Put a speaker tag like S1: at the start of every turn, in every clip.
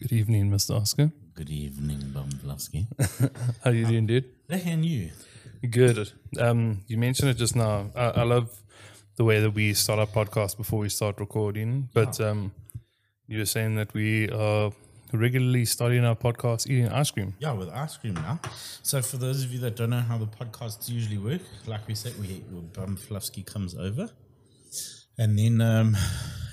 S1: Good evening, Mr. Oscar.
S2: Good evening, Bumblowski.
S1: How you doing, dude?
S2: and you.
S1: Good. Um, you mentioned it just now. I, I love the way that we start our podcast before we start recording. But um, you were saying that we are regularly starting our podcast eating ice cream.
S2: Yeah, with ice cream now. So, for those of you that don't know how the podcasts usually work, like we said, we Bumblowski comes over, and then um,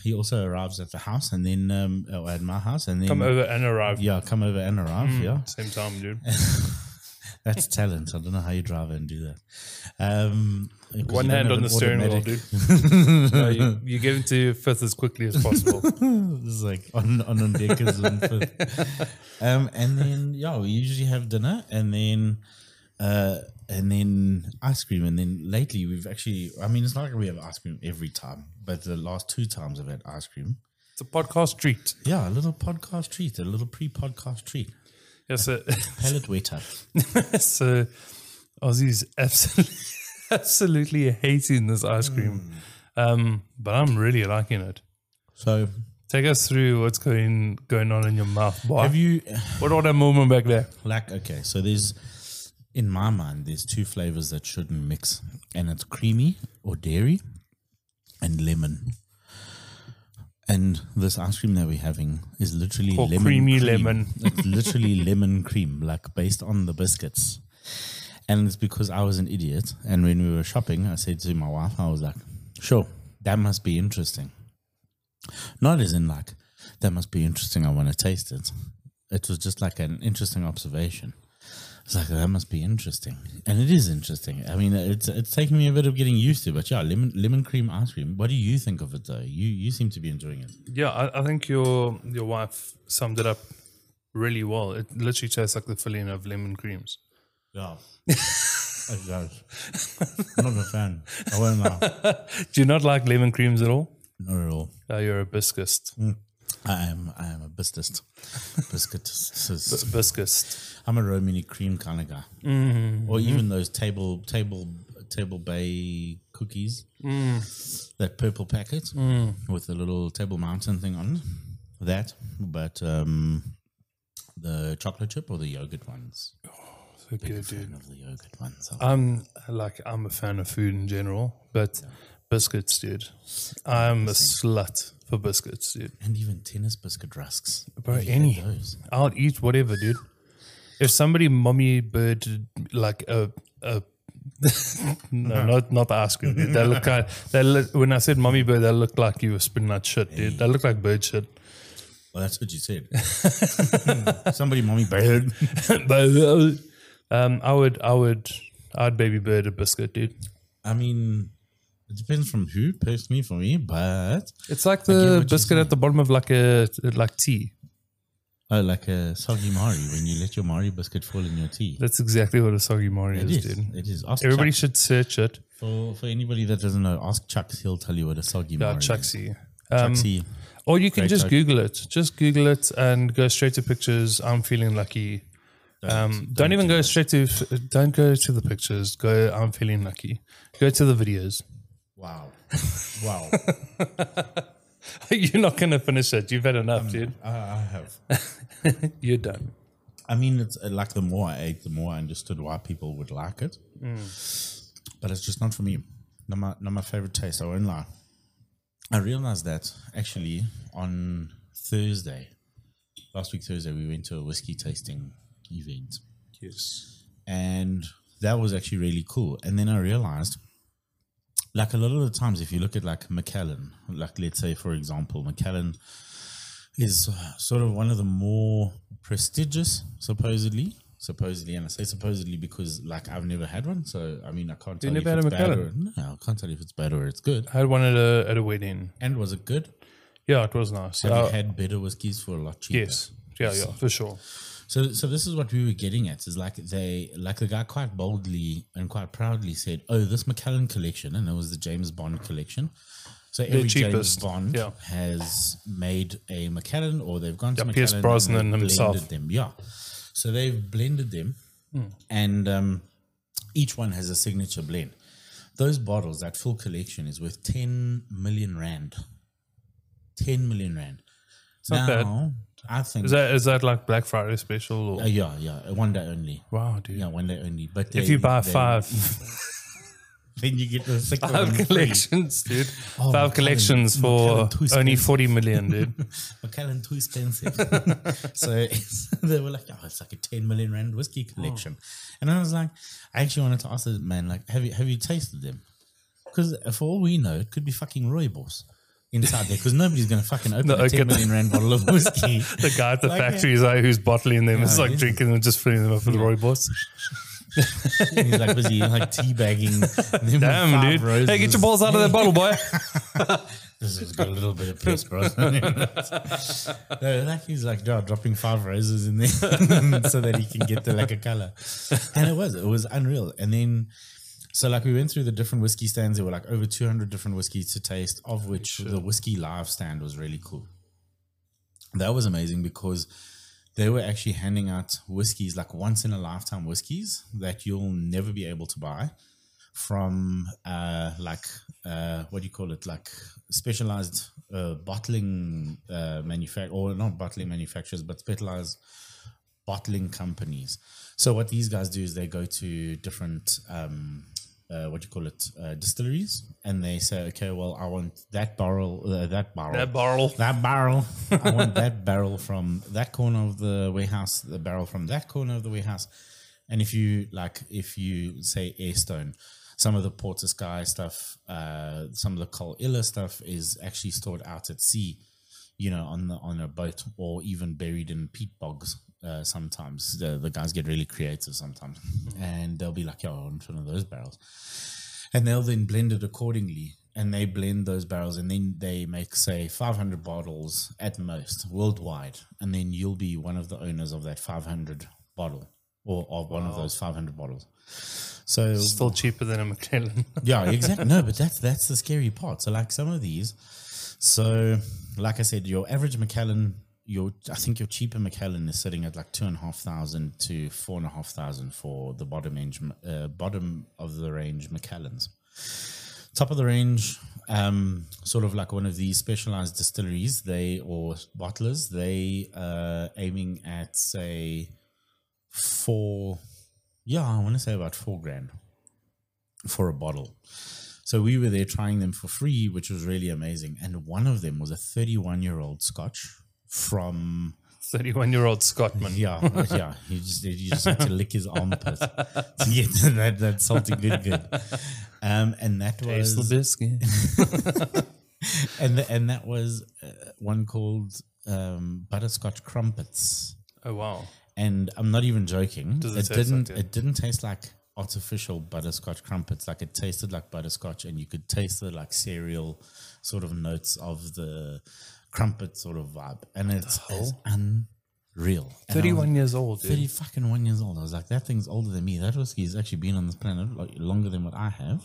S2: he also arrives at the house, and then um, oh, at my house, and then
S1: Come over Mm. and arrive.
S2: yeah, come over and arrive. Yeah,
S1: Same time, dude.
S2: that's talent. I don't know how you drive and do that. Um, 'cause you
S1: One
S2: don't
S1: hand
S2: have
S1: on the
S2: an
S1: steering wheel,
S2: automatic-
S1: dude. No, you, you get into fifth as quickly as possible.
S2: This is like on on on deck is on fifth. Um, and then yeah, we usually have dinner and then uh and then ice cream and then lately we've actually I mean it's not like we have ice cream every time, but the last two times I've had ice cream.
S1: It's a podcast treat.
S2: Yeah, a little podcast treat, a little pre-podcast treat.
S1: Yes, sir.
S2: Palette wetter.
S1: so Aussie's absolutely, absolutely hating this ice cream, um, but I'm really liking it.
S2: So
S1: Take us through what's going going on in your mouth. Boy.
S2: have you
S1: what all that moment back there?
S2: like okay, so there's in my mind there's two flavors that shouldn't mix and it's creamy or dairy and lemon. And this ice cream that we're having is literally
S1: Or
S2: lemon
S1: creamy
S2: cream.
S1: lemon.
S2: it's literally lemon cream, like based on the biscuits. And it's because I was an idiot. And when we were shopping, I said to my wife, I was like, sure, that must be interesting. Not as in like, that must be interesting. I want to taste it. It was just like an interesting observation. It's like that must be interesting, and it is interesting. I mean, it's it's taken me a bit of getting used to, but yeah, lemon lemon cream ice cream. What do you think of it though? You you seem to be enjoying it.
S1: Yeah, I, I think your your wife summed it up really well. It literally tastes like the filling of lemon creams.
S2: Yeah, it does. I'm not a fan. I won't lie.
S1: Do you not like lemon creams at all?
S2: Not at all.
S1: Oh, you're a biscuist.
S2: I am I am a biscuitist. Biscuitist.
S1: Biscuist.
S2: I'm a Romany cream kind of guy, or even those table table table bay cookies, that purple packet with the little table mountain thing on it. that. But um, the chocolate chip or the yogurt ones.
S1: So good, dude.
S2: Fan of the yogurt ones.
S1: I'm like I'm a fan of food in general, but biscuits, dude. I'm a slut for biscuits, dude.
S2: and even tennis biscuit rusks.
S1: Bro,
S2: Have you
S1: any-
S2: had those?
S1: I'll eat whatever, dude. If somebody mummy bird like a a no, not not the ice cream, dude. They look kind. They look, when I said mummy bird, they look like you were spitting out shit, dude. They look like bird shit.
S2: Well, that's what you said. Somebody, mommy bird.
S1: but um, I would, I would, I'd baby bird a biscuit, dude.
S2: I mean, it depends from who. Personally, for me, but
S1: It's like
S2: get what
S1: the
S2: you're
S1: biscuit at the bottom of like a like tea.
S2: Oh, like a soggy Mari when you let your Mari biscuit fall in your tea.
S1: That's exactly what a soggy Mari
S2: It
S1: is,
S2: is.
S1: dude.
S2: It is. Ask
S1: Everybody
S2: Chuck.
S1: should search it.
S2: For, for anybody that doesn't know, ask Chuck. He'll tell you what a soggy
S1: Yeah,
S2: Mari is.
S1: Chucksy. Um,
S2: Chucksy.
S1: or you can
S2: Great
S1: just
S2: Chuck.
S1: Google it. Just Google it and go straight to pictures. I'm feeling lucky. Um, don't, even go straight to. Don't go to the pictures. Go. I'm feeling lucky. Go to the videos.
S2: Wow. Wow.
S1: You're not gonna finish it. You've had enough, dude.
S2: I, I have.
S1: You're done.
S2: I mean, it's uh, like the more I ate, the more I understood why people would like it.
S1: Mm.
S2: But it's just not for me. Not my, not my favorite taste. I won't lie. I realized that actually on Thursday, last week Thursday, we went to a whiskey tasting event.
S1: Yes.
S2: and that was actually really cool. And then I realized, like a lot of the times, if you look at like McAllen, like let's say for example, McAllen is sort of one of the more prestigious, supposedly, supposedly, and I say supposedly because like I've never had one, so I mean I can't tell you,
S1: never
S2: if
S1: had
S2: it's
S1: a
S2: bad or no, I can't tell you if it's bad or it's good.
S1: I had one at a at a wedding.
S2: And was it good?
S1: Yeah, it was nice.
S2: Have
S1: Uh,
S2: you had better whiskeys for a lot cheaper?
S1: yes. Yeah, yeah, for sure.
S2: So, so this is what we were getting at is like they, like the guy quite boldly and quite proudly said, "Oh, this McKellen collection, and it was the James Bond collection. So every James
S1: cheapest,
S2: Bond
S1: yeah.
S2: has made a McKellen, or they've gone to
S1: Yeah,
S2: McKellen
S1: Pierce
S2: and
S1: Brosnan
S2: they've
S1: himself. Hmm.
S2: blended them. Yeah, so they've blended them, and um, each one has a signature blend. Those bottles, that full collection, is worth ten million rand. Ten million rand.
S1: not bad.
S2: now, I think.
S1: Is that is that like Black Friday special? Or?
S2: uh, yeah, yeah. One day only.
S1: Wow, dude.
S2: Yeah, one day only. But
S1: If
S2: they-
S1: you buy
S2: they-
S1: five
S2: then you get the six
S1: five collections, dude,
S2: Oh,
S1: five
S2: my God.
S1: collections
S2: My
S1: for
S2: God, too
S1: only
S2: expensive.
S1: forty million, dude.
S2: McAllen too expensive. so they were like, oh, it's like a 10 million rand whiskey collection. And I was like, I actually wanted to ask this man, like, have you have you tasted them? Because for all we know, it could be fucking rooibos inside there because nobody's going to fucking open
S1: No,
S2: a
S1: okay.
S2: 10 million rand bottle of whiskey.
S1: The guy at the
S2: Like,
S1: factory is like, who's bottling them? It's
S2: Yeah,
S1: like
S2: dude.
S1: drinking them, just filling them up with Roy Boss.
S2: And he's like busy like teabagging. them with
S1: Damn,
S2: five
S1: dude. Hey, get
S2: roses.
S1: your balls out of that bottle, boy.
S2: This has got a little bit of piss gross. on it. no, like he's like yeah, dropping five roses in there so that he can get the like a color. And it was, it was unreal. And then, so like we went through the different whiskey stands. There were like over 200 different whiskeys to taste, of which the whiskey live stand was really cool. That was amazing because they were actually handing out whiskeys, like once in a lifetime whiskeys that you'll never be able to buy from uh, like uh, what do you call it like specialized uh, bottling uh, manufact or not bottling manufacturers but specialized bottling companies so what these guys do is they go to different um, uh, what do you call it uh, distilleries and they say okay well i want that barrel uh, that barrel
S1: That barrel.
S2: that barrel. I want that barrel from that corner of the warehouse, the barrel from that corner of the warehouse. And if you like, if you say Airstone, some of the Porter Sky stuff, uh, some of the Coal Illa stuff is actually stored out at sea, you know, on the on a boat or even buried in peat bogs. Uh, sometimes the, the guys get really creative sometimes, and they'll be like, "Yo, I want one of those barrels." and they'll then blend it accordingly and they blend those barrels and then they make say 500 bottles at most worldwide and then you'll be one of the owners of that 500 bottle or of one of those 500 bottles so
S1: Still cheaper than a McLaren.
S2: yeah, exactly. No, but that's that's the scary part. So like some of these, so like I said, your average McAllen, your I think your cheaper McAllen is sitting at like two and a half thousand to four and a half thousand for the bottom range, uh, bottom of the range McAllens. Top of the range, um, sort of like one of these specialized distilleries, they or bottlers, they uh, aiming at say four. Yeah, I want to say about four grand for a bottle. So we were there trying them for free, which was really amazing. And one of them was a 31 year old Scotch from
S1: 31 year old Scotsman.
S2: yeah yeah. You just you just had to lick his armpit to get that that salty good good. Um, and that
S1: Taste the
S2: was
S1: biscuit.
S2: and the, and that was uh, one called um, butterscotch crumpets.
S1: Oh, wow.
S2: and I'm not even joking.
S1: Does it
S2: it
S1: taste like
S2: didn't.
S1: it?
S2: it didn't taste like artificial butterscotch crumpets. Like it tasted like butterscotch, and you could taste the like cereal sort of notes of the crumpet sort of vibe, and it's, it's unreal. And I was
S1: 31 years old, dude.
S2: Thirty fucking one years old. I was like, that thing's older than me. That whiskey's actually been on this planet like, longer than what I have,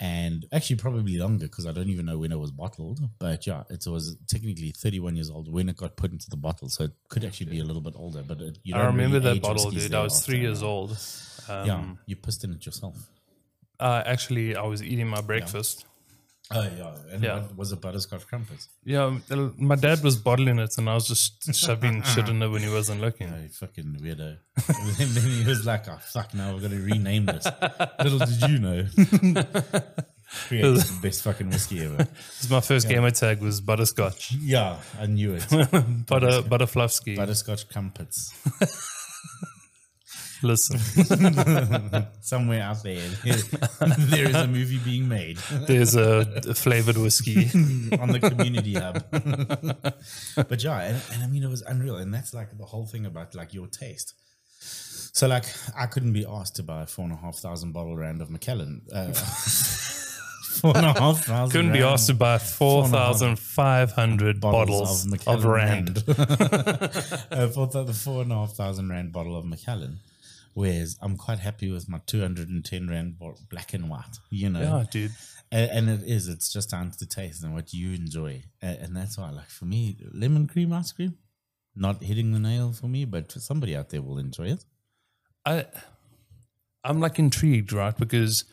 S2: and actually probably longer because I don't even know when it was bottled. But yeah, it was technically thirty one years old when it got put into the bottle, so it could actually be a little bit older. But it, you
S1: I
S2: don't
S1: remember
S2: really
S1: that
S2: age
S1: bottle,
S2: whiskeys
S1: dude.
S2: there
S1: I was
S2: after
S1: three
S2: a
S1: years
S2: while.
S1: old. Um,
S2: Yeah, you pissed in it yourself.
S1: uh, actually, I was eating my breakfast.
S2: Oh yeah, and
S1: Yeah.
S2: what was a butterscotch crumpets.
S1: Yeah, m- my dad was bottling it, and I was just shoving shit in it when he wasn't looking.
S2: You fucking weirdo. and then, then he was like, oh fuck, now we're gonna rename this. Little did you know. Created the best fucking whiskey ever.
S1: This is my first gamer tag was butterscotch,
S2: Yeah, I knew it.
S1: butter butterfluffsky.
S2: Butterscotch crumpets.
S1: Listen,
S2: Somewhere out there, there is a movie being made
S1: there's a, a flavored whiskey.
S2: on the community hub. but yeah, and, and I mean, it was unreal. And that's like the whole thing about like your taste. So like, I couldn't be asked to buy a four and a half thousand bottle round of McKellen. Uh, four and a half thousand.
S1: Couldn't be
S2: rand
S1: asked to buy four thousand five hundred bottles of,
S2: Macallan
S1: Rand.
S2: uh, for the, the four and a half thousand rand bottle of Macallan. Whereas I'm quite happy with my 210 rand bo- black and white, you know.
S1: Yeah, dude.
S2: A- And, it is, it's just down to the taste and what you enjoy. A- And, that's why, like, for me, lemon cream ice cream, not hitting the nail for me, but for somebody out there will enjoy it.
S1: I I'm like intrigued, right? Because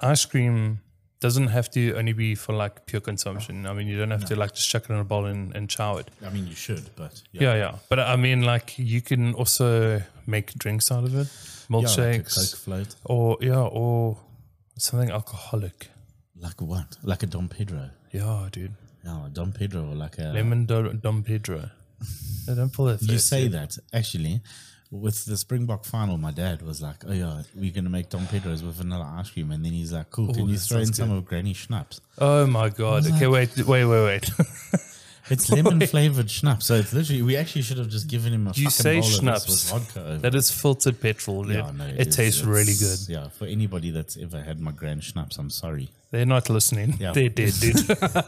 S1: ice cream doesn't have to only be for like pure consumption. I mean, you don't have to like just chuck it in a bowl and, and chow it.
S2: I mean, you should, but
S1: Yeah, yeah. But I mean, like you can also make drinks out of it,
S2: Yeah, like a
S1: milkshakes,
S2: Coke float,
S1: or yeah, or something alcoholic.
S2: like what? Like a Don Pedro.
S1: Yeah, dude.
S2: No, a Don Pedro, or like a.
S1: Lemon do- Dom Pedro. No, don't pull that.
S2: You
S1: face.
S2: say that actually, with the Springbok final, my dad was like, "Oh yeah, we're gonna make Don Pedro's with vanilla ice cream," and then he's like, "Cool, can you
S1: that
S2: throw in
S1: sounds
S2: some of Granny Schnapps?"
S1: Oh my god. Okay, wait, wait, wait, wait.
S2: It's lemon flavored schnapps, so it's literally we actually should have just given him a
S1: you
S2: fucking
S1: say
S2: bowl
S1: schnapps.
S2: of this with vodka. Over.
S1: that is filtered petrol. Dude.
S2: I know,
S1: it
S2: is-
S1: tastes really good.
S2: it's- Yeah, for anybody that's ever had my grand schnapps, I'm sorry.
S1: They're not listening.
S2: Yeah.
S1: They're dead, dude.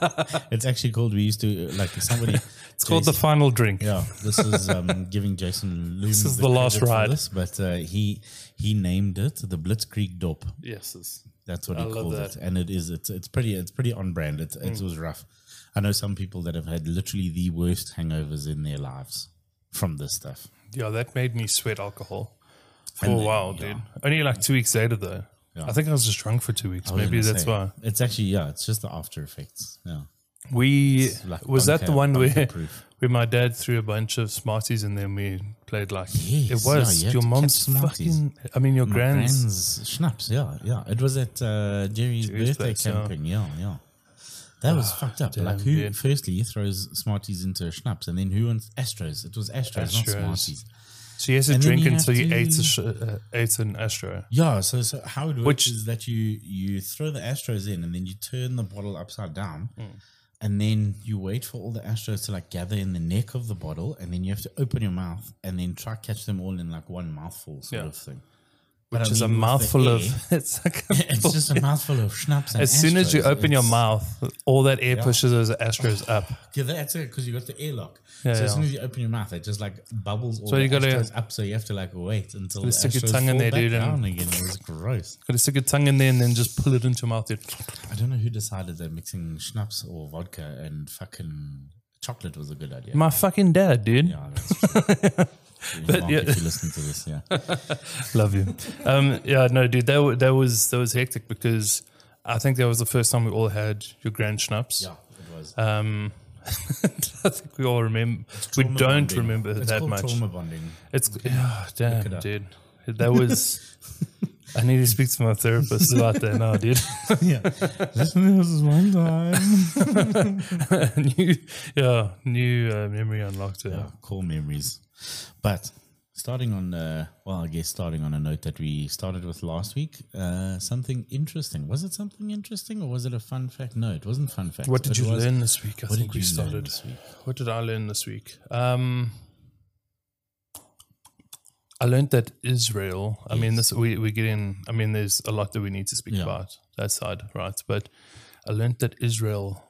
S2: It's actually called. We used to uh, like somebody.
S1: It's called the final drink.
S2: Yeah, this is um, giving Jason. Loom this
S1: is the last ride.
S2: this, but uh, he he named it the Blitzkrieg Dope.
S1: Yes. it's-
S2: That's what
S1: I
S2: he
S1: love
S2: called
S1: that. Mm.
S2: it, and it is. It's it's pretty. It's pretty on brand. It it was rough. I know some people that have had literally the worst hangovers in their lives from this stuff.
S1: Yeah, that made me sweat alcohol for
S2: And
S1: a
S2: then-
S1: while,
S2: yeah.
S1: dude. Only like two weeks later, though.
S2: Yeah.
S1: I think I was just drunk for two weeks.
S2: I was
S1: Maybe
S2: gonna
S1: that's
S2: say,
S1: why.
S2: It's actually yeah. It's just the after effects. Yeah.
S1: We
S2: like
S1: was that the
S2: bunker-
S1: one where
S2: bunker-proof.
S1: where my dad threw a bunch of Smarties and then we played like
S2: Yes,
S1: it was
S2: yeah, you had
S1: your
S2: to
S1: mom's
S2: catch Smarties.
S1: fucking. I mean, your grand's.
S2: Brands schnapps. Yeah, yeah. It was at uh, Jerry's, birthday
S1: place, yeah. Ah,
S2: camping. Yeah, yeah. That was fucked up. like
S1: damn,
S2: who?
S1: dude.
S2: Firstly, he throws Smarties into a schnapps, and then who wants Astros? It was Astros, not
S1: Astros.
S2: Smarties.
S1: So you had to
S2: And then
S1: drink
S2: you
S1: until
S2: have
S1: you
S2: to-
S1: ate a sh- uh, ate an Astro.
S2: Yeah, so so how it works
S1: Which-
S2: is that you you throw the Astros in and then you turn the bottle upside down,
S1: Mm.
S2: and then you wait for all the Astros to like gather in the neck of the bottle, and then you have to open your mouth and then try catch them all in like one mouthful sort
S1: Yeah.
S2: of thing.
S1: Which is a mouthful of. It's like a
S2: It's just a mouthful of schnapps. And
S1: As soon as you
S2: Astros,
S1: open your
S2: it's-
S1: mouth, all that air pushes those astros up.
S2: yeah, that's it because you got the airlock.
S1: Yeah,
S2: so as
S1: yeah.
S2: soon as you open your mouth, it just like bubbles all
S1: So
S2: the
S1: you gotta-
S2: Astros up. So you have to like wait until the
S1: stick your
S2: Astros
S1: tongue in
S2: fall
S1: there,
S2: back
S1: dude, and-
S2: down again. It was gross.
S1: Got to stick your tongue in there and then just pull it into your mouth. dude.
S2: I don't know who decided that mixing schnapps or vodka and fucking chocolate was a good idea.
S1: My fucking dad, dude.
S2: yeah, that's true. Mark,
S1: yeah.
S2: if you listen to this, yeah,
S1: Love you. Um, yeah, no, dude, that, wa- that was that was hectic because I think that was the first time we all had your grand schnapps.
S2: yeah, it was.
S1: Um, I think we all remember. We
S2: Trauma
S1: don't
S2: bonding.
S1: remember
S2: It's
S1: that
S2: called
S1: much.
S2: Trauma bonding.
S1: It's yeah, damn,
S2: it up.
S1: dude. That was. I need to speak to my therapist about that now, dude.
S2: yeah, listen, this is one time.
S1: new, yeah, new uh, memory unlocked. Yeah.
S2: Yeah, cool memories. But starting on, uh, well, I guess starting on a note that we started with last week, uh, something interesting. Was it something interesting or was it a fun fact? No, it wasn't fun fact.
S1: What did
S2: It
S1: you
S2: was-
S1: learn this week? I
S2: What
S1: think
S2: did
S1: we
S2: you learn
S1: started.
S2: this week?
S1: What did I learn this week? Um, I learned that Israel. I mean, this we we get in. I mean, there's a lot that we need to speak
S2: Yeah.
S1: about that side, right? But I learned that Israel,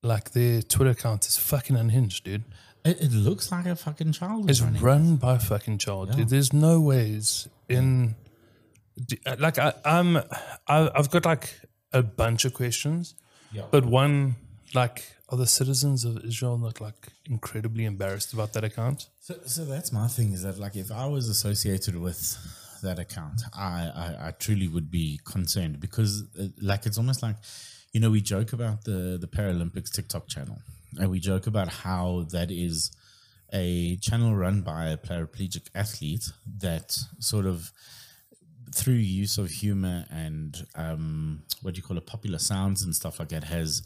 S1: like their Twitter account, is fucking unhinged, dude.
S2: It, it looks like a fucking child.
S1: It's
S2: was running.
S1: run by a fucking child. dude. There's no ways in. d- Like I, I'm, I, I've got like a bunch of questions,
S2: Yeah.
S1: but one like are the citizens of Israel not like incredibly embarrassed about that account?
S2: So, so that's my thing is that like if I was associated with that account, I I, I truly would be concerned because uh, like it's almost like you know we joke about the the Paralympics TikTok channel and we joke about how that is a channel run by a paraplegic athlete that sort of through use of humor and um, what do you call it, popular sounds and stuff like that, has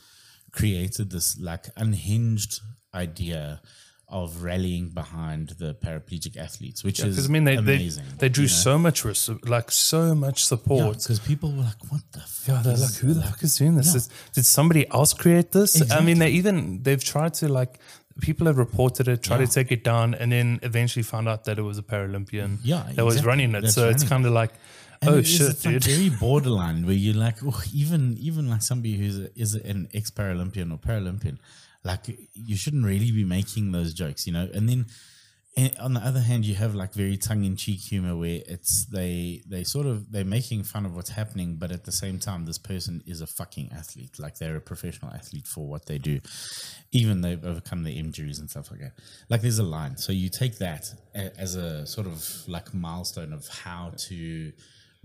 S2: created this like unhinged idea of rallying behind the paraplegic athletes, which
S1: Because
S2: is
S1: I mean, they they,
S2: amazing.
S1: they drew so much res- like so much support.
S2: because people were like, "What the fuck?"
S1: Yeah, they're
S2: is
S1: like, who the fuck is doing this? Is- did somebody else create this? I mean, they even they've tried to like people have reported it, tried to take it down, and then eventually found out that it was a Paralympian.
S2: Yeah,
S1: that was
S2: exactly.
S1: running it.
S2: That's
S1: so it's
S2: running
S1: kind of like,
S2: And
S1: oh
S2: it is,
S1: shit,
S2: it's like
S1: dude.
S2: very borderline where you're like, oh, even even like somebody who's a, is an ex Paralympian or Paralympian, like you shouldn't really be making those jokes, you know. And then and on the other hand, you have like very tongue in cheek humor where it's they they sort of they're making fun of what's happening, but at the same time, this person is a fucking athlete, like they're a professional athlete for what they do, even they've overcome their injuries and stuff like that. Like there's a line, so you take that a- as a sort of like milestone of how to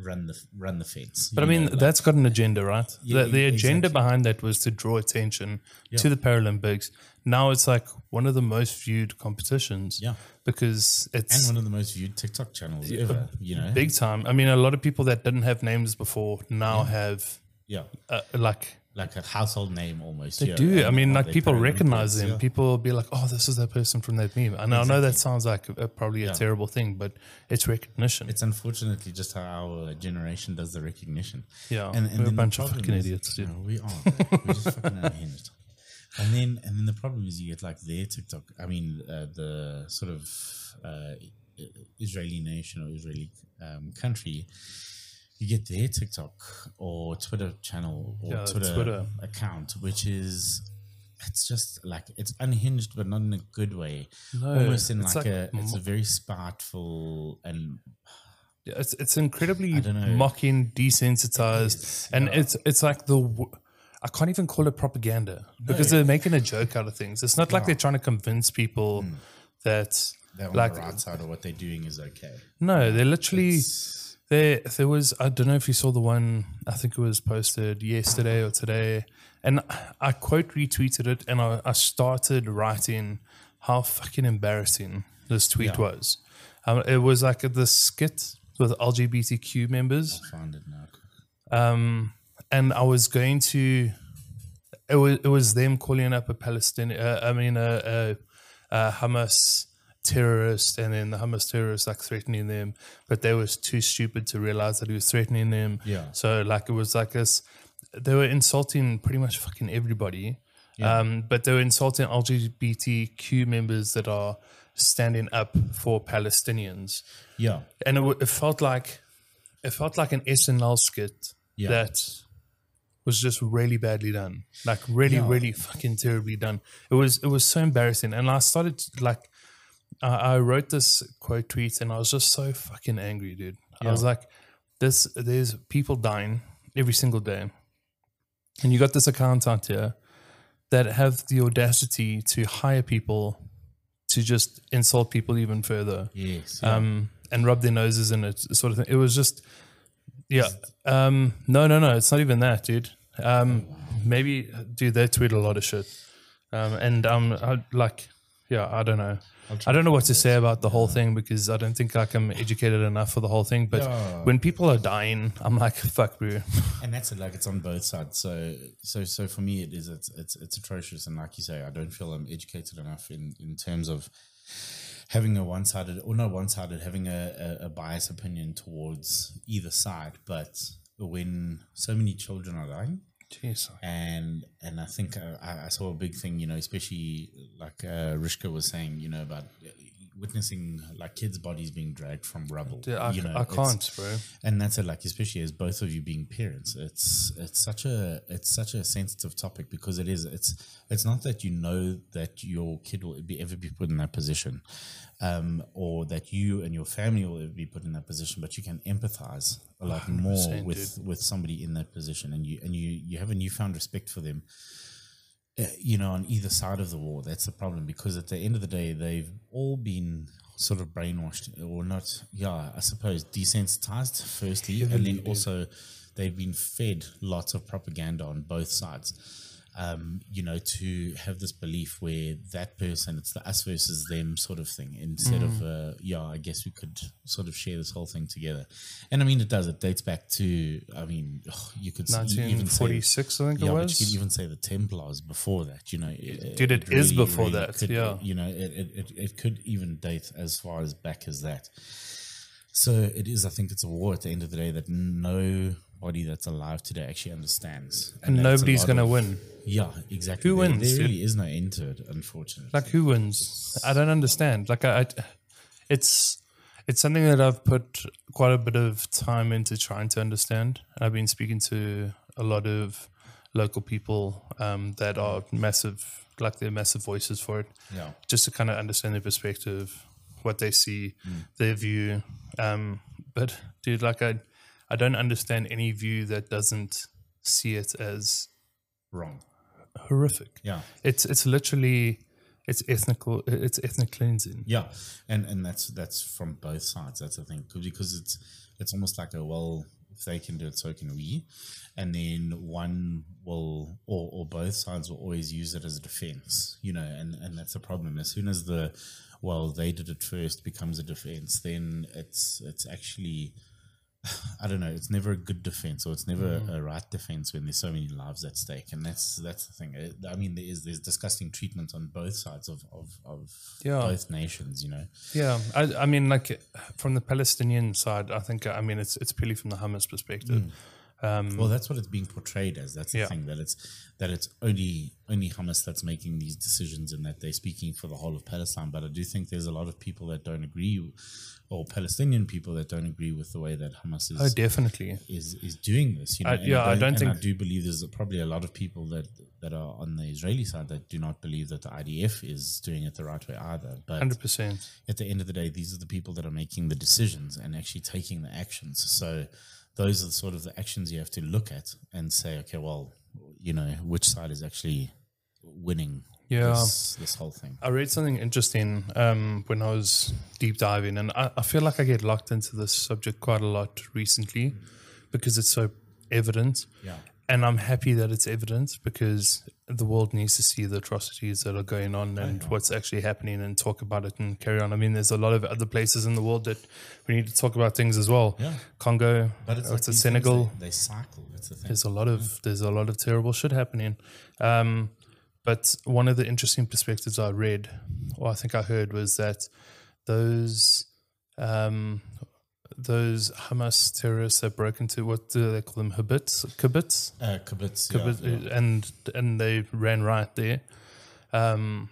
S2: run the run the fence.
S1: But I
S2: you
S1: mean,
S2: know, like-
S1: that's got an agenda, right?
S2: Yeah,
S1: the the
S2: e-
S1: agenda
S2: exactly.
S1: behind that was to draw attention to the Paralympics. Now it's like one of the most viewed competitions.
S2: Yeah.
S1: Because
S2: and
S1: it's
S2: one of the most viewed TikTok channels ever. You know,
S1: big time. I mean, a lot of people that didn't have names before now have
S2: yeah,
S1: uh, like
S2: like a household name almost.
S1: They do. I mean, like people recognize them. People will be like, "Oh, this is that person from that meme." And I know that sounds like a, probably a terrible thing, but it's recognition.
S2: It's unfortunately just how our generation does the recognition.
S1: Yeah,
S2: and,
S1: we're a
S2: then the
S1: bunch of
S2: problem
S1: fucking
S2: is-
S1: idiots, dude.
S2: No, we are. We're just fucking unhinged. And then, and then the problem is you get like their TikTok. I mean, uh, the sort of uh, Israeli nation or Israeli um, country. You get their TikTok or Twitter channel or
S1: Yeah,
S2: Twitter,
S1: Twitter.
S2: account, which is it's just like it's unhinged, but not in a good way.
S1: No,
S2: Almost in
S1: it's
S2: like,
S1: like
S2: a it's a very spiteful and
S1: Yeah, It's it's incredibly
S2: don't know.
S1: mocking, desensitized, and it's it's like the. w- I can't even call it propaganda because they're making a joke out of things. It's not like they're trying to convince people Mm. that,
S2: they're on
S1: like
S2: the right side of what they're doing is okay.
S1: no, they're literally. There, there was. I don't know if you saw the one. I think it was posted yesterday or today, and I quote retweeted it, and I, I started writing how fucking embarrassing this tweet was. Um, it was like this skit with LGBTQ members,
S2: Find it now.
S1: and I was going to. It was it was them calling up a Palestinian. Uh, I mean, a, a, a Hamas terrorist, and then the Hamas terrorist like threatening them, but they was too stupid to realize that he was threatening them.
S2: Yeah.
S1: So like it was like this. They were insulting pretty much fucking everybody. Um, but they were insulting LGBTQ members that are standing up for Palestinians
S2: Yeah.
S1: and it, w- it felt like it felt like an SNL skit
S2: Yeah.
S1: that was just really badly done, like really, really fucking terribly done. It was it was so embarrassing, and I started to, like I I wrote this quote tweet, and I was just so fucking angry, dude. I was like, this there's people dying every single day, and you got this account out here that have the audacity to hire people to just insult people even further
S2: Yes.
S1: um, and rub their noses in it, sort of thing. It was just, yeah. Um, no, no, no. It's not even that, dude. Um, maybe, dude, they tweet a lot of shit. Um, and um, I, like, yeah, I don't know. I don't know what to say about the whole thing because I don't think like I'm educated enough for the whole thing. But
S2: Yeah.
S1: when people are dying, I'm like, fuck, bro.
S2: and that's it. Like it's on both sides. So so so for me, it is it's it's it's atrocious. And like you say, I don't feel I'm educated enough in in terms of having a one sided or not one sided, having a, a, a biased opinion towards either side. But when so many children are dying,
S1: Jeez.
S2: and and I think uh, I, I saw a big thing, you know, especially like uh, Rishka was saying, you know, about witnessing like kids' bodies being dragged from rubble.
S1: Dude, I,
S2: you know,
S1: I
S2: it's-
S1: can't, bro.
S2: and that's it like especially as both of you being parents it's it's such a it's such a sensitive topic because it is it's it's not that you know that your kid will be, ever be put in that position um, or that you and your family will ever be put in that position but you can empathize a lot more with with somebody in that position and you and you you have a newfound respect for them uh, you know, on either side of the war. That's the problem because at the end of the day, they've all been sort of brainwashed or not, yeah, I suppose desensitized, firstly, and then also they've been fed lots of propaganda on both sides. Um, you know, to have this belief where that person, it's the us versus them sort of thing, instead of, uh, yeah, I guess we could sort of share this whole thing together. And I mean, it does, it dates back to, I mean, you could s- you even say
S1: 1946, I think
S2: yeah,
S1: it
S2: but you could
S1: was.
S2: even say the Templars before that, you know.
S1: Dude, it is before that,
S2: could-
S1: yeah.
S2: You know, it, it, it, it could even date as far as back as that. So it is, I think it's a war at the end of the day that nobody that's alive today actually understands.
S1: And
S2: that's a
S1: nobody's
S2: lot
S1: going to
S2: of-
S1: win.
S2: Yeah, exactly.
S1: Who
S2: There-
S1: wins,
S2: There
S1: dude?
S2: really is no end to it, unfortunately.
S1: like who wins i don't understand like I, I it's it's something that i've put quite a bit of time into trying to understand i've been speaking to a lot of local people um, that are massive like they're massive voices for it
S2: yeah.
S1: just to kind of understand their perspective what they see their view um, but dude like i i don't understand any view that doesn't see it as
S2: Wrong.
S1: horrific
S2: Yeah.
S1: it's it's literally It's ethnical. It's ethnic cleansing.
S2: Yeah, and and that's that's from both sides. That's the thing 'Cause- because it's it's almost like a well, if they can do it, so can we, and then one will or or both sides will always use it as a defense, you know, and and that's the problem. As soon as the well, they did it first becomes a defense, then it's it's actually. I don't know. It's never a good defense, or it's never a right defense when there's so many lives at stake, and that's that's the thing. Uh, I mean, there is there's disgusting treatment on both sides of of, of
S1: Yeah.
S2: both nations, you know.
S1: Yeah, I, I mean, like from the Palestinian side, I think I mean it's it's purely from the Hamas perspective.
S2: Well, that's what it's being portrayed as. That's the
S1: Mm. Yeah.
S2: thing that it's that it's only only Hamas that's making these decisions and that they're speaking for the whole of Palestine. But I do think there's a lot of people that don't agree, or Palestinian people that don't agree with the way that Hamas
S1: Oh,
S2: is
S1: definitely.
S2: is, is doing this. You know,
S1: I-
S2: and
S1: yeah, I don't
S2: and I
S1: think-
S2: do believe there's probably a lot of people that that are on the Israeli side that do not believe that the IDF is doing it the right way either. But
S1: Hundred percent.
S2: at the end of the day, these are the people that are making the decisions and actually taking the actions. So those are sort of the actions you have to look at and say, okay, well, you know, which side is actually winning
S1: Yeah.
S2: this, this whole thing.
S1: I read something interesting um, when I was deep diving, and I, I feel like I get locked into this subject quite a lot recently because it's so evident.
S2: Yeah.
S1: And I'm happy that it's evident because the world needs to see the atrocities that are going on and what's actually happening and talk about it and carry on. I mean, there's a lot of other places in the world that we need to talk about things as well.
S2: Yeah.
S1: Congo, uh,
S2: But it's,
S1: Oh, it's,
S2: like these things,
S1: Senegal
S2: They, Mm. they cycle. That's the thing.
S1: there's a lot of there's a lot of terrible shit happening. Um, but one of the interesting perspectives I read, or I think I heard, was that those um, those Hamas terrorists that broke into what do they call them? Habits, kibbutz,
S2: Uh, kibbutz. yeah,
S1: kibbutz
S2: yeah.
S1: and and they ran right there. Um,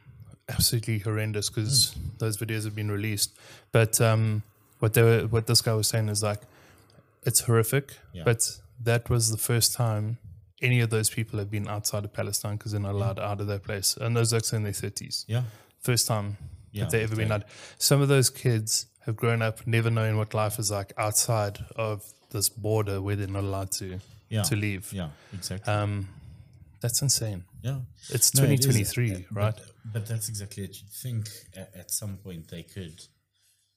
S1: absolutely horrendous because
S2: Hmm.
S1: those videos have been released. But um, what they were, what this guy was saying is like, it's horrific.
S2: Yeah.
S1: But that was the first time any of those people have been outside of Palestine because
S2: Hmm.
S1: they're not allowed out of their place, and those are actually in their thirties.
S2: Yeah.
S1: First time
S2: Yeah,
S1: that they've ever been
S2: they-
S1: out. Some of those kids have grown up never knowing what life is like outside of this border where they're not allowed to
S2: Yeah.
S1: to leave.
S2: Yeah. Exactly.
S1: Um, that's insane.
S2: yeah.
S1: It's
S2: No, it is.
S1: 2023,
S2: Uh,
S1: right?
S2: But, but that's exactly it. You'd think at, at some point they could.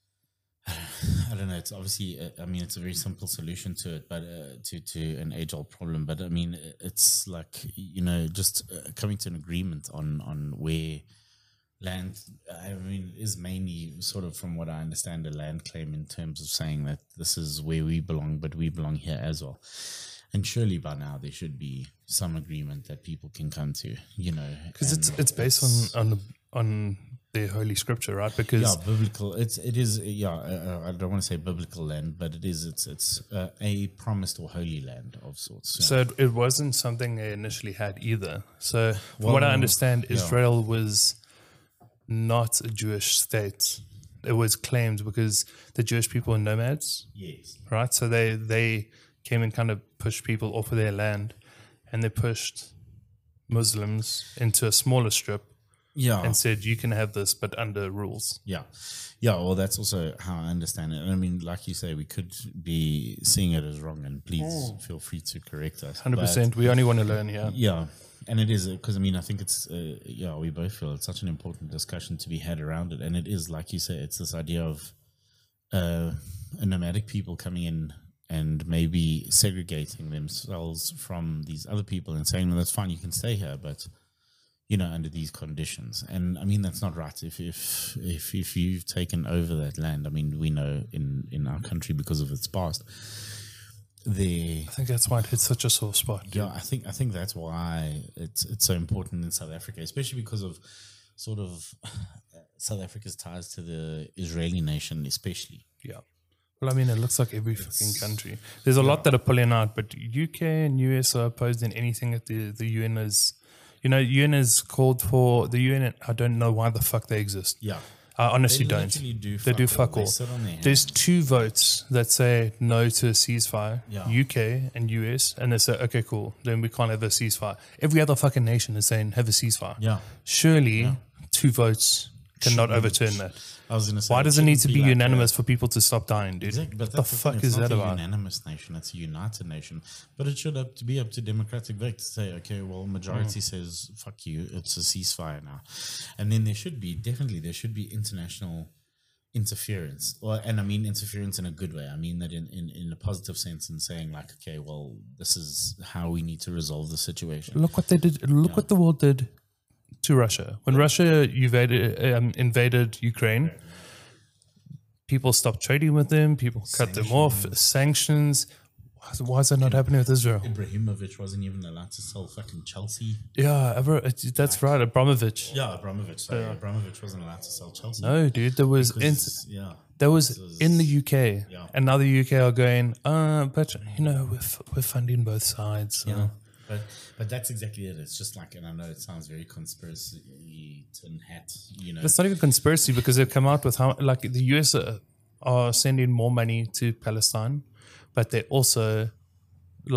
S2: I don't know. It's obviously. uh, I mean, it's a very simple solution to it, but uh, to to an age-old problem. But I mean, i- it's like you know, just uh, coming to an agreement on on where land. I mean, is mainly sort of from what I understand a land claim in terms of saying that this is where we belong, but we belong here as well. And surely by now there should be some agreement that people can come to. You know,
S1: Because it's
S2: and
S1: it's based on on on the holy scripture, right? Because
S2: yeah biblical it's it is yeah uh, uh, i don't want to say biblical land but it is it's it's uh, a promised or holy land of sorts yeah.
S1: So it, it wasn't something they initially had either. So from what I
S2: Well,
S1: understand,
S2: yeah.
S1: Israel was not a Jewish state. It was claimed because the Jewish people were nomads,
S2: yes
S1: right? So they they came and kind of pushed people off of their land, and they pushed Muslims into a smaller strip
S2: yeah
S1: and said, "You can have this, but under rules."
S2: yeah yeah well that's also how i understand it i mean like you say we could be seeing it as wrong and please feel free to correct us
S1: Oh. Hundred percent. We only want to learn here.
S2: But, yeah and it is because i mean i think it's uh, yeah we both feel it's such an important discussion to be had around it and it is like you say it's this idea of uh, a nomadic people coming in and maybe segregating themselves from these other people and saying, well, that's fine, you can stay here, but you know, under these conditions. And I mean, that's not right. If if if if you've taken over that land, I mean, we know in in our country because of its past, the
S1: I think that's why it hit such a sore spot.
S2: yeah, I think I think that's why it's it's so important in South Africa, especially because of sort of South Africa's ties to the Israeli nation, especially.
S1: Yeah. Well, I mean, it looks like every fucking country. There's a lot that are pulling out, but UK and US are opposed in anything that the, the UN is. You know, UN is called for the UN. I don't know why the fuck they exist.
S2: Yeah,
S1: I honestly don't.
S2: literally do
S1: they do fuck
S2: They
S1: all.
S2: sit on their
S1: There's two votes that say no to a ceasefire,
S2: Yeah.
S1: UK and US, and they say, okay, cool, then we can't have a ceasefire. Every other fucking nation is saying, have a ceasefire.
S2: Yeah.
S1: Surely, two votes cannot overturn that.
S2: I was gonna say,
S1: Why does it need to
S2: shouldn't
S1: be
S2: like
S1: unanimous for people to stop dying, dude?
S2: Exactly, but
S1: what the
S2: that's thing,
S1: fuck
S2: it's
S1: is
S2: not
S1: that
S2: a
S1: about?
S2: Unanimous nation. It's a united nation. But it should up to be up to democratic vote to say, okay, well, majority
S1: Hmm.
S2: says fuck you. It's a ceasefire now, and then there should be definitely there should be international interference. Well, and I mean interference in a good way. I mean that in in, in a positive sense, in saying like, okay, well, this is how we need to resolve the situation.
S1: Look what they did. Look what the world did to Russia. When Russia invaded, um, invaded Ukraine, people stopped trading with them. People cut them off. Sanctions. Why is- Why is that not happening with Israel?
S2: Ibrahimovic wasn't even allowed to sell fucking Chelsea.
S1: Yeah, ever, it- that's right. Abramovich.
S2: Yeah, Abramovich. Sorry, Abramovich wasn't allowed to sell Chelsea.
S1: No, dude, there was in,
S2: yeah.
S1: there was in the UK,
S2: Yeah.
S1: and now the UK are going. Uh, but you know, we're f- we're funding both sides. so-
S2: But but that's exactly it. It's just like, and I know it sounds very conspiracy tin hat, you know.
S1: It's not even conspiracy because they've come out with how like the US are, are sending more money to Palestine, but they're also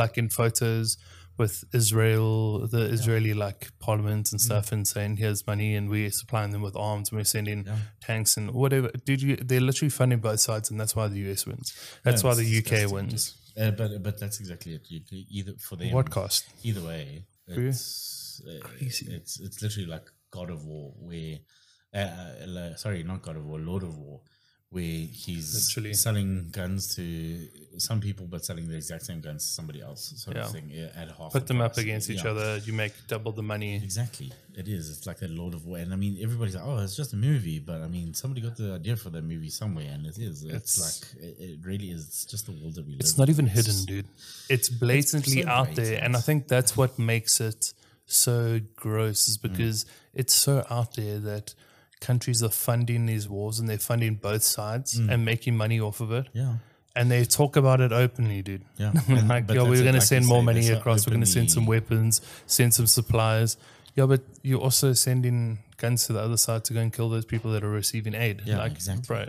S1: like in photos with Israel, the Israeli like parliament
S2: Mm.
S1: and stuff, and saying here's money and we're supplying them with arms and we're sending tanks and whatever. Dude, you, they're literally funding both sides, and that's why the US wins. That's why
S2: it's
S1: the UK
S2: disgusting.
S1: wins.
S2: Uh, but but that's exactly it. You, you- either for them,
S1: What cost?
S2: either way, it's uh, It's it's literally like God of War, where uh, uh, like- sorry, not God of War, Lord of War, where he's
S1: Literally.
S2: selling guns to some people, but selling the exact same guns to somebody else, sort
S1: Yeah.
S2: of thing. yeah, At half
S1: Put
S2: the
S1: them up
S2: price.
S1: against each
S2: Yeah.
S1: other. You make double the money.
S2: Exactly, it is. It's like that Lord of War, and I mean, everybody's like, "Oh, it's just a movie," but I mean, somebody got the idea for that movie somewhere, and it is. It's,
S1: It's-
S2: like it, it really is. It's just the world that we live.
S1: It's not even hidden, dude. It's blatantly
S2: so
S1: out there, and I think that's what makes it so gross,
S2: Mm.
S1: is because it's so out there that countries are funding these wars and they're funding both sides and making money off of it.
S2: Mm. Yeah.
S1: And they talk about it openly, dude.
S2: Yeah.
S1: like,
S2: But
S1: yeah,
S2: that's
S1: we're
S2: it,
S1: going to
S2: like you
S1: send more
S2: say,
S1: money
S2: that's not
S1: across. We're going to send some
S2: openly-
S1: weapons, send some supplies. Yeah, but you're also sending guns to the other side to go and kill those people that are receiving aid.
S2: Yeah,
S1: like,
S2: exactly.
S1: bro.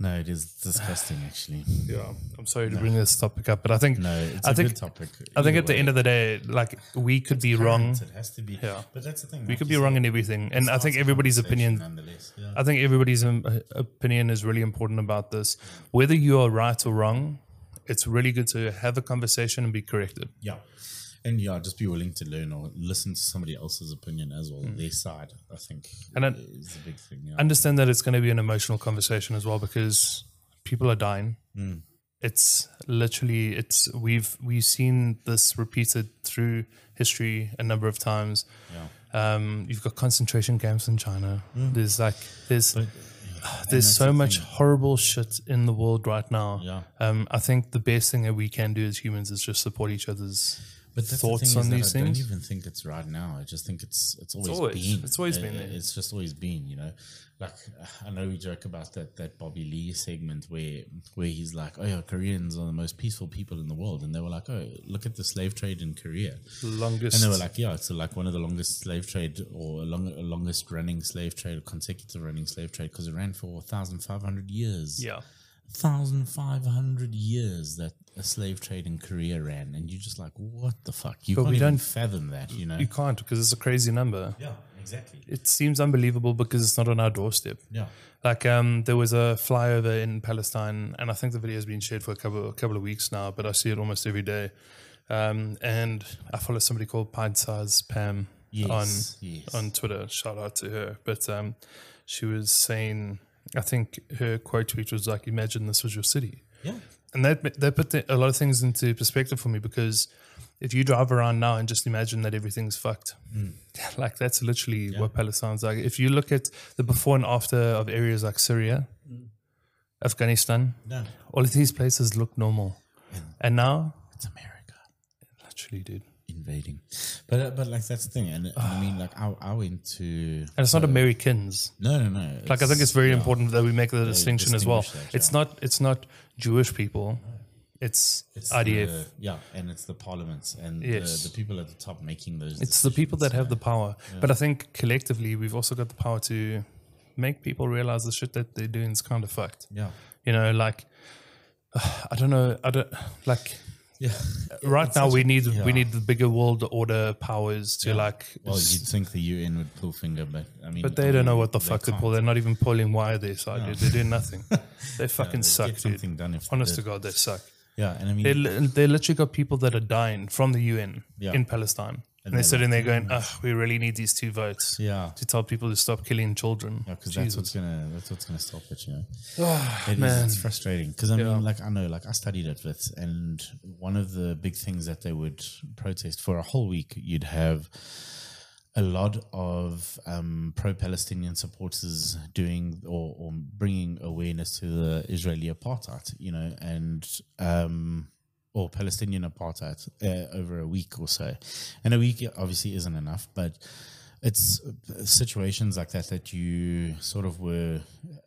S2: No, it is disgusting. Actually,
S1: Yeah, I'm sorry to bring this topic up, but I think
S2: no, it's
S1: I
S2: a
S1: think
S2: good topic.
S1: I think
S2: Either
S1: at the
S2: way,
S1: end of the day, like we could be wrong.
S2: It has to be.
S1: Yeah.
S2: But that's the thing.
S1: We could be wrong in everything, and I think everybody's opinion.
S2: Nonetheless, yeah.
S1: I think everybody's um, uh, opinion is really important about this. Whether you are right or wrong, it's really good to have a conversation and be corrected.
S2: Yeah. And yeah, just be willing to learn or listen to somebody else's opinion as well, their side. I think
S1: Hmm. And I-
S2: is the big thing. Yeah.
S1: Understand that it's going to be an emotional conversation as well because people are dying.
S2: Hmm.
S1: It's literally it's we've we've seen this repeated through history a number of times.
S2: yeah.
S1: Um, you've got concentration camps in China.
S2: Mm.
S1: There's like there's
S2: that's
S1: there's so
S2: the
S1: much
S2: thing.
S1: horrible shit in the world right now.
S2: Yeah.
S1: Um, I think the best thing that we can do as humans is just support each other's
S2: But that's
S1: thoughts
S2: the thing
S1: on
S2: is that
S1: these
S2: I
S1: things.
S2: don't even think it's right now. I just think it's it's always,
S1: always-
S2: been.
S1: it's always
S2: Uh,
S1: been there.
S2: It's just always been. You know, like I know we joke about that that Bobby Lee segment where where he's like, oh yeah, Koreans are the most peaceful people in the world, and they were like, oh, look at the slave trade in Korea.
S1: longest.
S2: And they were like, yeah, it's like one of the longest slave trade or long, longest running slave trade, consecutive running slave trade, because it ran for 1,500 years.
S1: yeah.
S2: 1,500 years that a slave trade in Korea ran. And you're just like, what the fuck? You
S1: But
S2: can't
S1: we
S2: even
S1: don't-
S2: fathom that, you know?
S1: You can't because it's a crazy number.
S2: yeah, exactly.
S1: It seems unbelievable because it's not on our doorstep.
S2: Yeah.
S1: Like um, there was a flyover in Palestine, and I think the video has been shared for a couple a couple of weeks now. But I see it almost every day, um, and I follow somebody called Pint Size Pam
S2: Yes,
S1: on
S2: yes.
S1: on Twitter. Shout out to her. But um, she was saying, I think her quote tweet was like, "Imagine this was your city."
S2: Yeah.
S1: and that that put the, a lot of things into perspective for me because if you drive around now and just imagine that everything's fucked, like that's literally what Palestine's like. If you look at the before and after of areas like Syria, Afghanistan,
S2: No,
S1: all of these places look normal, and now
S2: it's America.
S1: literally, dude,
S2: Invading, but uh, but like that's the thing, and I mean like I, I went to
S1: and it's not Americans.
S2: no no no
S1: Like I think it's very important that we make the distinction as well.
S2: distinguish that,
S1: It's not it's not Jewish people, it's,
S2: It's
S1: IDF.
S2: the- yeah, and it's the parliaments and
S1: Yes.
S2: the, the people at the top making those.
S1: It's the people that have the power. But I think collectively, we've also got the power to make people realize the shit that they're doing is kind of fucked.
S2: yeah,
S1: You know, like, I don't know. I don't, like,
S2: Yeah.
S1: right now we need
S2: yeah.
S1: we need the bigger world order powers to like
S2: Well, you'd think the UN would pull finger, but I mean,
S1: but they don't know what the fuck to pull. They're not even pulling wire there, so dude. They're doing nothing. They fucking suck,
S2: get
S1: dude.
S2: something done if they
S1: Honest to
S2: did.
S1: God, they suck.
S2: Yeah, and I mean,
S1: They li- they literally got people that are dying from the UN
S2: Yeah.
S1: in Palestine, and, they're
S2: they're
S1: sitting there going, "Ugh, we really need these two votes."
S2: "Mm." yeah,
S1: To tell people to stop killing children.
S2: Yeah, because that's
S1: Jesus.
S2: what's gonna that's what's gonna stop it. You know, It is, it's frustrating. Because I mean, like I know, like I studied at Wits, and one of the big things that they would protest for a whole week, you'd have a lot of um, pro-Palestinian supporters doing or, or bringing awareness to the Israeli apartheid. You know, and um, or Palestinian apartheid uh, over a week or so. And a week obviously isn't enough, but it's uh, situations like that that you sort of were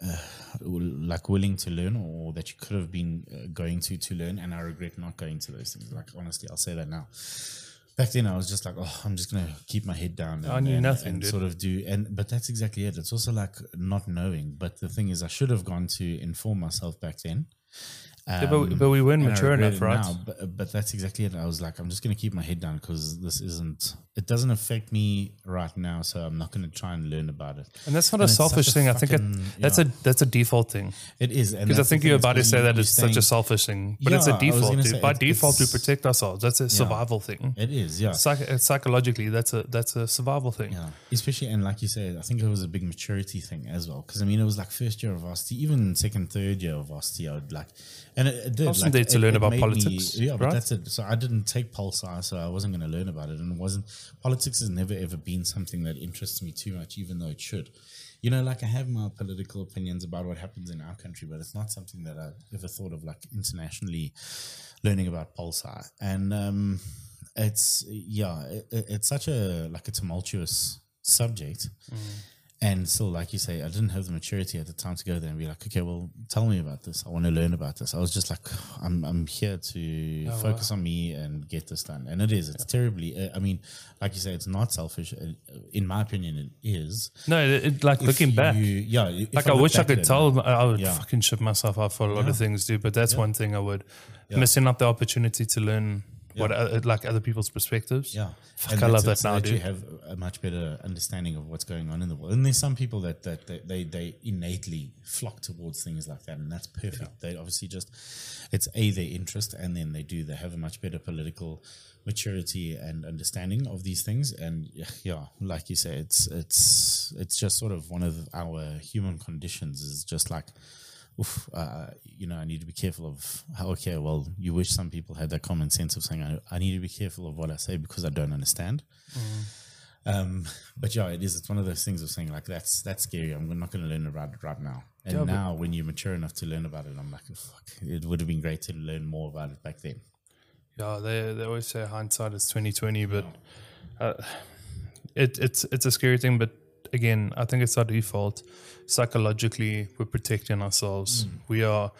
S2: uh, like willing to learn or that you could have been uh, going to to learn. And I regret not going to those things. Like, honestly, I'll say that now. Back then, I was just like, oh, I'm just going to keep my head down. And,
S1: I knew
S2: and-
S1: nothing,
S2: and
S1: dude.
S2: sort of do. And, but that's exactly it. It's also like not knowing. But the thing is, I should have gone to inform myself back then.
S1: Yeah, but,
S2: um,
S1: we- but we weren't
S2: And I
S1: mature
S2: regret
S1: enough,
S2: it
S1: right?
S2: now, but, but that's exactly it. I was like, I'm just going to keep my head down because this isn't, it doesn't affect me right now. So I'm not going to try and learn about it.
S1: And that's not
S2: And
S1: a
S2: it's such
S1: selfish
S2: a
S1: thing. I think it,
S2: fucking-
S1: that's
S2: yeah.
S1: a that's a default thing.
S2: It is.
S1: Because I think you're about to say that it's such a
S2: self.
S1: selfish thing, but it's
S2: Yeah,
S1: a
S2: I was
S1: default.
S2: gonna
S1: dude.
S2: say
S1: By
S2: it-
S1: default, we
S2: it's-
S1: protect ourselves. That's a survival thing.
S2: It is, yeah.
S1: Psych- uh, psychologically, that's a that's a survival thing.
S2: Yeah, especially and like you said, I think it was a big maturity thing as well. Because I mean, it was like first year of varsity, even second, third year of varsity, I would like, and it, it did.
S1: Also
S2: like,
S1: there to
S2: it-
S1: learn
S2: it
S1: about
S2: made
S1: politics,
S2: yeah, but
S1: right?
S2: that's it. So I didn't take pulse science, so I wasn't going to learn about it, and it wasn't politics has never ever been something that interests me too much, even though it should. You know, like I have my political opinions about what happens in our country, but it's not something that I ever thought of like internationally learning about pulsar and um it's yeah it, it- it's such a like a tumultuous subject
S1: Mm.
S2: and still like you say i didn't have the maturity at the time to go there and be like okay well tell me about this i want to learn about this i was just like i'm, I'm here to focus on me and get this done and it is it's terribly uh, i mean like you say it's not selfish Uh, in my opinion it is
S1: No, it, it- like looking
S2: If
S1: back,
S2: you- yeah if
S1: like I,
S2: look
S1: wish I
S2: back at
S1: could
S2: it
S1: tell. I I would
S2: Yeah.
S1: fucking shit myself out for a lot of things, dude. But that's one thing I would missing out the opportunity to learn what uh, like other people's perspectives.
S2: Yeah,
S1: Fuck, I love
S2: that's it,
S1: that
S2: so
S1: now,
S2: that you
S1: dude.
S2: have a much better understanding of what's going on in the world. And there's some people that that they they, they innately flock towards things like that, and that's perfect. They obviously just it's a their interest, and then they do they have a much better political maturity and understanding of these things. And yeah, yeah, like you say, it's it's it's just sort of one of our human conditions is just like. Oof, uh, you know, I need to be careful of how, okay, well, you wish some people had that common sense of saying, I, I need to be careful of what I say because I don't understand. Um, but yeah, it is. It's one of those things of saying like that's that's scary. I'm not going to learn about it right now. And
S1: but-
S2: now, when you're mature enough to learn about it, I'm like, fuck. It would have been great to learn more about it back then.
S1: Yeah, they they always say hindsight is twenty twenty, but uh, it it's it's a scary thing. But again, I think it's our default. Psychologically, we're protecting ourselves. We are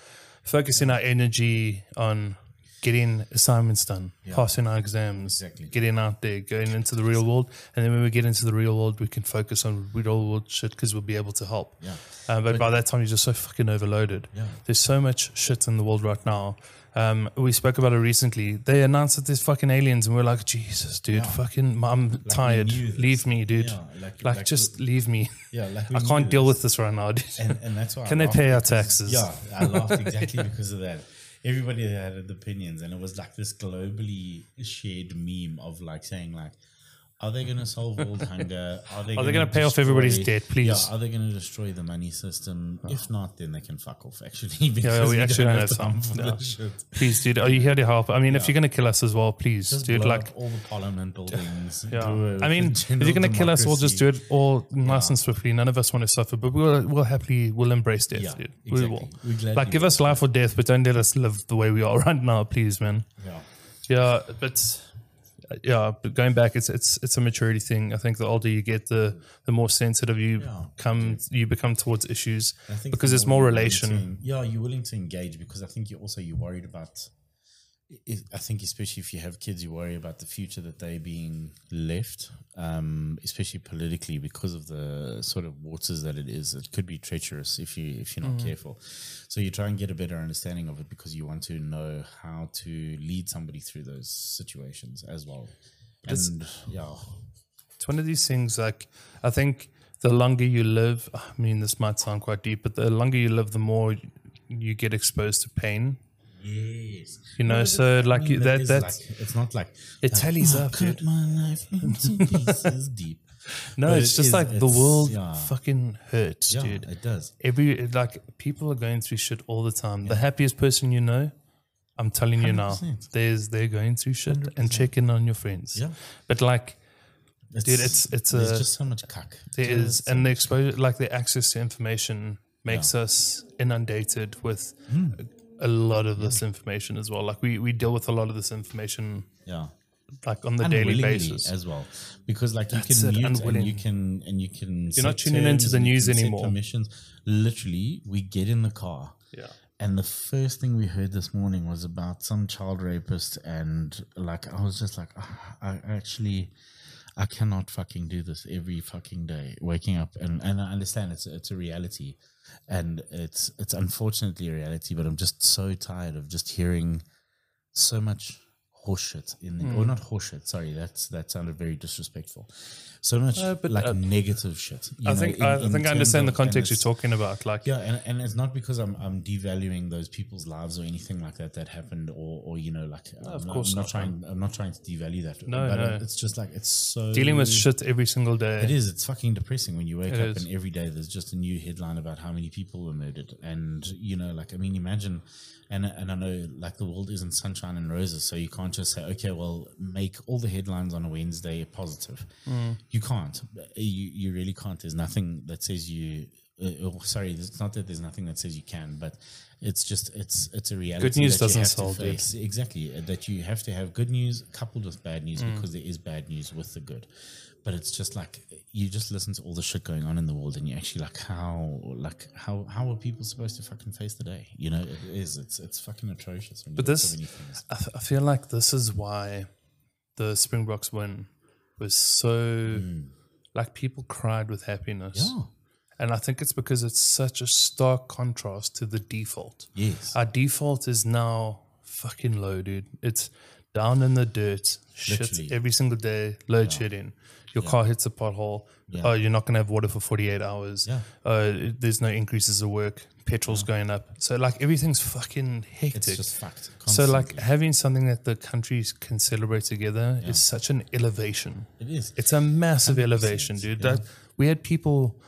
S1: focusing our energy on getting assignments done, passing our exams,
S2: Exactly.
S1: getting out there, going into the real world. And then when we get into the real world, we can focus on real world shit because we'll be able to help.
S2: Yeah.
S1: Uh, but, by that time, you're just so fucking overloaded.
S2: Yeah.
S1: There's so much shit in the world right now. Um, we spoke about it recently. They announced that there's fucking aliens, and we're like, Jesus, dude, fucking, I'm tired.
S2: knew this.
S1: Leave me, dude.
S2: Yeah,
S1: like,
S2: like- like
S1: just leave me.
S2: Yeah, like we
S1: I can't
S2: knew
S1: deal with this right now, dude.
S2: And, and that's why. I
S1: Can they
S2: laughed
S1: pay our
S2: because-
S1: taxes?
S2: Yeah, I laughed exactly because of that. Everybody had the opinions, and it was like this globally shared meme of like saying like, "Are they going to solve world hunger? Are they
S1: Are they gonna pay off everybody's
S2: destroy-
S1: debt, please?
S2: Yeah, are they going to destroy the money system? If not, then they can fuck off. Actually, because
S1: yeah, we actually don't have
S2: time
S1: some.
S2: for
S1: Yeah.
S2: this shit.
S1: Please, dude, are you here to help? I mean, if you're gonna kill us as well, please,
S2: Just
S1: dude.
S2: blow
S1: Like,
S2: up all the parliament buildings.
S1: Yeah.
S2: do it with
S1: I
S2: the
S1: mean, if you're
S2: general
S1: going to kill us, we'll just do
S2: democracy.
S1: it all nice and swiftly. None of us want to suffer, but we'll, we'll happily, we'll embrace death,
S2: Yeah,
S1: dude. We
S2: exactly.
S1: will.
S2: We gladly
S1: like, give
S2: will.
S1: us life or death, but don't let us live the way we are right now, please, man.
S2: Yeah.
S1: Yeah, but yeah, but going back, it's it's it's a maturity thing. I think the older you get, the the more sensitive you
S2: Yeah.
S1: come you become towards issues
S2: I think
S1: because
S2: the
S1: there's more
S2: you're willing to
S1: relation.
S2: en- yeah, you're willing to engage because I think you're also you're worried about it- I think especially if you have kids, you worry about the future that they being left, um, especially politically because of the sort of waters that it is. It could be treacherous if you if you're not
S1: Mm-hmm.
S2: careful. So you try and get a better understanding of it because you want to know how to lead somebody through those situations as well. And yeah, uh,
S1: It's one of these things like I think the longer you live, I mean this might sound quite deep, but the longer you live, the more you get exposed to pain.
S2: yes,
S1: You know, so like you that
S2: Mm, is
S1: that's
S2: like- it's not like
S1: it tallies up, dude.
S2: cut my life into pieces deep.
S1: No,
S2: But
S1: it's
S2: it
S1: just
S2: is-
S1: like the
S2: it's-
S1: world
S2: yeah.
S1: fucking hurts,
S2: Yeah,
S1: dude.
S2: it does.
S1: Every like people are going through shit all the time. The happiest person you know, I'm telling you now,
S2: 100%.
S1: there's they're going through shit and check in on your friends.
S2: Yeah.
S1: But like dude, it's it's
S2: There's
S1: a
S2: just so much cuck.
S1: There is, and the exposure, like the access to information, makes us inundated with
S2: Hmm.
S1: a lot of this information as well. Like we we deal with a lot of this information
S2: Yeah.
S1: like on the daily
S2: Unwillingly
S1: basis.
S2: as well, because like you
S1: That's
S2: can
S1: it,
S2: mute and
S1: unwilling.
S2: you can and you can. You're
S1: not tuning into the news anymore.
S2: Permissions. Literally, we get in the car.
S1: yeah,
S2: And the first thing we heard this morning was about some child rapist, and like I was just like, "Ah, I actually, I cannot fucking do this every fucking day. Waking up and and I understand it's it's a reality, and it's it's unfortunately a reality. But I'm just so tired of just hearing so much horseshit in the,
S1: Hmm.
S2: or not horseshit. Sorry, that's that sounded very disrespectful. So much
S1: but,
S2: like
S1: uh,
S2: negative shit. you
S1: I
S2: know,
S1: think
S2: in-
S1: I, I
S2: in
S1: think I
S2: terms
S1: understand the
S2: of- and
S1: context you're
S2: it's-
S1: talking about. Like
S2: yeah, and, and it's not because I'm I'm devaluing those people's lives or anything like that that happened, or or you know, like
S1: of
S2: I'm not-
S1: course
S2: I'm not
S1: not,
S2: trying. I'm not trying to devalue that.
S1: No,
S2: but
S1: no.
S2: it's just like it's so
S1: dealing with shit every single day.
S2: It is. It's fucking depressing when you wake
S1: It
S2: up
S1: is.
S2: and every day there's just a new headline about how many people were murdered, and you know, like I mean, imagine, and and I know like the world isn't sunshine and roses, so you can't just say okay, well, make all the headlines on a Wednesday positive.
S1: Mm.
S2: You can't. You you really can't. There's nothing that says you. Uh, oh, sorry, it's not that there's nothing that says you can, but it's just it's it's a reality.
S1: news
S2: that you
S1: doesn't
S2: have to
S1: sell, dude.
S2: face. Exactly, uh, that you have to have good news coupled with bad news
S1: Mm.
S2: because there is bad news with the good. But it's just like you just listen to all the shit going on in the world, and you actually like how like how how are people supposed to fucking face the day? You know, it is it's it's fucking atrocious. When you
S1: But
S2: look at
S1: this-
S2: many things.
S1: I, f- I feel like this is why the Springboks win was so like people cried with happiness.
S2: yeah,
S1: And I think it's because it's such a stark contrast to the default.
S2: yes,
S1: Our default is now fucking low, dude. It's down in the dirt, shit
S2: Literally.
S1: every single day, load shedding. Your car hits a pothole. Oh, you're not going to have water for 48 hours.
S2: Yeah.
S1: Uh, there's no increases of work. Petrol's going up. So, like, everything's fucking hectic.
S2: it's just fucked.
S1: so, like,
S2: constantly.
S1: having something that the countries can celebrate together is such an elevation.
S2: it is.
S1: It's a massive elevation, dude. That we had people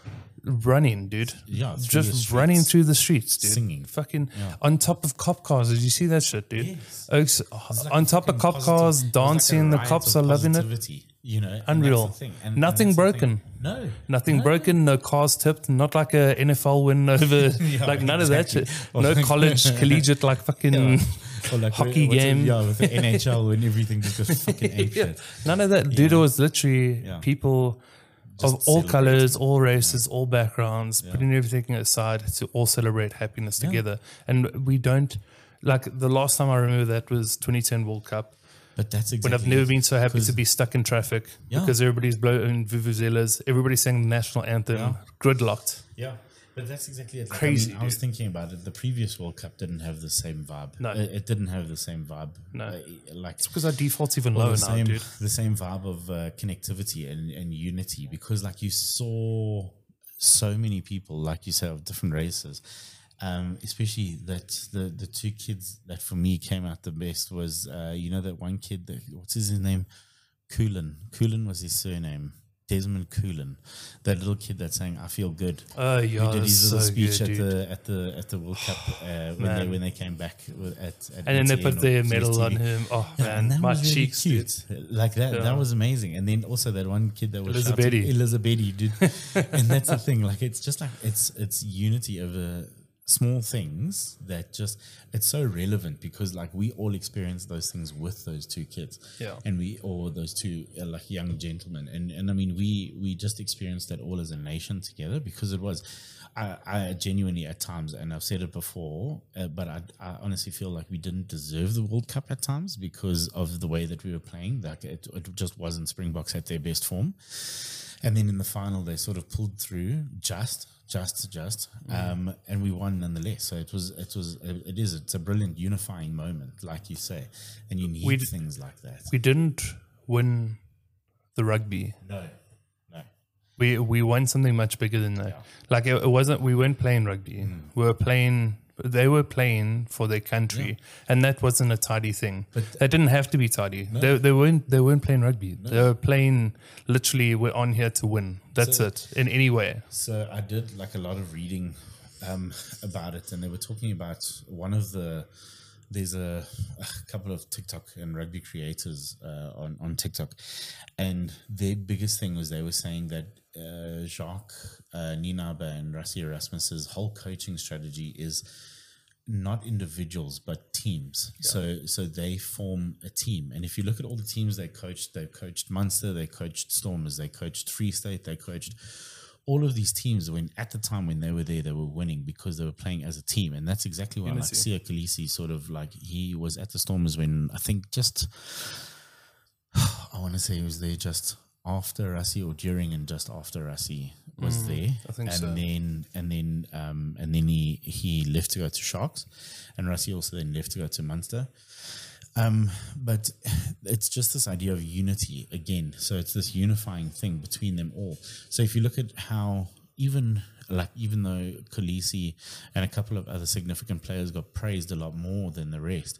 S1: running, dude.
S2: Yeah, through the
S1: just
S2: streets.
S1: running through the streets, dude.
S2: Singing.
S1: fucking on top of cop cars. Did you see that shit, dude?
S2: Yes.
S1: Oaks, uh, on top of cop cars, dancing. the cops are loving it.
S2: You know, and that's
S1: Unreal.
S2: the thing.
S1: Nothing
S2: that's the thing.
S1: broken.
S2: No,
S1: Nothing broken, no cars tipped, not like a NFL win over, like none of that shit. No college, collegiate, like fucking
S2: Or
S1: Mm.
S2: like
S1: Hockey
S2: what's it-
S1: game.
S2: yeah, with the NHL and everything just goes fucking ape shit.
S1: None of that. Dude, it was literally
S2: Yeah.
S1: people of all colors, all races, all backgrounds, putting everything aside to all celebrate happiness together. And we don't, like, the last time I remember that was 2010 World Cup.
S2: But that's
S1: When
S2: exactly
S1: I've never been so happy to be stuck in traffic
S2: Yeah.
S1: because everybody's blowing vuvuzelas, everybody's saying the national anthem, gridlocked.
S2: Yeah, but that's exactly it. Like,
S1: Crazy,
S2: I, mean, I was thinking about it. The previous World Cup didn't have the same vibe.
S1: No.
S2: it, it didn't have the same vibe.
S1: No.
S2: Uh, like
S1: Because our default's even
S2: Well,
S1: lower now,
S2: the same,
S1: dude.
S2: The same vibe of uh, connectivity and, and unity because, like, you saw so many people, like you said, of different races. Um, especially that the the two kids that for me came out the best was uh, you know that one kid that what's his name Coolin Coolin was his surname Desmond Coolin that little kid that sang I feel good
S1: Oh, yeah,
S2: did
S1: that's
S2: his
S1: so
S2: little speech
S1: good,
S2: at
S1: dude.
S2: the at the at the World Cup uh, when they
S1: Man.
S2: when they came back with- at, at
S1: and then they
S2: ETN
S1: put
S2: or
S1: their medal on
S2: TV.
S1: him. Oh,
S2: Yeah,
S1: man,
S2: and that
S1: my
S2: was really
S1: cheeks, dude.
S2: cute. Like that, that was amazing. And then also that one kid that was shouting,
S1: Elizabethi.
S2: Elizabethi, dude. and that's the thing. Like it's just like it's it's unity over small things that just it's so relevant because like we all experience those things with those two kids.
S1: Yeah.
S2: And we or those two uh, like young gentlemen. And and I mean we we just experienced that all as a nation together because it was I, I genuinely at times, and I've said it before, uh, but I, I honestly feel like we didn't deserve the World Cup at times because of the way that we were playing. Like it, it just wasn't Springboks at their best form. And then in the final, they sort of pulled through just, just, just, um, and we won nonetheless. So it was, it was, it is, it's a brilliant unifying moment, like you say, and you need
S1: We'd-
S2: things like that.
S1: We didn't win the rugby.
S2: No, no,
S1: We we won something much bigger than that. Like it, it wasn't. We weren't playing rugby.
S2: Mm.
S1: We were playing. They were playing for their country, and that wasn't a tidy thing. But they didn't have to be tidy. They, they weren't. They weren't playing rugby. They were playing literally. We're on here to win. That's it. In any way.
S2: So I did like a lot of reading um, about it, and they were talking about one of the. There's a, a couple of TikTok and rugby creators uh, on on TikTok, and their biggest thing was they were saying that uh, Jacques uh, Ninaba and Rassi Erasmus's whole coaching strategy is not individuals but teams. So so they form a team. And if you look at all the teams they coached, they coached Munster, they coached Stormers, they coached Free State, they coached all of these teams when at the time when they were there, they were winning because they were playing as a team. And that's exactly why like Sia Khaleesi sort of like he was at the Stormers when I think just I want to say he was there just after Rassi or during and just after Rassi was there. I
S1: Mm, think
S2: and
S1: so.
S2: then and then um, and then he he left to go to Sharks, and Rassi also then left to go to Munster. Um, but it's just this idea of unity again. So it's this unifying thing between them all. So if you look at how even like even though Khaleesi and a couple of other significant players got praised a lot more than the rest,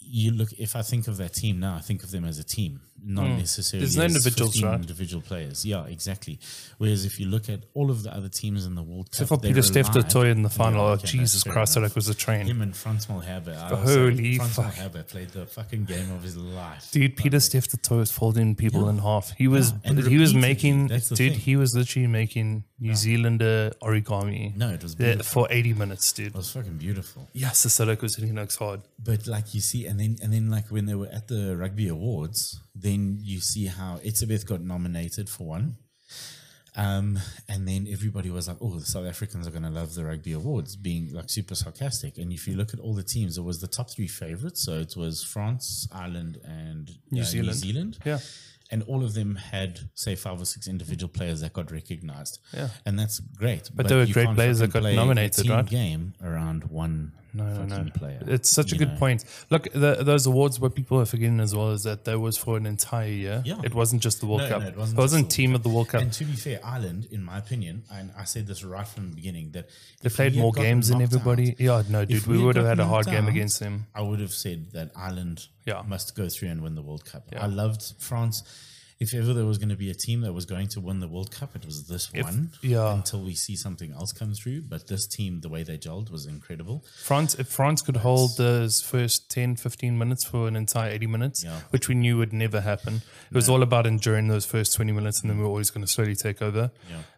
S2: you look if I think of that team now, I think of them as a team, not necessarily
S1: Hmm. There's no
S2: as
S1: individuals,
S2: 15
S1: right?
S2: individual players. Yeah, exactly. Whereas if you look at all of the other teams in the World Cup,
S1: Except for
S2: they
S1: Peter Steph
S2: relied-
S1: Toy in the final.
S2: Yeah,
S1: oh,
S2: okay, that's
S1: Jesus
S2: fair
S1: Christ!
S2: enough.
S1: That was a train.
S2: Him and Franz Malherbe. I always say
S1: Holy
S2: Frans
S1: fuck.
S2: Malherbe played the fucking game of his life.
S1: Dude, Peter Steph the was folding people in half. He was
S2: and
S1: he was
S2: repeatedly.
S1: making
S2: That's the
S1: dude.
S2: thing.
S1: He was literally making New Zealander origami.
S2: No, it was
S1: there
S2: beautiful.
S1: for eighty minutes, dude.
S2: It was fucking beautiful.
S1: Yes, the Sadiq was hitting Nux hard.
S2: But like you see, and then and then like when they were at the rugby awards, then you see how Etzebeth got nominated for one. Um, and then everybody was like, "Oh, the South Africans are going to love the rugby awards," being like super sarcastic. And if you look at all the teams, it was the top three favorites. So it was France, Ireland, and uh, New New
S1: Zealand.
S2: Zealand.
S1: Yeah.
S2: And all of them had, say, five or six individual players that got recognized.
S1: Yeah.
S2: And that's great. But,
S1: there were
S2: you
S1: great
S2: can't
S1: players that
S2: fucking
S1: got
S2: play a
S1: nominated,
S2: team
S1: right?
S2: Game around one
S1: No, no,
S2: fucking
S1: no.
S2: player.
S1: It's such a
S2: you
S1: good
S2: know?
S1: point. Look, the, those awards, what people are forgetting as well is that that was for an entire year.
S2: Yeah.
S1: It wasn't just the World
S2: No,
S1: Cup.
S2: no, it
S1: it
S2: wasn't
S1: wasn't,
S2: just the World
S1: team of the World Cup.
S2: And to be fair, Ireland, in my opinion, and I said this right from the beginning, that
S1: they played more games than everybody. yeah, no, dude, we,
S2: we had
S1: would have
S2: got
S1: had a hard
S2: knocked
S1: game
S2: out-
S1: against them.
S2: I would have said that Ireland
S1: Yeah.
S2: must go through and win the World Cup. I loved France. If ever there was going to be a team that was going to win the World Cup, it was this one.
S1: yeah.
S2: Until we see something else come through, but this team, the way they gelled, was incredible.
S1: France, if France could hold those first 10, 15 minutes for an entire 80 minutes,
S2: Yeah.
S1: which we knew would never happen, it was all about enduring those first 20 minutes and then we were always going to slowly take over.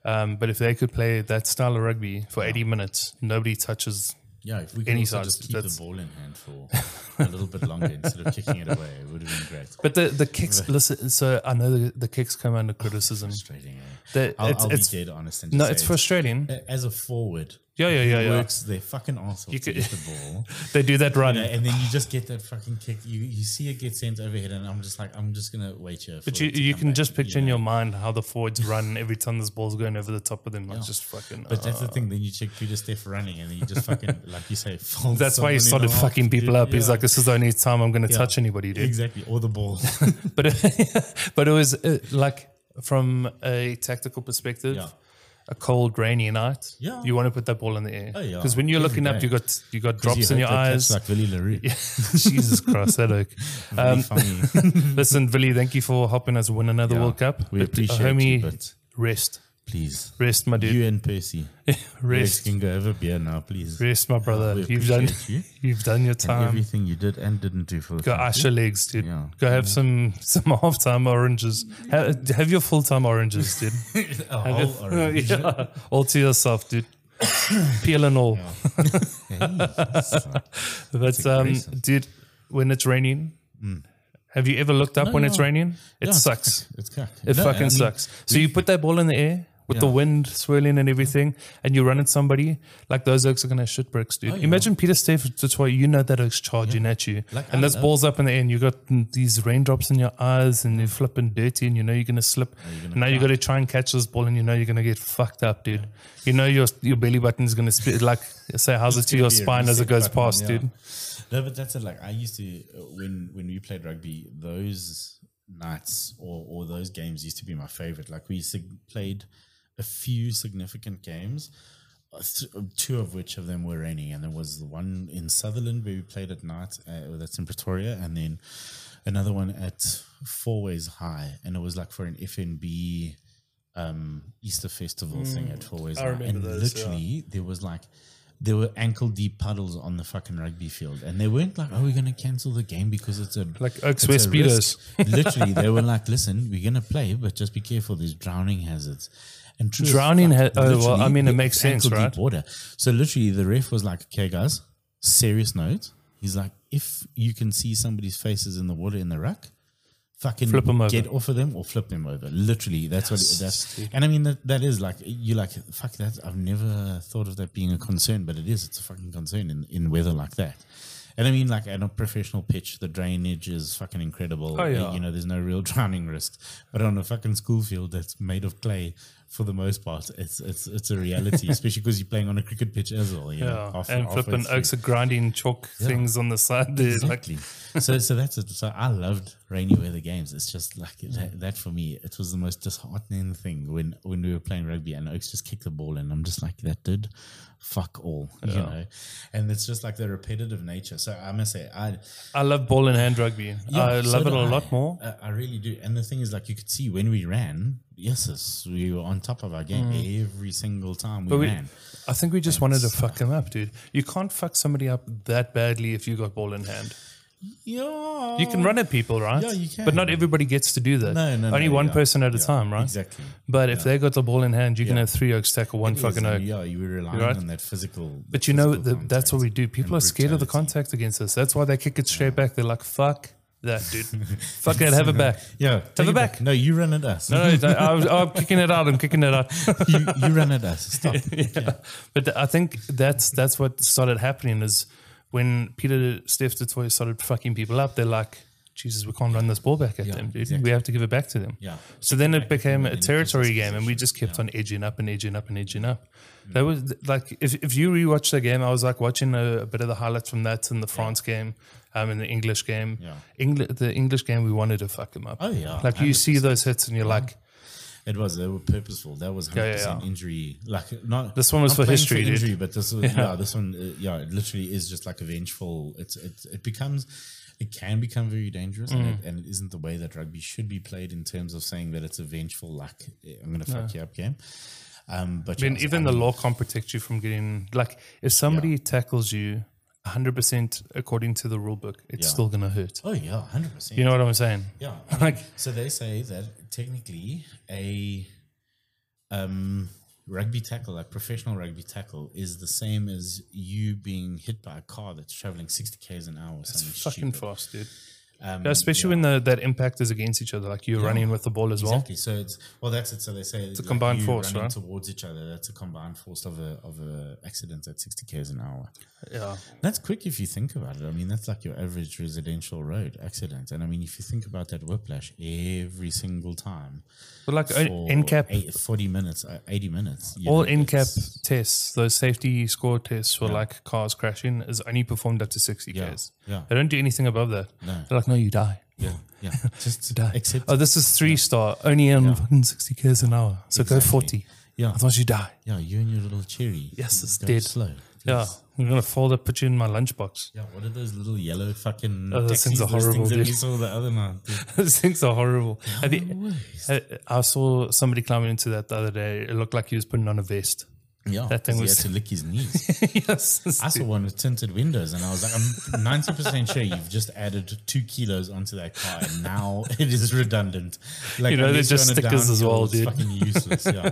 S1: Um, but if they could play that style of rugby for 80 minutes, nobody touches.
S2: Yeah, if we could
S1: Any
S2: also
S1: size,
S2: just keep the
S1: that's-
S2: ball in hand for a little bit longer instead of kicking it away, it would have been great.
S1: But the, the kicks, listen, so I know the, the kicks come under criticism.
S2: Frustrating. eh?
S1: That
S2: I'll,
S1: it's-
S2: I'll
S1: it's-
S2: be dead honest. And just
S1: No,
S2: say
S1: it's frustrating.
S2: as a forward.
S1: Yeah, yeah, yeah,
S2: who
S1: yeah.
S2: Works their fucking arse off to
S1: could-
S2: get the ball,
S1: They do that run.
S2: you know, and then you just get that fucking kick. You you see it get sent overhead, and I'm just like, I'm just gonna wait here.
S1: But you, you can just picture in your mind how the forwards run every time this ball's going over the top of them. Like just fucking.
S2: But that's the thing. Then you check Peter Steph running, and then you just fucking like you say. fold
S1: that's why he
S2: someone in
S1: started
S2: half,
S1: fucking people
S2: dude.
S1: up. He's
S2: Yeah.
S1: like, this is the only time I'm going to touch anybody, dude.
S2: exactly, or the ball.
S1: but but it was uh, like from a tactical perspective.
S2: Yeah.
S1: A cold, rainy night.
S2: Yeah.
S1: You want to put that ball in the air.
S2: yeah.
S1: Because when you're
S2: Every
S1: looking up,
S2: day.
S1: you got you got drops
S2: You
S1: in
S2: hope
S1: your
S2: they catch
S1: eyes.
S2: like Willy Larue.
S1: Jesus Christ, that oak.
S2: Really
S1: Um,
S2: funny.
S1: listen, Billy, thank you for helping us win another
S2: Yeah.
S1: World Cup.
S2: We
S1: uh,
S2: appreciate you, but-
S1: rest,
S2: Please,
S1: rest, my dude,
S2: you and Percy, you guys
S1: rest,
S2: can go over beer now, please.
S1: rest, my brother.
S2: We
S1: You've done, Um,
S2: appreciate you.
S1: you. have done your
S2: And
S1: time.
S2: everything you did and didn't do for the
S1: Go
S2: country.
S1: ash your legs, dude.
S2: Yeah.
S1: Go have some some half time oranges. Have, have your full time oranges, dude.
S2: A whole orange.
S1: Yeah. All to yourself, dude. Peel and all.
S2: Hey.
S1: But um,
S2: aggressive.
S1: dude, when it's raining, have you ever looked up when it's
S2: Mm. no.
S1: raining? It
S2: Yeah,
S1: sucks.
S2: It's cuck.
S1: It
S2: No,
S1: fucking
S2: I mean,
S1: sucks. So you put that ball in the air. with the wind swirling and everything, and you run at somebody, like those oaks are gonna shit bricks,
S2: Oh,
S1: dude. Imagine Peter Stafford, that's why you know that oak's charging at you,
S2: Like, I
S1: and that's
S2: know.
S1: balls up in the air, and you got mm, these raindrops in your eyes, and you're flipping dirty, and you know you're gonna slip. now you got to try and catch this ball, and you know you're gonna get fucked up, dude. You know your your belly button's gonna split. Like say, how's it to your
S2: be a
S1: spine as it
S2: reset
S1: goes
S2: button,
S1: past,
S2: yeah.
S1: dude?
S2: No, but that's it. Like I used to uh, when when we played rugby, those nights or or those games used to be my favorite. Like we sig- played a few significant games, uh, th- uh, two of which of them were raining, and there was the one in Sutherland where we played at night. Uh, that's in Pretoria, and then another one at Four Ways High, and it was like for an FNB. Um, Easter festival thing at Four Ways High,
S1: Mm, remember
S2: and
S1: those, yeah.
S2: literally there was like there were ankle deep puddles on the fucking rugby field, and they weren't like, "Oh, we're gonna cancel the game because it's a
S1: Like Oaks
S2: it's
S1: wear
S2: a
S1: speedos.
S2: risk." Literally, they were like, "Listen, we're gonna play, but just be careful. There's drowning hazards." And true as
S1: Drowning
S2: fuck,
S1: ha- oh, well,
S2: literally,
S1: I mean, it
S2: it's
S1: makes sense,
S2: ankle-deep
S1: right?
S2: Water. So literally, the ref was like, "Okay, guys, serious note." He's like, "If you can see somebody's faces in the water in the ruck." Fucking
S1: Flip 'em over.
S2: Get off of them or flip them over. Literally, that's what. That's and I mean that that is like you like fuck that. I've never thought of that being a concern, but it is. It's a fucking concern in in weather like that. And I mean, like on a professional pitch, the drainage is fucking incredible.
S1: Oh, yeah.
S2: You know, there's no real drowning risk. But on a fucking school field that's made of clay, for the most part, it's it's it's a reality, especially because you're playing on a cricket pitch as well. You know,
S1: Yeah,
S2: half-
S1: and
S2: halfway
S1: flipping
S2: through.
S1: oaks are grinding chalk things on the side, dude. Like
S2: Exactly. so, so that's it. So I loved rainy weather games. It's just like
S1: Mm.
S2: that, that for me. It was the most disheartening thing when when we were playing rugby and Oaks just kicked the ball and I'm just like that did fuck all, you know. And it's just like the repetitive nature. So I must say, I
S1: I love ball and hand rugby.
S2: yeah,
S1: I
S2: so
S1: love it
S2: do
S1: a
S2: I.
S1: lot more.
S2: I, I really do. And the thing is, like you could see when we ran, yes, yes, we were on top of our game every single time we,
S1: Mm. But we,
S2: ran.
S1: I think we just wanted to fuck him up, dude. You can't fuck somebody up that badly if you got ball in hand.
S2: Yeah,
S1: You can run at people, right?
S2: Oh. Yeah, you can.
S1: But not everybody gets to do that.
S2: No, no,
S1: Only
S2: no,
S1: one
S2: yeah.
S1: person at a
S2: Yeah,
S1: time, right?
S2: exactly.
S1: But if they got the ball in hand, you can
S2: Yeah.
S1: have three oaks tackle one fucking oak.
S2: yeah, you were relying
S1: right.
S2: on that physical.
S1: But you know,
S2: physical
S1: the, that's what
S2: contact.
S1: we do. People
S2: and
S1: are scared of the
S2: brutality.
S1: contact against us. That's why they kick it straight back. They're like, fuck that, dude. fuck it, have it back.
S2: Yeah, take
S1: it
S2: it
S1: back.
S2: No, you run at us.
S1: No, no, no, I'm, I'm kicking it out. I'm kicking it out.
S2: you, you run at us. Stop.
S1: But I think that's that's what started happening is when Peter Steph Detoy started fucking people up, they're like, Jesus, we can't run this ball back at them, dude. We have to give it back to them.
S2: Yeah.
S1: So then it became a territory game, and we just kept on edging up and edging up and edging up.
S2: Mm.
S1: That was like if, if you rewatch the game, I was like watching a, a bit of the highlights from that in the France game, um, in the English game.
S2: Yeah.
S1: Engli- the English game, we wanted to fuck him up.
S2: Oh, yeah,
S1: Like you see those hits, and you're like,
S2: It was. They were purposeful. That was
S1: yeah,
S2: hundred percent
S1: yeah.
S2: injury. Like not.
S1: This one was for
S2: not playing
S1: history, dude.
S2: injury, but this was yeah. This one, uh, yeah, it literally is just like a vengeful. It's it it becomes. It can become very dangerous, and,
S1: Mm.
S2: it, and it isn't the way that rugby should be played in terms of saying that it's a vengeful, like eh, I'm going to fuck you up game. Um, but
S1: I mean,
S2: yeah,
S1: even the law can't protect you from getting like if somebody tackles you 100% according to the rule book, it's
S2: Yeah.
S1: still going to hurt.
S2: oh yeah, hundred percent.
S1: You know what I'm saying?
S2: Yeah.
S1: Like-
S2: so they say that technically a um, rugby tackle, like professional rugby tackle, is the same as you being hit by a car that's traveling sixty k's an hour. Or something
S1: Fucking
S2: stupid.
S1: fast, dude.
S2: Um,
S1: Yeah, especially when the, that impact is against each other, like you're running with the ball as well.
S2: Exactly. So it's well, that's it. So they say it's
S1: a combined force, right?
S2: Towards each other, that's a combined force of a of a accident at sixty k's an hour.
S1: Yeah.
S2: That's quick if you think about it. I mean, that's like your average residential road accident. And I mean, if you think about that whiplash every single time,
S1: But like o-
S2: for
S1: NCAP,
S2: eight- 40 minutes, uh, 80 minutes. you
S1: all
S2: know, it's-
S1: NCAP tests, those safety score tests for like cars crashing, is only performed up to 60
S2: Yeah,
S1: Ks.
S2: yeah.
S1: They don't do anything above that.
S2: No.
S1: They're like, no, you die.
S2: Yeah, yeah. Just
S1: Die.
S2: accept.
S1: oh, this is three star, only on fucking 60 Ks an hour. So go 40.
S2: Yeah.
S1: Otherwise, you die.
S2: Yeah, you and your little cherry.
S1: Yes, it's
S2: Go
S1: dead.
S2: Slow.
S1: Yeah, I'm gonna fold it, put you in my lunchbox.
S2: Yeah, what are those little yellow fucking.
S1: Oh, those things
S2: taxis,
S1: are
S2: those
S1: horrible,
S2: Things that we
S1: dude.
S2: saw the other night. dude.
S1: Those things are horrible. Have you- I, I saw somebody climbing into that the other day. It looked like he was putting on a vest.
S2: Yeah,
S1: That thing
S2: 'cause
S1: was-
S2: He had to lick his knees.
S1: yes,
S2: I saw one with tinted windows, and I was like, I'm 90% sure you've just added two kilos onto that car, and now it is redundant. Like,
S1: You know, they're
S2: unless you're
S1: just
S2: on a
S1: stickers as
S2: downhill,
S1: well,
S2: it's
S1: dude.
S2: fucking useless. Yeah.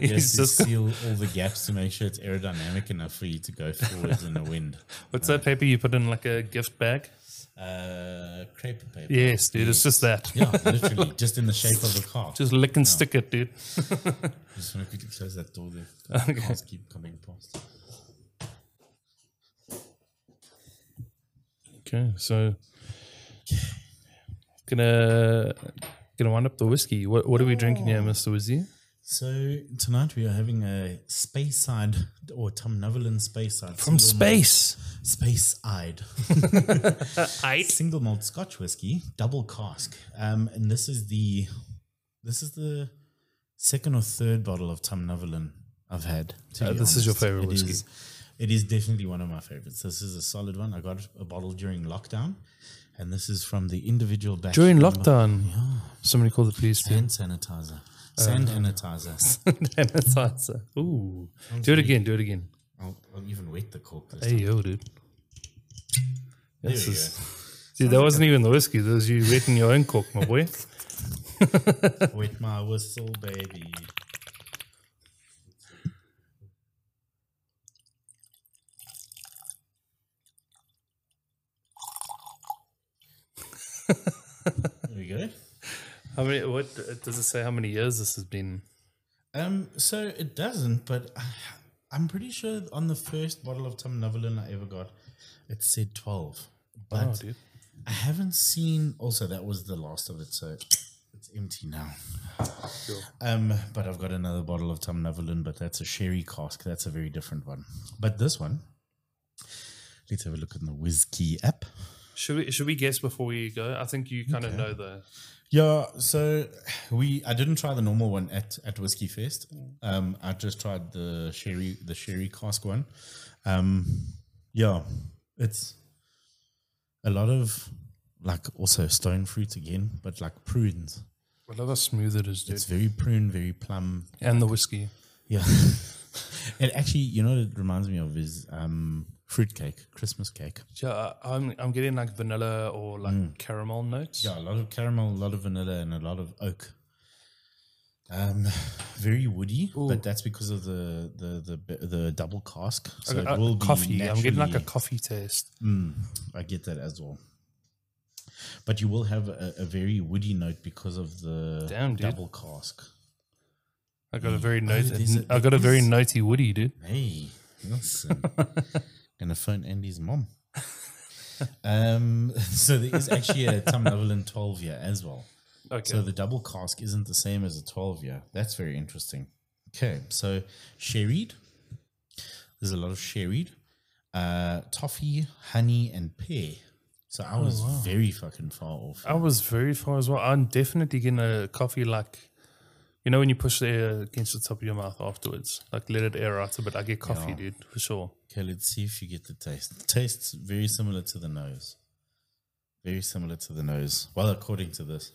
S2: yes,
S1: He's
S2: you
S1: just-
S2: seal all the gaps to make sure it's aerodynamic enough for you to go forwards in the wind.
S1: what's that paper you put in like a gift bag?
S2: uh, crepe paper.
S1: Yes, dude. It's just that.
S2: Yeah, literally, just in the shape of a car.
S1: Just lick and stick it, dude.
S2: Just want to quickly close that door there. Cars keep coming past.
S1: Okay, so gonna gonna wind up the whiskey. What what are we drinking here, Mister Wizzy?
S2: So tonight we are having a space side or Tom Novelin space side
S1: From space.
S2: space eyed single malt Scotch whiskey, double cask, um, and this is the this is the second or third bottle of Tom Novelin I've had. to
S1: Uh,
S2: be
S1: this is your favorite
S2: It
S1: whiskey.
S2: is- it is definitely one of my favorites. This is a solid one. I got a bottle during lockdown, and this is from the individual batch
S1: During
S2: number-
S1: lockdown, somebody called the police. Dude.
S2: hand sanitizer,
S1: Uh,
S2: sand sanitizer.
S1: and it's answer. Ooh, do it again. Do it again.
S2: I'll, I'll even wet the cork. This
S1: Hey
S2: time.
S1: yo, dude. This
S2: we
S1: is. Dude, that wasn't even the whiskey. That was you wetting your own cork, my boy.
S2: Wet my whistle, baby. there we go.
S1: How many? What does it say? How many years this has been?
S2: Um, so it doesn't, but I, I'm pretty sure on the first bottle of Tom Novelin I ever got, it said 12. But
S1: Oh, dude.
S2: I haven't seen. Also, that was the last of it, so it's empty now. Um, but I've got another bottle of Tom Novelin, but that's a sherry cask. That's a very different one. But this one, let's have a look in the whiskey app.
S1: Should we should we guess before we go? I think you kind of know the.
S2: Yeah, so we I didn't try the normal one at at Whiskey Fest. Um, I just tried the sherry the sherry cask one. Um, yeah, it's a lot of like also stone fruit again, but like prunes.
S1: I love how smooth it is, dude.
S2: It's very prune, very plum.
S1: and the whiskey.
S2: Yeah. it actually, you know, what it reminds me of is um, fruitcake, Christmas cake.
S1: Yeah, I'm I'm getting like vanilla or like caramel notes.
S2: Mm. Yeah, a lot of caramel, a lot of vanilla, and a lot of oak. Um, very woody, but that's because of the the the, the double cask. So
S1: Uh,
S2: it will be
S1: coffee. I'm getting like a
S2: naturally- Mm,
S1: coffee taste.
S2: I get that as well. But you will have a, a very woody note because of the
S1: Damn, dude.
S2: double cask.
S1: I got a very
S2: Oh, there's
S1: noty.
S2: a-
S1: I got a very
S2: there's-
S1: noty woody, dude.
S2: Hey, listen. Gonna phone Andy's mom. um, so there is actually a Tom Novelin 12 year as well.
S1: Okay.
S2: So the double cask isn't the same as a 12 year. That's very interesting. Okay, so sherried. There's a lot of sherried, uh, toffee, honey, and pear. So I was very fucking far off.
S1: I was very far as well. I'm definitely getting a coffee like, you know, when you push the air against the top of your mouth afterwards, like let it air out a bit. I get coffee, dude, for sure.
S2: Okay, let's see if you get the taste. tastes very similar to the nose. Very similar to the nose. Well, according to this.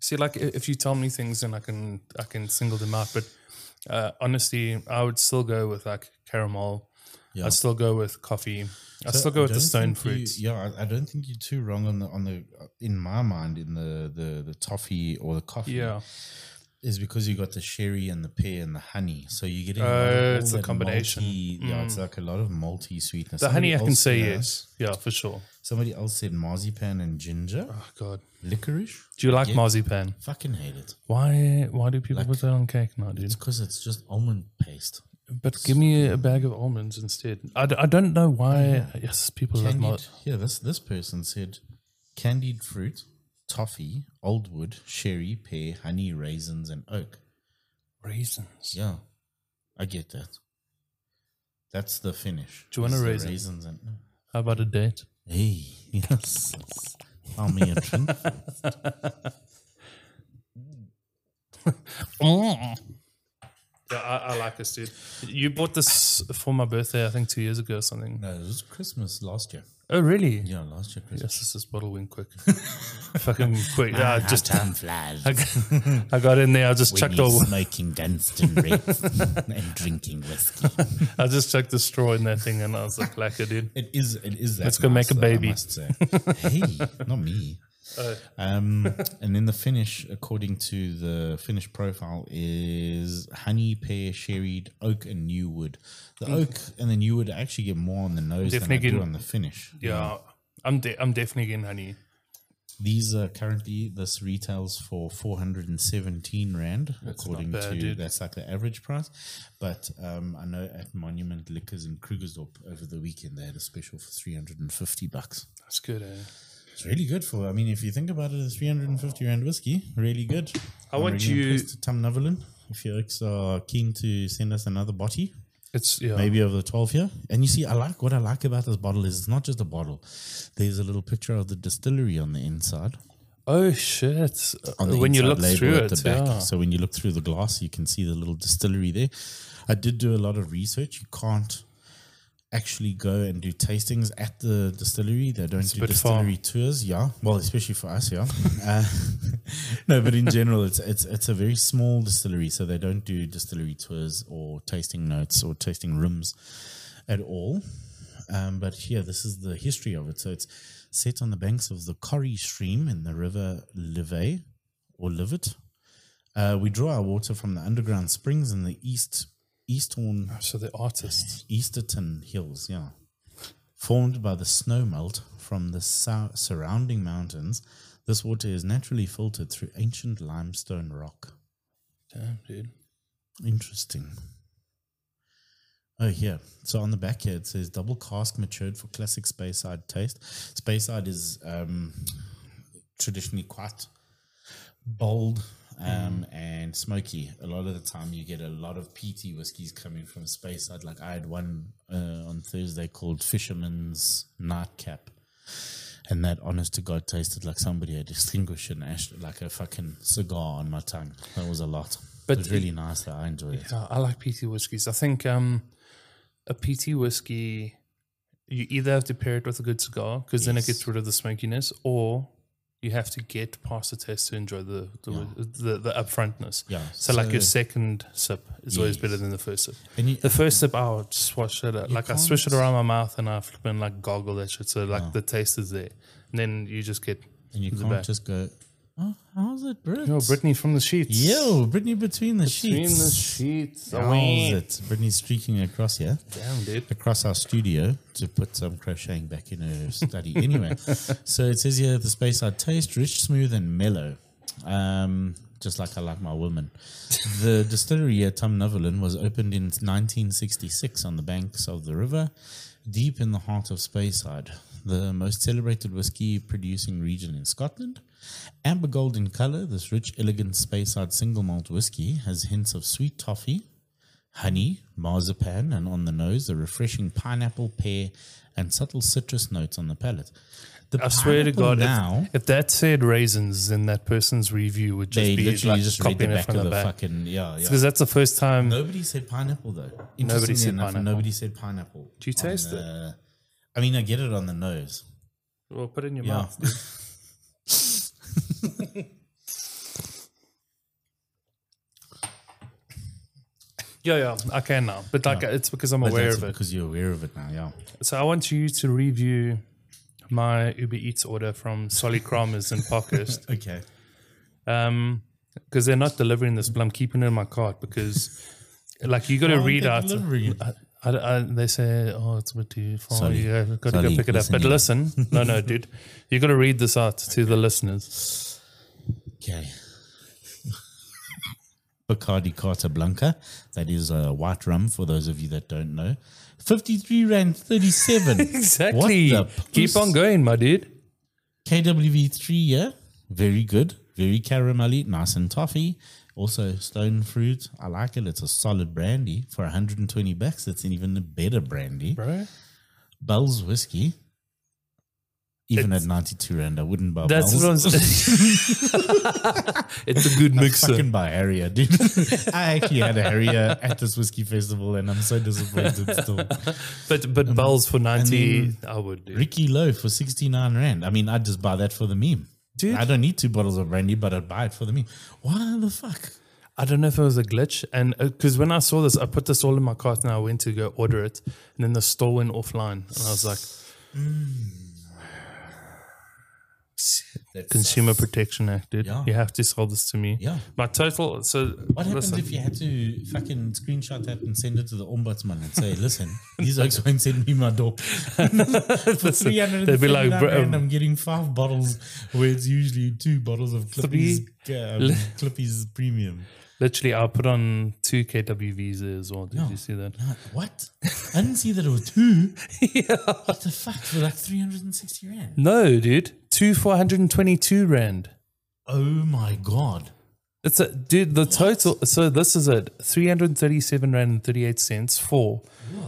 S1: See, like i- if you tell me things, then I can I can single them out. But uh, honestly, I would still go with like caramel.
S2: Yeah.
S1: I'd still go with coffee. I'd
S2: So
S1: still go
S2: I
S1: with the stone
S2: don't think you-
S1: fruit.
S2: yeah, I, I don't think you're too wrong on the on the in my mind in the the the toffee or the coffee.
S1: yeah.
S2: is because you got the sherry and the pear and the honey. So you're getting a lot
S1: Oh,
S2: of all
S1: it's a
S2: that
S1: combination. Mm.
S2: malty- yeah, it's like a lot of malty sweetness.
S1: The honey,
S2: Somebody
S1: I can
S2: else
S1: say
S2: said-
S1: yes. Yeah, for sure.
S2: Somebody else said marzipan and ginger,
S1: Oh God,
S2: licorice.
S1: do you like
S2: Yeah.
S1: marzipan?
S2: Fucking hate it.
S1: Why? Why do people
S2: Like-
S1: put that on cake now, dude?
S2: It's because it's just almond paste.
S1: But give me a bag of almonds instead. I, d- I don't know why. Yes, people love
S2: Candied,
S1: malt.
S2: yeah, this this person said candied fruit, toffee, old wood, sherry, pear, honey, raisins, and oak.
S1: Raisins.
S2: Yeah, I get that. That's the finish.
S1: Do you want
S2: It's
S1: a
S2: the
S1: raisin?
S2: Raisins and uh, no.
S1: How about a date?
S2: Hey, yes. Found me a drink. Mm.
S1: Yeah, I, I like this, dude. You bought this for my birthday, I think, two years ago or something.
S2: No, it was Christmas last year.
S1: Oh, really?
S2: Yeah, last year Christmas.
S1: Yes, this, this bottle went quick. Fucking quick. Yeah, I just
S2: time flies.
S1: I, got- I got in there. I just checked all.
S2: smoking Dunstan Reds and drinking whiskey.
S1: I just checked the straw in that thing, and I was like, "Lacquer, dude."
S2: It is. It is that.
S1: Let's go make
S2: nice,
S1: a
S2: though, I
S1: baby.
S2: must say. hey, not me.
S1: Oh.
S2: Um, and then the finish, according to the finish profile, is honey, pear, sherried, oak, and new wood. The
S1: Mm.
S2: oak and the new wood I actually get more on the nose than I
S1: Definitely
S2: do
S1: getting-
S2: on the finish.
S1: Yeah, I'm de- I'm definitely getting honey.
S2: These are currently this retails for four hundred and seventeen rand, according
S1: bad,
S2: to
S1: dude.
S2: that's like the average price. But um, I know at Monument Liquors in Krugersdorp over the weekend they had a special for three hundred and fifty bucks.
S1: That's good. Eh?
S2: It's really good for. I mean, if you think about it, it's 350 rand whiskey. Really good.
S1: I
S2: I'm
S1: want
S2: really
S1: you-
S2: impressed, Tom Neverland. If you folks are keen to send us another botty,
S1: It's yeah.
S2: maybe over the 12 here. And you see, I like what I like about this bottle is it's not just a bottle. There's a little picture of the distillery on the inside.
S1: Oh shit!
S2: On the
S1: when you
S2: inside
S1: look
S2: label
S1: through
S2: at
S1: it,
S2: the back.
S1: yeah.
S2: So when you look through the glass, you can see the little distillery there. I did do a lot of research. You can't actually go and do tastings at the distillery. They don't do
S1: bit
S2: distillery tours. Yeah, well, especially for us. Yeah, uh, no, but in general, it's it's it's a very small distillery, so they don't do distillery tours or tasting notes or tasting rooms at all. Um, but here, this is the history of it. So it's set on the banks of the Corrie Stream in the River Livet or Livet. Uh, we draw our water from the underground springs in the east Eastern
S1: So the artists.
S2: Easterton Hills, yeah, formed by the snow melt from the sou- surrounding mountains. This water is naturally filtered through ancient limestone rock.
S1: Damn, dude.
S2: Interesting. Oh, here. So on the back here, it says double cask matured for classic Speyside taste. Speyside is um, traditionally quite bold um, and smoky. A lot of the time, you get a lot of peaty whiskies coming from Speyside. Like I had one uh, on Thursday called Fisherman's Nightcap. And that, honest to God, tasted like somebody had extinguished an ash, like a fucking cigar on my tongue. That was a lot. But
S1: But
S2: it was really nice. Though. I enjoyed it.
S1: Yeah, I like PT whiskies. I think um, a PT whiskey, you either have to pair it with a good cigar because then it
S2: Yes.
S1: gets rid of the smokiness, or you have to get past the taste to enjoy the the the, the upfrontness.
S2: Yeah,
S1: So, like your
S2: so-
S1: second sip is always
S2: Yes.
S1: better than the first sip.
S2: And you,
S1: The first sip, I would swash it out. Like I swish it
S2: can't-
S1: around my mouth and I flip and like goggle that shit. So like the taste is there, and then you just get
S2: and you
S1: the
S2: can't
S1: back.
S2: just go, oh, how's it, Brit?
S1: Yo, Brittany from the sheets.
S2: Yo, Brittany between the
S1: between
S2: sheets.
S1: the sheets.
S2: How's it? Brittany's streaking across here,
S1: Damn, dude.
S2: across our studio to put some crocheting back in her study. Anyway, so it says here the space I taste rich, smooth, and mellow. Um, just like I like my woman. The distillery at Tumnavalin was opened in 1966 on the banks of the river, deep in the heart of Speyside, the most celebrated whiskey producing region in Scotland. Amber gold in color, this rich, elegant Speyside single malt whiskey has hints of sweet toffee, honey, marzipan, and on the nose, a refreshing pineapple, pear, and subtle citrus notes on the palate. The
S1: I swear to
S2: pineapple
S1: God,
S2: now
S1: if, if that said raisins, then that person's review would just
S2: they
S1: be
S2: literally
S1: like
S2: just read the
S1: copying it
S2: back
S1: from the
S2: of the
S1: back.
S2: fucking yeah, yeah.
S1: Because that's the first time.
S2: Nobody said pineapple though. Interestingly
S1: said
S2: enough,
S1: pineapple.
S2: Nobody said pineapple.
S1: Do you
S2: on
S1: taste
S2: the- I mean, I get it on the nose.
S1: Well, put it in your
S2: Yeah.
S1: mouth. dude. Yeah, yeah, I can now, but like it's because I'm
S2: But
S1: aware
S2: that's
S1: of it.
S2: because you're aware of it now. Yeah.
S1: So I want you to review my Uber Eats order from Solly Kramers in Parkhurst.
S2: Okay.
S1: Um, because they're not delivering this, but I'm keeping it in my cart because, like, you got to
S2: aren't
S1: read
S2: they
S1: out.
S2: delivering it?
S1: I, I, I, they say, oh, it's a bit too far.
S2: Solly,
S1: You have got to
S2: Solly,
S1: go pick it up.
S2: listen
S1: But
S2: here.
S1: listen, no, no, dude, you got to read this out to the listeners.
S2: Okay. Bacardi Carta Blanca, that is a white rum for those of you that don't know. 53 Rand 37.
S1: Exactly.
S2: What the
S1: Keep
S2: puss?
S1: on going, my dude.
S2: KWV3, yeah. Very good. Very caramelly, nice and toffee. Also, stone fruit. I like it. It's a solid brandy for 120 bucks. It's an even better brandy.
S1: Bro,
S2: Bell's whiskey, even at 92 rand, I wouldn't buy
S1: that's
S2: Bell's.
S1: what I'm saying. it's a good mixer.
S2: Fucking buy Harrier, dude. I actually had a Harrier at this whiskey festival, and I'm so disappointed still.
S1: But but bells for ninety, I would do.
S2: Ricky Lowe for 69 Rand. I mean, I'd just buy that for the meme.
S1: Dude.
S2: I don't need two bottles of brandy, but I'd buy it for the meme. Why the fuck?
S1: I don't know if it was a glitch, and because when I saw this, I put this all in my cart and I went to go order it, and then the store went offline, and I was like,
S2: That's-
S1: Consumer Protection Act, dude.
S2: Yeah.
S1: You have to sell this to me.
S2: Yeah.
S1: My total. So
S2: What happens
S1: listen,
S2: if you had to fucking screenshot that and send it to the ombudsman and say, "Listen, these oaks won't send me my dog." For three hundred,
S1: they'd be like, "Bro, um,
S2: rand, "I'm getting five bottles, where it's usually two bottles of Clippy's, um, Clippy's premium."
S1: Literally, I put on two KWVs there as well. Did
S2: Yeah.
S1: you see that?
S2: No, what? I didn't see that it was two. What the fuck for like three hundred and sixty rand?
S1: No, dude. Two four hundred and twenty-two rand.
S2: Oh my god!
S1: It's a dude. The total. So this is it. Three hundred thirty-seven rand and thirty-eight cents for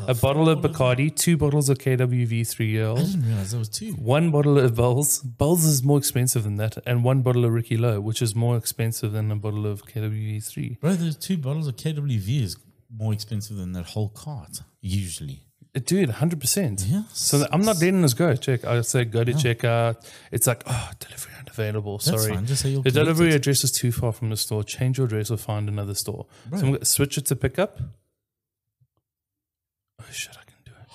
S1: a bottle of Bacardi, two bottles of KWV three year
S2: I
S1: old,
S2: didn't realize that was two.
S1: one bottle of Bowls. Bowls is more expensive than that, and one bottle of Ricky Low, which is more expensive than a bottle of KWV three.
S2: Bro, those two bottles of KWV is more expensive than that whole cart usually.
S1: Uh, Dude, hundred percent.
S2: Yeah.
S1: So that- I'm not letting this go. Check. I say go to checkout. It's like oh, delivery unavailable.
S2: That's
S1: Sorry.
S2: fine. Just say you'll
S1: The
S2: collect
S1: delivery
S2: it.
S1: address is too far from the store. Change your address or find another store. So I'm gonna switch it to pickup. Oh shit! I can do it.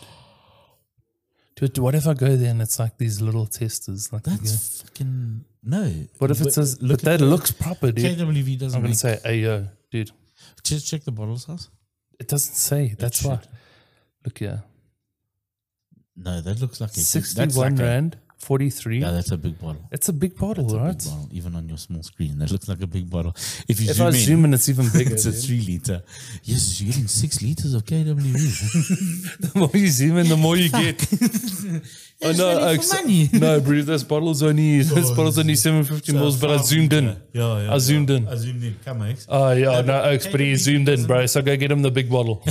S1: Dude, do- what if I go there and it's like these little testers? Like,
S2: That's
S1: yeah.
S2: fucking no.
S1: what if it
S2: But
S1: says?
S2: look
S1: Look
S2: at
S1: that looks proper, dude.
S2: KWV doesn't
S1: I'm gonna
S2: make.
S1: say, hey yo, dude.
S2: Just check the bottle size.
S1: It doesn't say. That's why.
S2: should.
S1: Look here,
S2: No, that looks like a That's
S1: sixty-one
S2: like a,
S1: rand, forty-three.
S2: yeah, that's a big bottle.
S1: it's a big bottle,
S2: That's a
S1: right?
S2: big bottle, even on your small screen, that looks like a big bottle. If you
S1: If
S2: zoom
S1: I
S2: in,
S1: zoom in, it's even bigger.
S2: it's a
S1: dude.
S2: three liter. Yes, you're getting six liters of E. KWV.
S1: the more you zoom in, the more you get. oh
S2: It's
S1: no,
S2: value
S1: Oaks,
S2: for money.
S1: no, bro, this bottle's only this bottle's only seven fifty mils, but I zoomed in.
S2: Yeah, yeah.
S1: I zoomed in.
S2: I zoomed in. Come, X.
S1: Oh yeah, no,
S2: but
S1: Oaks, but he
S2: KWV
S1: zoomed in, bro. So go get him the big bottle.
S2: Oh,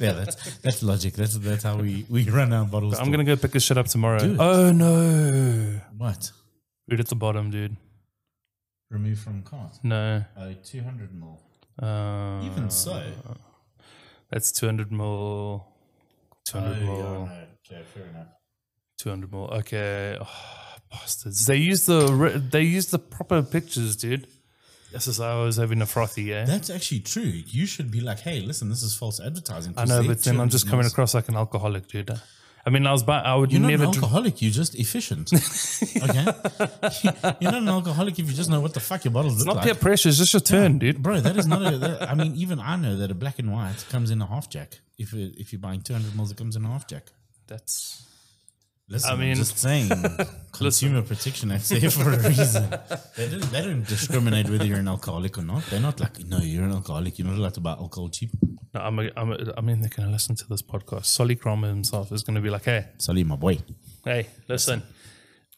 S2: Yeah, that's that's logic. That's that's how we we run our bottles.
S1: I'm gonna go pick this shit up tomorrow.
S2: Do it.
S1: Oh no,
S2: what?
S1: right at the bottom, dude.
S2: Remove from cart.
S1: No,
S2: Oh, 200 more.
S1: uh,
S2: Even so.
S1: that's 200 mil. 200 mil.
S2: Okay, fair enough.
S1: 200 mil. Okay, oh, bastards. They use the ri- they use the proper pictures, dude. This is how I was having a frothy, eh?
S2: That's actually true. You should be like, hey, listen, this is false advertising.
S1: I know, but then I'm just coming across like an alcoholic, dude. I mean, I was by, I would
S2: You're not
S1: never
S2: an
S1: drink.
S2: alcoholic. You're just efficient. okay, you're not an alcoholic if you just know what the fuck your bottles
S1: It's
S2: look
S1: not
S2: like,
S1: peer pressure. It's just your turn, dude.
S2: bro. That is not. A, that, I mean, even I know that a black and white comes in a half jack. If it- if you're buying 200 mils, it comes in a half jack.
S1: That's
S2: Listen, I
S1: I
S2: mean,
S1: mean-
S2: am just saying, Consumer Protection Act's there for a reason. They don't, they don't discriminate whether you're an alcoholic or not. They're not like, no, you're an alcoholic. You're not allowed to buy alcohol cheap.
S1: no. I'm. A, I'm. A, I mean, they're gonna listen to this podcast. Solly Cromer himself is gonna be like, hey,
S2: Sorry, my boy.
S1: hey, listen.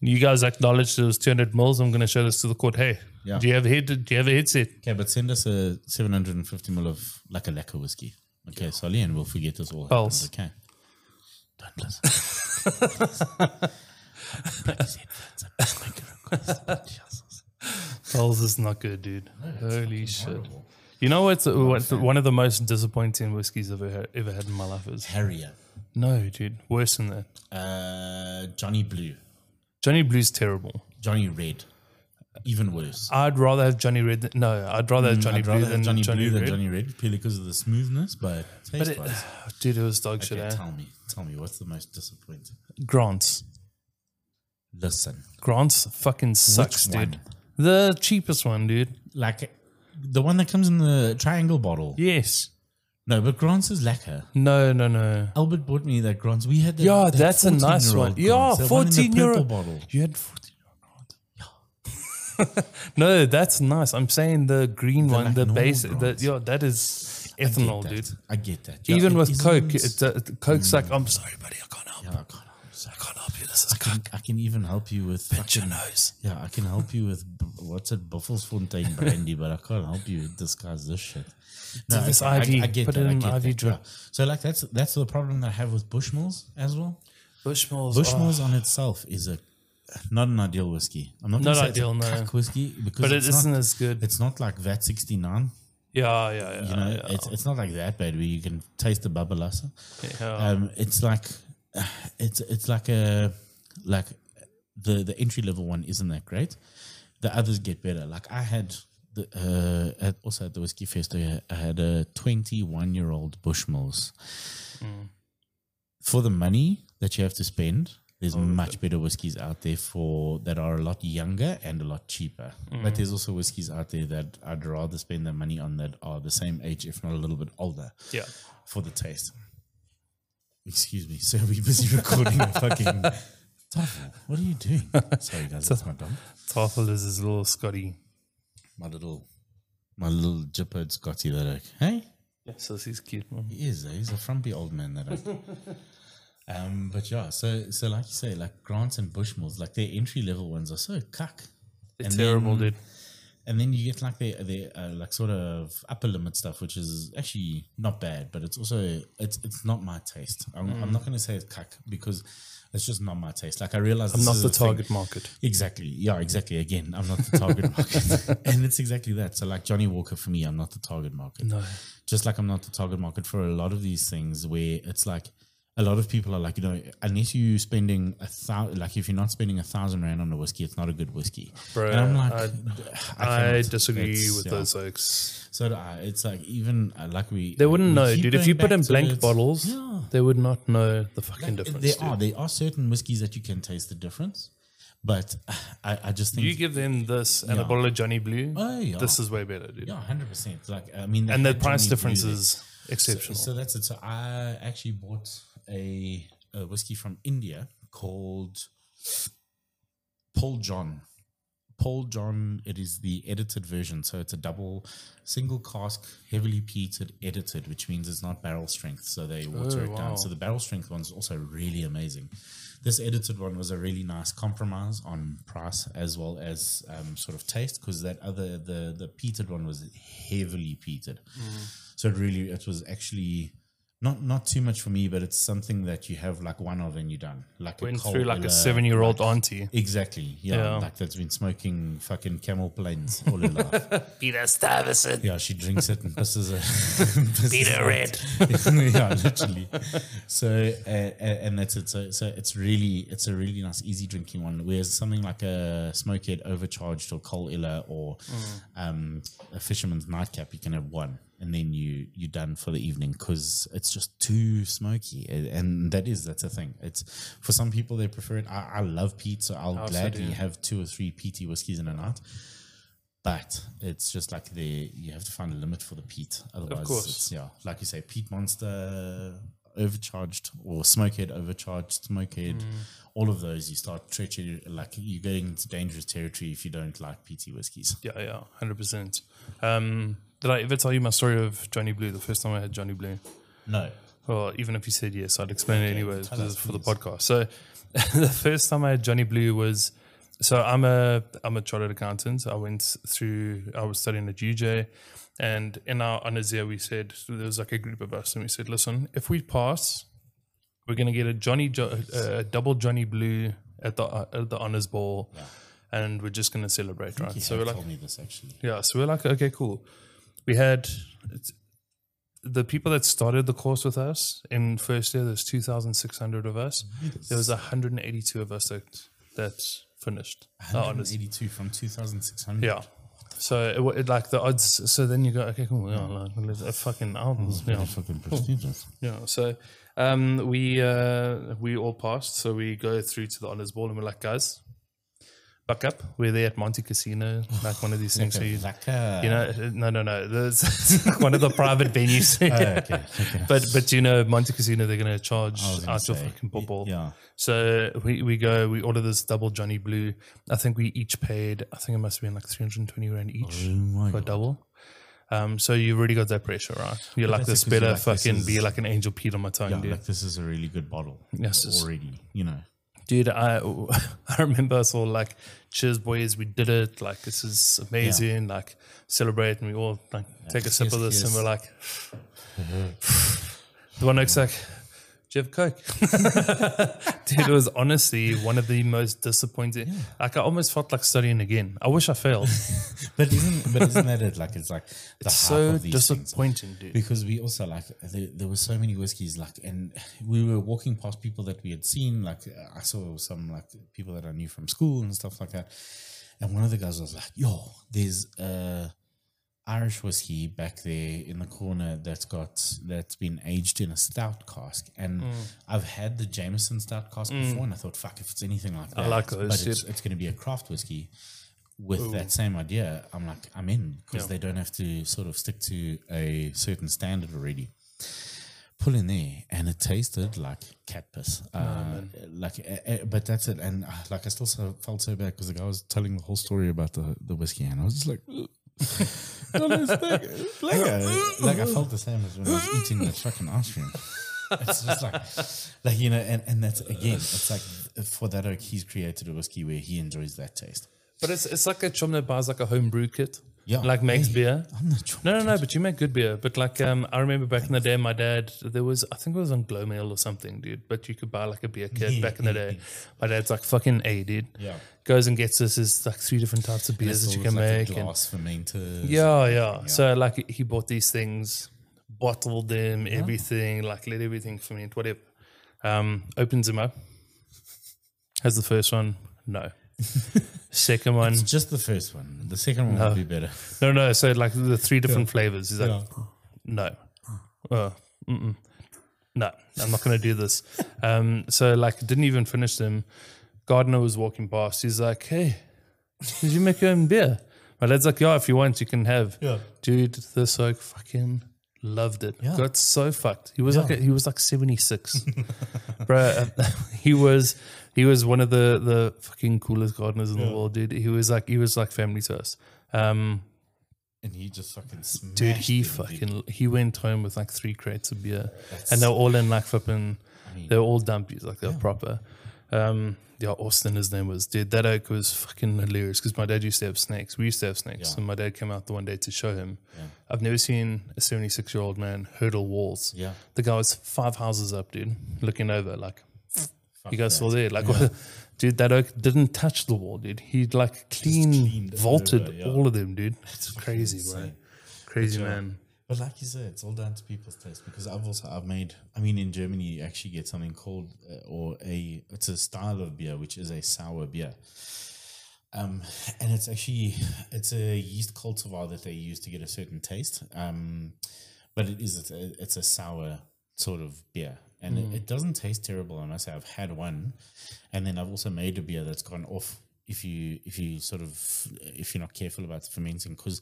S1: You guys acknowledged it was 200 mils. I'm gonna show this to the court. Hey,
S2: Yeah.
S1: do you have a head? Do you have a headset?
S2: Okay, but send us a 750 ml of like a lacquer whiskey. Okay, Solly, and we'll forget this all. happens,
S1: Pulse.
S2: Okay. Don't listen.
S1: Pulse is not good, dude. Holy shit. You know what's what, one of the most disappointing whiskeys I've ever had, ever had in my life is?
S2: Harrier.
S1: No, dude. Worse than that.
S2: Uh, Johnny Blue.
S1: Johnny Blue's terrible.
S2: Johnny Red. Even worse.
S1: I'd rather have Johnny Red. Than, no, I'd rather have Johnny
S2: Mm, I'd
S1: Blue
S2: rather
S1: than
S2: have Johnny,
S1: Johnny,
S2: Blue
S1: Red.
S2: than Johnny Red purely because of the smoothness, but
S1: but
S2: taste
S1: it,
S2: wise.
S1: dude, it was dog shit.
S2: Okay,
S1: Eh?
S2: tell me, tell me, what's the most disappointing?
S1: Grants,
S2: Listen,
S1: Grants fucking sucks,
S2: one?
S1: dude. The cheapest one, dude.
S2: like the one that comes in the triangle bottle.
S1: Yes.
S2: No, but Grant's is lacquer.
S1: No, no, no.
S2: Albert bought me that Grant's. We had that.
S1: Yeah,
S2: that
S1: that's a
S2: 14
S1: nice
S2: year old
S1: one. Yeah,
S2: Grant's, that one in the
S1: 14 euro.
S2: purple bottle.
S1: You had fourteen. No, that's nice. I'm saying the green one,
S2: like
S1: the
S2: normal
S1: base, the,
S2: Grants.
S1: yeah, that is ethanol,
S2: That-
S1: dude.
S2: I get that. Yeah,
S1: Even
S2: it
S1: with Coke,
S2: isn't-
S1: it's, uh, Coke's like, I'm sorry, buddy, I can't help.
S2: Yeah, Oh, I can't help it.
S1: I can't help you. This is
S2: I can, I can even help you with
S1: your
S2: fucking.
S1: nose.
S2: Yeah, I can help you with b- what's it, Buffelsfontein brandy, but I can't help you disguise this shit. No,
S1: It's
S2: I, I-
S1: IV.
S2: I get
S1: Put
S2: that.
S1: it
S2: I
S1: in
S2: get
S1: IV
S2: that,
S1: drip.
S2: yeah. So like that's that's the problem that I have with Bushmills as well.
S1: Bushmills. oh.
S2: Bushmills on itself is a not an ideal whiskey. I'm not,
S1: Not
S2: gonna say it's a
S1: ideal, no.
S2: cuck whiskey because
S1: but
S2: it's
S1: it isn't
S2: Not,
S1: as good.
S2: it's not like VAT 69.
S1: Yeah, yeah, Oh, yeah.
S2: You know, it's, it's not like that bad where you can taste the babalasa.
S1: yeah.
S2: Um, it's like it's it's like a like the the entry level one isn't that great. The others get better. Like I had the uh, at, also at the whiskey fest, I I had a twenty one year old Bushmills. For the money that you have to spend, There's much better whiskies out there for that are a lot younger and a lot cheaper. But there's also whiskies out there that I'd rather spend the money on that are the same age, if not a little bit older,
S1: Yeah.
S2: for the taste. Excuse me, sir. We're busy recording a fucking. Toffel, what are you doing? Sorry, guys, that's my dog.
S1: Tarfel is his little Scotty.
S2: My little, my little jippered Scotty. That I, hey,
S1: So he's cute. man.
S2: He is. eh? He's a frumpy old man. That. I- um, but yeah, so so like you say, like Grants and Bushmills, like their entry level ones are so cuck.
S1: They're terrible, dude.
S2: And then you get like their their uh, like sort of upper limit stuff, which is actually not bad, but it's also it's it's not my taste. I'm, I'm
S1: Mm.
S2: not going to say it's cuck because it's just not my taste. Like I realize
S1: I'm not the target market.
S2: Exactly. Yeah, exactly. Again, I'm not the target market. and it's exactly that. So, like Johnny Walker, for me, I'm not the target market.
S1: No.
S2: Just like I'm not the target market for a lot of these things where it's like a lot of people are like, you know, unless you're spending a thousand, like if you're not spending a thousand rand on a whiskey, it's not a good whiskey.
S1: Bruh,
S2: and I'm like,
S1: I-
S2: cannot.
S1: I disagree
S2: It's-
S1: with
S2: yeah.
S1: those folks.
S2: So do I. It's like, even uh, like we.
S1: They wouldn't
S2: we
S1: know,
S2: keep
S1: dude. If
S2: going
S1: you put
S2: back
S1: in
S2: to
S1: blank
S2: it's-
S1: bottles,
S2: Yeah.
S1: they would not know the fucking
S2: Like,
S1: difference.
S2: There
S1: dude.
S2: are there are certain whiskeys that you can taste the difference, but I, I just think
S1: You give them this and a
S2: Yeah.
S1: bottle of Johnny Blue.
S2: Oh, yeah.
S1: This is way better, dude.
S2: Yeah, hundred percent. Like I mean,
S1: And the
S2: that
S1: price
S2: Johnny
S1: difference
S2: Blue
S1: is
S2: there.
S1: exceptional.
S2: So that's it. So I actually bought a, a whiskey from India called Paul John. Paul John. It is the edited version, so it's a double, single cask, heavily peated, edited, which means it's not barrel strength. So they water
S1: Oh,
S2: it
S1: wow.
S2: down. So the barrel strength one's also really amazing. This edited one was a really nice compromise on price as well as um, sort of taste, because that other the the peated one was heavily peated.
S1: Mm.
S2: So it really it was actually not not too much for me, but it's something that you have like one of and you're done. Like
S1: Went
S2: cold
S1: through like a
S2: Ella-
S1: seven year old auntie.
S2: Exactly. Yeah,
S1: Yeah.
S2: Like that's been smoking fucking camel planes all her life.
S3: Peter Stuyvesant,
S2: yeah, she drinks it and pisses it.
S3: Peter Red.
S2: yeah, literally. So uh, a- and that's it. So so it's really it's a really nice easy drinking one. Whereas something like a smokehead overcharged or coal iller or um, a fisherman's nightcap, you can have one and then you you're done for the evening because it's just too smoky. A- And that is that's a thing. It's for some people they prefer it. I, I love peat, so I'll gladly have two or three peaty whiskies in a night. But it's just like the you have to find a limit for the peat. Otherwise,
S1: course.
S2: it's- yeah, like you say, peat monster overcharged or smokehead overcharged, smokehead.
S1: Mm.
S2: All of those, you start treachery. Like you're going into dangerous territory if you don't like PT whiskies.
S1: Yeah, yeah, hundred percent. Um, did I ever tell you my story of Johnny Blue? The first time I had Johnny Blue.
S2: No,
S1: Well, even if you said yes, I'd explain it anyways
S2: tell
S1: because
S2: us,
S1: it's for the podcast. So, the first time I had Johnny Blue was so I'm a I'm a chartered accountant. I went through. I was studying at UJ, and in our honors year, we said there was like a group of us, and we said, listen, if we pass, we're gonna get a Johnny jo- uh, a double Johnny Blue at the at the honors ball, and we're just gonna celebrate, right?
S2: you
S1: So we're
S2: have
S1: like.
S2: told me this actually.
S1: Yeah, so we're like, okay, cool. We had it's- the people that started the course with us in first year. There's 2,600 of us. There was 182 of us that that finished. the honors.
S2: 182 from 2600.
S1: Oh, Yeah. So it, wa- it, like the odds. So then you go, okay, cool. Yeah, like, let's- a fucking album. Yeah.
S2: fucking prestigious.
S1: Yeah. So um, we uh, we all passed. So we go through to the honors ball and we're like, guys, buck up. We're there at Monte Casino, like one of these things. So you
S2: Like, uh,
S1: you know, no, no, no. There's one of the private venues.
S2: Oh, okay, okay.
S1: But but you know, Monte Casino, they're gonna charge
S2: was gonna
S1: out your
S2: say,
S1: fucking bubble.
S2: yeah.
S1: So we, we go, we order this double Johnny Blue. I think we each paid. I think it must have been like 320 rand each
S2: Oh my
S1: for a double. Um, so you've already got that pressure, right? You're like this
S2: that's it, 'cause
S1: better
S2: you're like, this
S1: fucking be
S2: is-
S1: like an angel Pete on my tongue,
S2: Yeah,
S1: dude.
S2: like this is a really good bottle.
S1: Yes, it's-
S2: already. You know,
S1: dude, I I remember I saw like, cheers, boys, we did it. Like this is amazing. Like celebrate, and we all like take a sip of this,
S2: cheers,
S1: and
S2: cheers.
S1: we're like, the one next like, do you have coke? dude, it was honestly one of the most disappointing. Like I almost felt like studying again. I wish I failed.
S2: but isn't but isn't that it? Like it's like the half
S1: so
S2: of these things.
S1: disappointing, dude.
S2: because we also like there, there were so many whiskeys like and we were walking past people that we had seen like i saw some like people that i knew from school and stuff like that and one of the guys was like yo there's uh Irish whiskey back there in the corner that's got that's been aged in a stout cask, and
S1: Mm.
S2: I've had the Jameson stout cask before, and I thought, fuck, if it's anything like that,
S1: like
S2: but
S1: those,
S2: it's, it's going to be a craft whiskey with that same idea. I'm like, I'm in because
S1: Yeah.
S2: they don't have to sort of stick to a certain standard already. Pull in there, and it tasted like cat piss, uh, like, uh, uh, but that's it. And uh, like, I still so, felt so bad because the guy was telling the whole story about the the whiskey, and I was just like. "Ugh." No, no, it's like, like, I- like I felt the same as when I was eating that fucking ice cream. It's just like, like you know, and, and that's again, it's like for that oak, he's created a whiskey where he enjoys that taste.
S1: But it's it's like a chum that buys like a home brew kit.
S2: Yeah.
S1: Like makes
S2: Hey,
S1: beer.
S2: I'm not sure.
S1: No, no, no. But you make good beer. But like, um, I remember back in the day, my dad there was I think it was on Glowmail or something, dude. But you could buy like a beer kit
S2: Yeah,
S1: back in the
S2: yeah,
S1: day. My dad's like fucking a dude.
S2: Yeah.
S1: Goes and gets us his like three different types of beers
S2: It's
S1: that you
S2: always
S1: can
S2: like
S1: make.
S2: a
S1: and-
S2: glass fermenters.
S1: yeah, yeah, So like he bought these things, bottled them,
S2: Uh-huh.
S1: everything, like let everything ferment, whatever. Um, opens them up. Has the first one? No. Second one?
S2: It's just the first one. The second one would be better.
S1: No, no. So like the three different flavors. He's like, no, uh, mm-mm. no, I'm not going to do this. um, so like, didn't even finish them. Gardner was walking past. He's like, hey, did you make your own beer? My dad's like, yeah, if you want, you can have.
S2: Yeah.
S1: Dude, this oak fucking loved it.
S2: Yeah.
S1: Got so fucked. He was like, a, he was like 76. Bro, uh, he was, he was one of the, the fucking coolest gardeners in the world, dude. He was like, he was like family to us. Um,
S2: And he just fucking smashed
S1: Dude, he
S2: them,
S1: fucking he went home with like three crates of beer, and they're all in like flipping. They're all dumpies, like they're proper. Um, yeah, Austin, his name was. Dude, that oak was fucking hilarious because my dad used to have snakes. We used to have snakes,
S2: Yeah.
S1: and my dad came out the one day to show him. I've never seen a seventy-six-year-old man hurdle walls.
S2: Yeah.
S1: the guy was five houses up, dude, looking over like.
S2: Fuck
S1: You guys saw there, like, dude, that oak didn't touch the wall, dude. He like clean
S2: cleaned it
S1: vaulted
S2: over, yeah.
S1: all of them, dude. It's crazy, bro.
S2: insane.
S1: Crazy man.
S2: But uh, like you said, it's all down to people's taste because I've also I've made. I mean, in Germany, you actually get something called uh, or a it's a style of beer which is a sour beer. Um, and it's actually it's a yeast cultivar that they use to get a certain taste. Um, but it is it's a, it's a sour sort of beer, and it, it doesn't taste terrible. I must say, I've had one, and then I've also made a beer that's gone off. If you if you sort of if you're not careful about the fermenting, because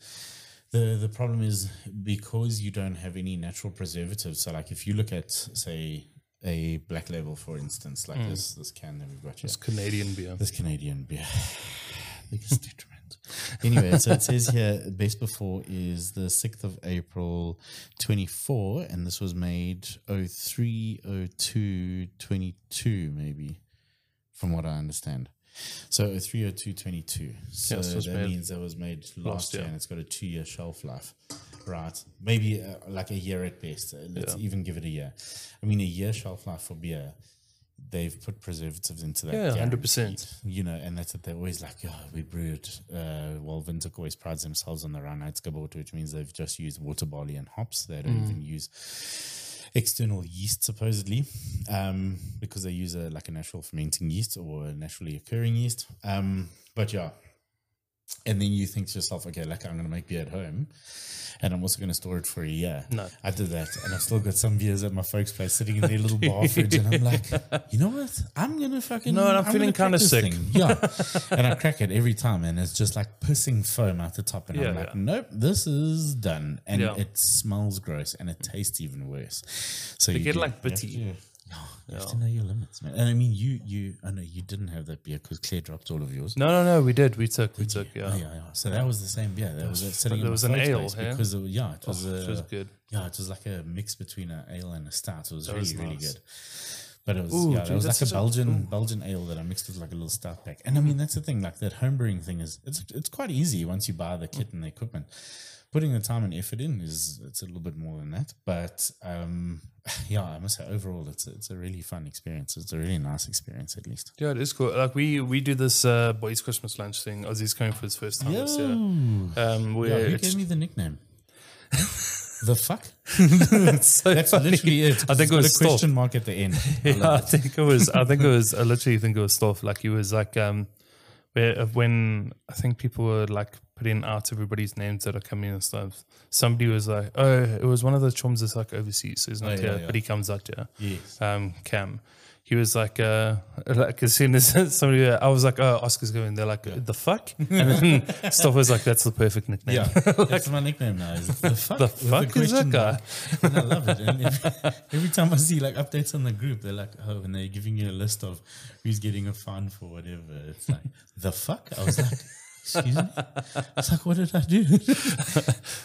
S2: the the problem is because you don't have any natural preservatives. So like if you look at say a black label for instance, like this this can that we've got here.
S1: It's Canadian beer.
S2: This Canadian beer. Biggest detriment. Anyway, so it says here best before is the 6th of April 24, and this was made 03, 02, 22, maybe, from what I understand. So 03, 02, 22. So
S1: Yes, it was
S2: that
S1: made
S2: means that was made last,
S1: last
S2: year
S1: year.
S2: and it's got a two year shelf life. Right. Maybe uh, like a year at best. Uh, Let's even give it a year. I mean, a year shelf life for beer. They've put preservatives into that.
S1: Yeah,
S2: guaranteed
S1: 100%.
S2: you know, and that's it. They're always like, oh, we brewed. Uh, well, Vintok always prides themselves on the Reinheitsgebot, which means they've just used water barley and hops. They don't even use external yeast, supposedly, um, because they use a like a natural fermenting yeast or a naturally occurring yeast. Um, but yeah. And then you think to yourself, okay, like I'm going to make beer at home and I'm also going to store it for a year.
S1: No.
S2: I did that. And I've still got some beers at my folks' place sitting in their little bar fridge. And I'm like, you know what? I'm going to fucking.
S1: No, and I'm feeling kinda
S2: gonna crack this
S1: sick.
S2: thing. Yeah. and I crack it every time. And it's just like pissing foam out the top. And I'm
S1: Yeah,
S2: like,
S1: yeah.
S2: nope, this is done. And
S1: Yeah.
S2: it smells gross and it tastes even worse. So you
S1: get,
S2: do-
S1: like,
S2: you have to
S1: bitty.
S2: do- You have to know your limits, man. And I mean, you, you, I know you didn't have that beer because Claire dropped all of yours.
S1: No, no, no. We did. We took. We took.
S2: Oh,
S1: Yeah.
S2: yeah, yeah. So that was the same beer. That was it sitting in
S1: there
S2: my
S1: was an
S2: folks'
S1: ale,
S2: place
S1: yeah? Oh,
S2: because it, was- yeah, it was, a,
S1: it was good.
S2: Yeah, it was like a mix between an ale and a stout. It was really
S1: was
S2: really
S1: nice.
S2: good. But it was
S1: Ooh,
S2: yeah,
S1: dude,
S2: it was
S1: that's
S2: like a
S1: such a-
S2: Belgian Belgian ale that I mixed with like a little stout pack. And I mean that's the thing, like that homebrewing thing is it's it's quite easy once you buy the kit and the equipment. Putting the time and effort in is it's a little bit more than that. But um yeah, I must say overall it's a, it's a really fun experience. It's a really nice experience at least.
S1: Yeah, it is cool. Like we we do this uh, boys' Christmas lunch thing. Ozzy's coming for his first time this year. Um, where
S2: Yeah, who
S1: it's,
S2: gave me the nickname? the fuck?
S1: so
S2: That's
S1: funny.
S2: literally it.
S1: I think it
S2: It's got
S1: was
S2: a question mark at the end. I love
S1: I think it was. I think it was. I literally uh, think it was stuff like he was like um, where when I think people were like putting out everybody's names that are coming and stuff. Somebody was like, "Oh, it was one of the chums that's like overseas, so he's not
S2: Oh, yeah,
S1: here,
S2: yeah.
S1: but he comes out here."
S2: Yes.
S1: um, Cam. He was like, uh, like as soon as somebody, I was like, oh, Oscar's going. They're like, the fuck? And then Stoph was like, that's the perfect nickname.
S2: Yeah, that's my nickname now. Is the fuck,
S1: The
S2: with
S1: fuck is that
S2: question
S1: guy?
S2: mark. And I love it. And every, every time I see like updates on the group, they're like, oh, and they're giving you a list of who's getting a fine for whatever. It's like the fuck. I was like, excuse me. I was like, what did I do?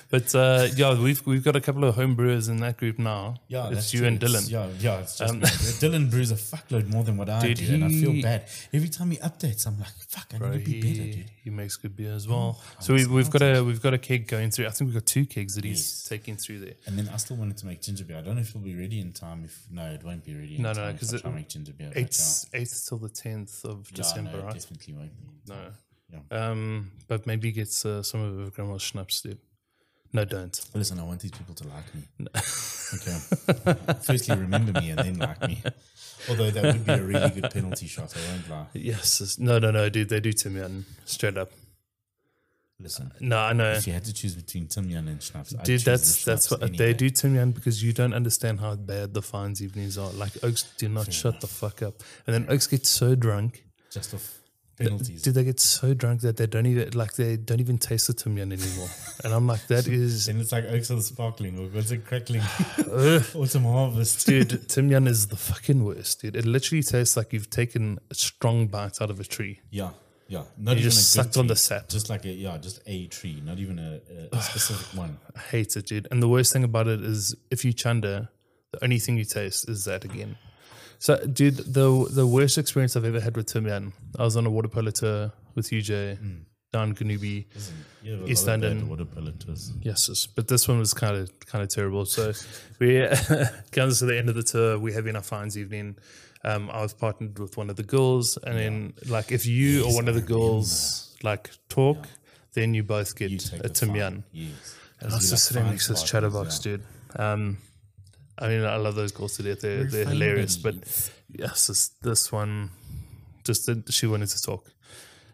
S1: But uh, yeah, we've we've got a couple of homebrewers in that group now. it's
S2: that's
S1: you
S2: true.
S1: and
S2: It's-
S1: Dylan.
S2: Yeah, yeah, it's just
S1: Um,
S2: me. Dylan brews a fuckload more than what I
S1: Dude,
S2: do, and I
S1: he-
S2: feel bad every time he updates. I'm like, fuck, I need to be better,
S1: He,
S2: dude.
S1: he makes good beer as
S2: Oh,
S1: well. So we, we've got a we've got a keg going through. I think we've got two kegs that he's
S2: Yes.
S1: taking through there.
S2: And then I still wanted to make ginger beer. I don't know if it'll be ready in time. If no, it won't be ready. In
S1: No, no,
S2: time
S1: no,
S2: if I
S1: 'cause it-
S2: try and make ginger beer. but yeah.
S1: Eighth eighth till the tenth of
S2: Yeah,
S1: December,
S2: no, it
S1: right?
S2: Definitely won't be.
S1: No. Um, but maybe gets uh, some of Grandma's schnapps there. No, don't.
S2: Listen, I want these people to like me. okay. Firstly, remember me and then like me. Although that would be a really good penalty shot. I won't lie.
S1: Yes. it's- No, no, no, dude. They do Tim Yan straight up.
S2: Listen,
S1: No, I know.
S2: if you had to choose between Tim Yan and Schnapps, I'd
S1: Dude,
S2: choose the
S1: that's that's
S2: Schnapps
S1: what
S2: any
S1: they
S2: day.
S1: do Tim Yan because you don't understand how bad the fines evenings are. Like Oaks do not shut the fuck up. And then Oaks get so drunk.
S2: Just off penalties.
S1: Dude, they get so drunk that they don't even like they don't even taste the Tim Yan anymore. and I'm like, that is
S2: and it's like Oaks of the Sparkling or What's it Crackling? Autumn Harvest.
S1: dude, Tim Yan is the fucking worst, dude. It literally tastes like you've taken a strong bite out of a tree.
S2: Yeah. Yeah, not
S1: You
S2: even
S1: just
S2: a good
S1: sucked on
S2: tree.
S1: the sap.
S2: Just like a yeah, just a tree, not even a, a specific one.
S1: I hate it, dude. And the worst thing about it is if you chunder, the only thing you taste is that again. So, dude, the the worst experience I've ever had with Tim Yan, I was on a water polo tour with UJ
S2: Hmm.
S1: down Ganubi.
S2: Yeah, but
S1: East
S2: other than
S1: London.
S2: that, What a pellet was.
S1: Yes, yes. but this one was kind of kind of terrible. So we comes to the end of the tour. We're having our fines evening. Um, I was partnered with one of the girls, and then like if you or one of the girls like talk, then you both get
S2: You take
S1: a
S2: the
S1: Tim
S2: fine.
S1: Yan.
S2: Yes.
S1: And I was just sitting next to this chatterbox, dude. Um, I mean, I love those girls to death. They're, they're hilarious. But yes, this, this one, just that she wanted to talk.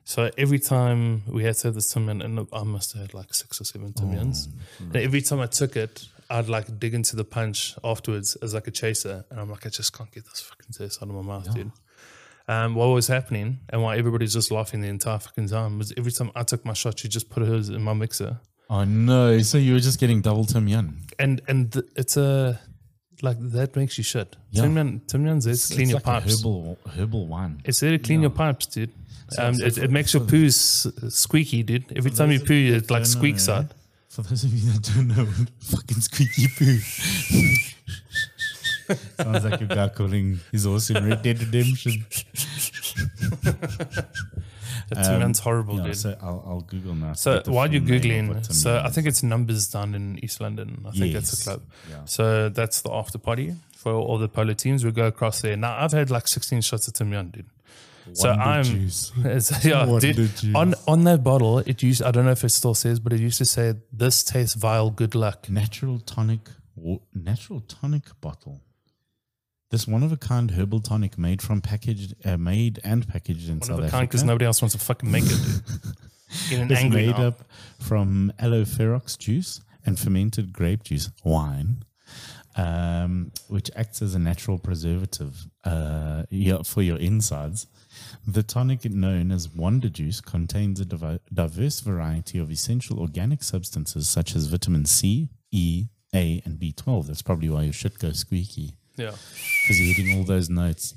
S1: So every time we had to have this timian, and I must have had like six or seven timians. And every time I took it, I'd like dig into the punch afterwards as like a chaser. And I'm like, I just can't get this fucking taste out of my mouth, dude. Um, what was happening and why everybody's just laughing the entire fucking time was every time I took my shot, she just put hers in my mixer
S2: Oh no! So you were just getting double Tim Yun.
S1: and and th- it's a like that makes you shit.
S2: Yeah.
S1: Tim Yan, Tim Yan's there to clean your
S2: like a
S1: pipes.
S2: herbal herbal wine.
S1: It's there to clean your pipes, dude. Um,
S2: so
S1: it,
S2: for-
S1: it makes your poo s- squeaky, dude. Every time you
S2: those
S1: poo,
S2: that
S1: it like
S2: don't know,
S1: squeaks
S2: yeah.
S1: out.
S2: For those of you that don't know, fucking squeaky poo. Sounds like a guy calling his horse in Red Dead Redemption.
S1: Tim Yan's horrible,
S2: Um, Yeah,
S1: dude. So,
S2: so I'll, I'll Google now. Get the
S1: while you're
S2: full name of
S1: googling,
S2: what Tim
S1: so
S2: Yun
S1: I
S2: is.
S1: think it's numbers down in East London. I think that's
S2: Yes.
S1: a club.
S2: Yeah.
S1: So that's the after party for all the polo teams. We go across there. Now I've had like 16 shots of Tim Yan, dude. so
S2: Wonder
S1: I'm
S2: juice.
S1: It's- yeah,
S2: What
S1: dude,
S2: did you-
S1: on on that bottle, it used I don't know if it still says, but it used to say this tastes vile, good luck.
S2: natural tonic wa- natural tonic bottle. This one of a kind herbal tonic made from packaged uh, made and packaged in
S1: One of
S2: South
S1: a kind
S2: Africa.
S1: because nobody else wants to fucking make it. Dude. Getting
S2: It's
S1: angry
S2: made
S1: now.
S2: up from aloe ferox juice and fermented grape juice wine, um, which acts as a natural preservative uh, yeah, for your insides. The tonic known as Wonder Juice contains a divi- diverse variety of essential organic substances such as vitamin C, E, A, and B12. That's probably why your shit goes squeaky
S1: Yeah,
S2: because you're hitting all those notes.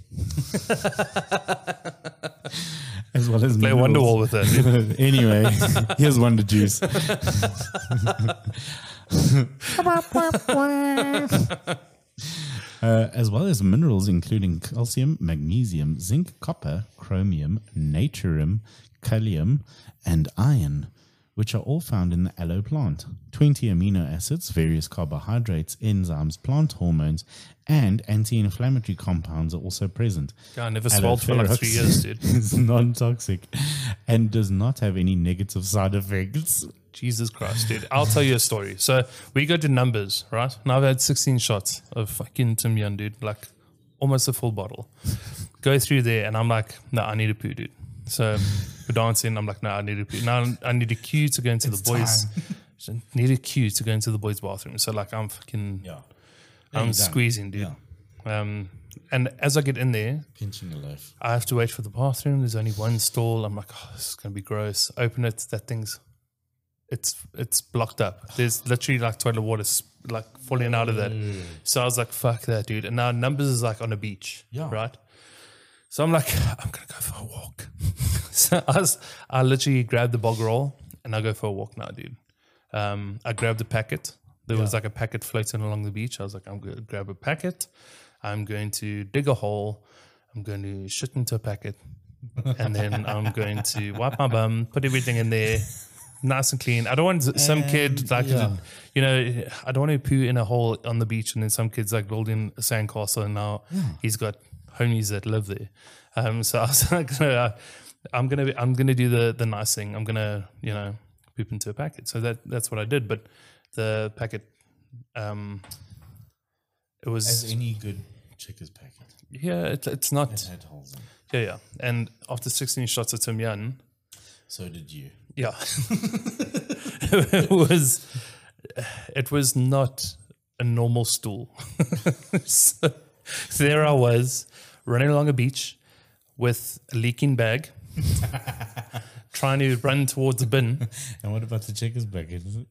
S2: as well as
S1: play
S2: minerals.
S1: Wonderwall with it.
S2: anyway, here's Wonder Juice. Uh, as well as minerals including calcium, magnesium, zinc, copper, chromium, natrium, kalium, and iron, which are all found in the aloe plant. 20 amino acids, various carbohydrates, enzymes, plant hormones, and anti inflammatory compounds are also present
S1: God, I never swallowed for like three years, dude.
S2: it's non toxic and does not have any negative side effects.
S1: Jesus Christ, dude. I'll tell you a story. So we go to numbers, right? Now I've had 16 shots of fucking Tim Yum, dude, like almost a full bottle. go through there, and I'm like, no, I need a poo, dude. So we're dancing. I'm like, no, I need a pee. Now I need a cue to go into the boys. So need a cue to go into the boys' bathroom. So like I'm fucking,
S2: Yeah.
S1: I'm
S2: you're done.
S1: squeezing, dude. Um, and as I get in there,
S2: Pinching your life.
S1: I have to wait for the bathroom. There's only one stall. I'm like, oh, this is gonna be gross. Open it. That thing's, it's it's blocked up. There's literally like toilet water s- like falling out of that. So I was like, fuck that, dude. And now numbers is like on a beach,
S2: Yeah.
S1: right? So I'm like, I'm gonna go for a walk. so I was, I literally grabbed the bog roll and I go for a walk now, dude. Um, I grabbed the packet. There was like a packet floating along the beach. I was like, I'm going to grab a packet. I'm going to dig a hole. I'm going to shit into a packet. And then I'm going to wipe my bum, put everything in there, nice and clean. I don't want some kid like,
S2: yeah.
S1: you know, I don't want to poo in a hole on the beach and then some kid's like building a sandcastle and now he's got homies that live there. Um, so I was like, uh, I'm gonna, be, I'm gonna do the the nice thing. I'm gonna, you know, poop into a packet. So that that's what I did. But the packet, um, it
S2: As
S1: was
S2: any good checkers packet.
S1: yeah, it, it's not
S2: Had holes in. it.
S1: yeah, yeah. And after 16 shots of Tim Yan,
S2: So did you.
S1: yeah, it was, it was not a normal stool. so there I was running along a beach with a leaking bag, trying to run towards a bin.
S2: And what about the checkers packet? Is it-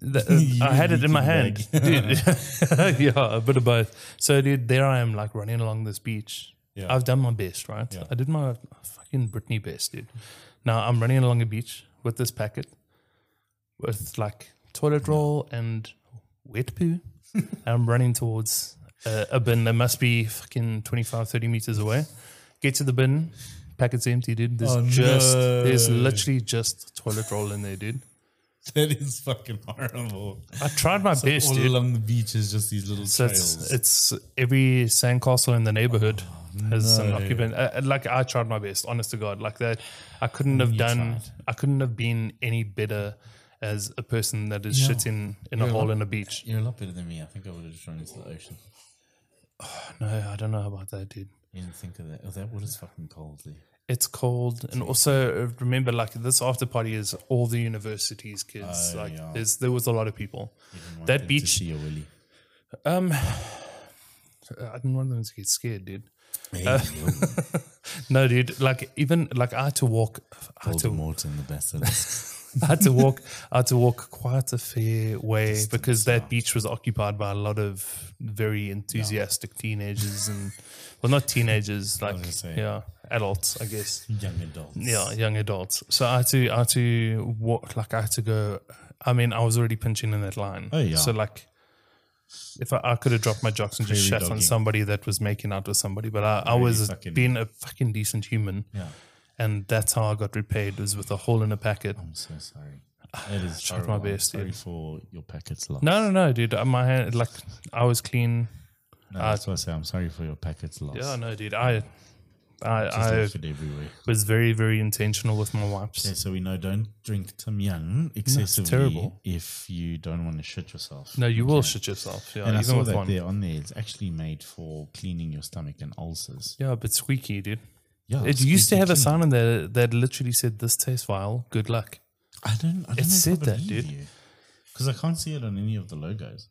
S1: The- uh,
S2: You
S1: I had it in my hand.
S2: leaking
S1: Dude. yeah, a bit of both. So, dude, there I am, like running along this beach.
S2: Yeah.
S1: I've done my best, right?
S2: Yeah.
S1: I did my fucking Britney best, dude. Now I'm running along a beach with this packet with like toilet roll and wet poo. and I'm running towards a, a bin that must be fucking 25, 30 meters away. Get to the bin, packet's empty, dude. There's
S2: Oh,
S1: just,
S2: no.
S1: there's literally just toilet roll in there, dude.
S2: That is fucking horrible.
S1: I tried my best,
S2: All
S1: dude.
S2: along the beach is just these little
S1: So
S2: trails. Oh,
S1: it's, it's every sandcastle in the neighborhood has an
S2: no.
S1: occupant. Uh, uh, like I tried my best, honest to God. Like that, I couldn't
S2: Mm,
S1: have done. I couldn't have been any better as a person that is shitting in a hole in a beach.
S2: You're a lot better than me. I think I would have just run into the ocean.
S1: No, I don't know about that, dude.
S2: You didn't think of that. Oh, that water's fucking cold there.
S1: It's cold, and also uh, remember, like this after party is all the university's kids. like
S2: Oh, yeah.
S1: there's, there was a lot of people.
S2: Want them
S1: That
S2: to
S1: beach,
S2: see your willy.
S1: uh, I didn't want them to get scared, dude.
S2: Hey,
S1: No, dude. Like even like I had to walk. I had to
S2: Voldemort in the best of us.
S1: I had to walk. I had to walk quite a fair way because that beach was occupied by a lot of very enthusiastic teenagers and, well, not teenagers, like
S2: gonna say.
S1: yeah, adults, I guess.
S2: young adults.
S1: Yeah, young adults. So I had to, I had to walk. Like I had to go. I mean, I was already pinching in that line.
S2: Oh, yeah.
S1: So like, if I, I could have dropped my jocks and just shat
S2: Prairie
S1: on
S2: dogging.
S1: somebody that was making out with somebody, but I, I was
S2: fucking-
S1: being a fucking decent human,
S2: Yeah.
S1: and that's how I got repaid was with a hole in a packet.
S2: I'm so sorry. That is
S1: Tried my
S2: horrible. I'm
S1: best,
S2: Sorry
S1: dude.
S2: for your packets lost.
S1: No, no, no, dude. Uh, My hand, like, I was clean.
S2: No, that's what I say. I'm sorry for your packets lost.
S1: Yeah, no, dude. I, I,
S2: Just
S1: I
S2: left it everywhere.
S1: was very, very intentional with my wipes.
S2: Okay, so we know don't drink Tim Young excessively
S1: terrible.
S2: if you don't want to shit yourself.
S1: No, you will shit yourself. Yeah,
S2: and I
S1: even
S2: saw
S1: with
S2: that
S1: one.
S2: there on there. It's actually made for cleaning your stomach and ulcers.
S1: Yeah, but squeaky, dude.
S2: Yeah,
S1: It used to have a sign on there that literally said, "This tastes vile. Good luck."
S2: I don't. I don't know
S1: It said
S2: if I
S1: that,
S2: believe
S1: dude.
S2: you. Because I can't see it on any of the logos.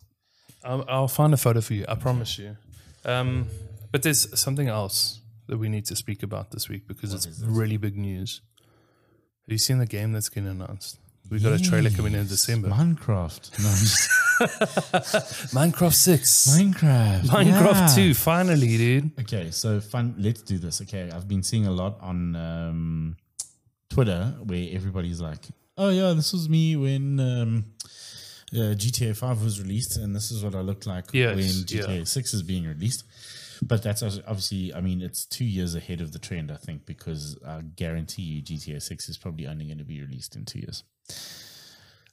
S1: I'll, I'll find a photo for you. I promise you. Um, but there's something else that we need to speak about this week because it's really big news. Have you seen the game that's getting announced? We got a trailer coming in December.
S2: Minecraft. No, I'm just-
S1: Minecraft Six.
S2: Minecraft.
S1: Minecraft
S2: yeah.
S1: 2, finally, dude.
S2: Okay, so fun. Let's do this. Okay, I've been seeing a lot on um, Twitter where everybody's like, "Oh yeah, this was me when um, uh, GTA Five was released, and this is what I looked like
S1: Yes,
S2: when GTA
S1: yeah.
S2: Six is being released." But that's obvi- obviously, I mean, it's two years ahead of the trend, I think, because I guarantee you, GTA Six is probably only going to be released in two years.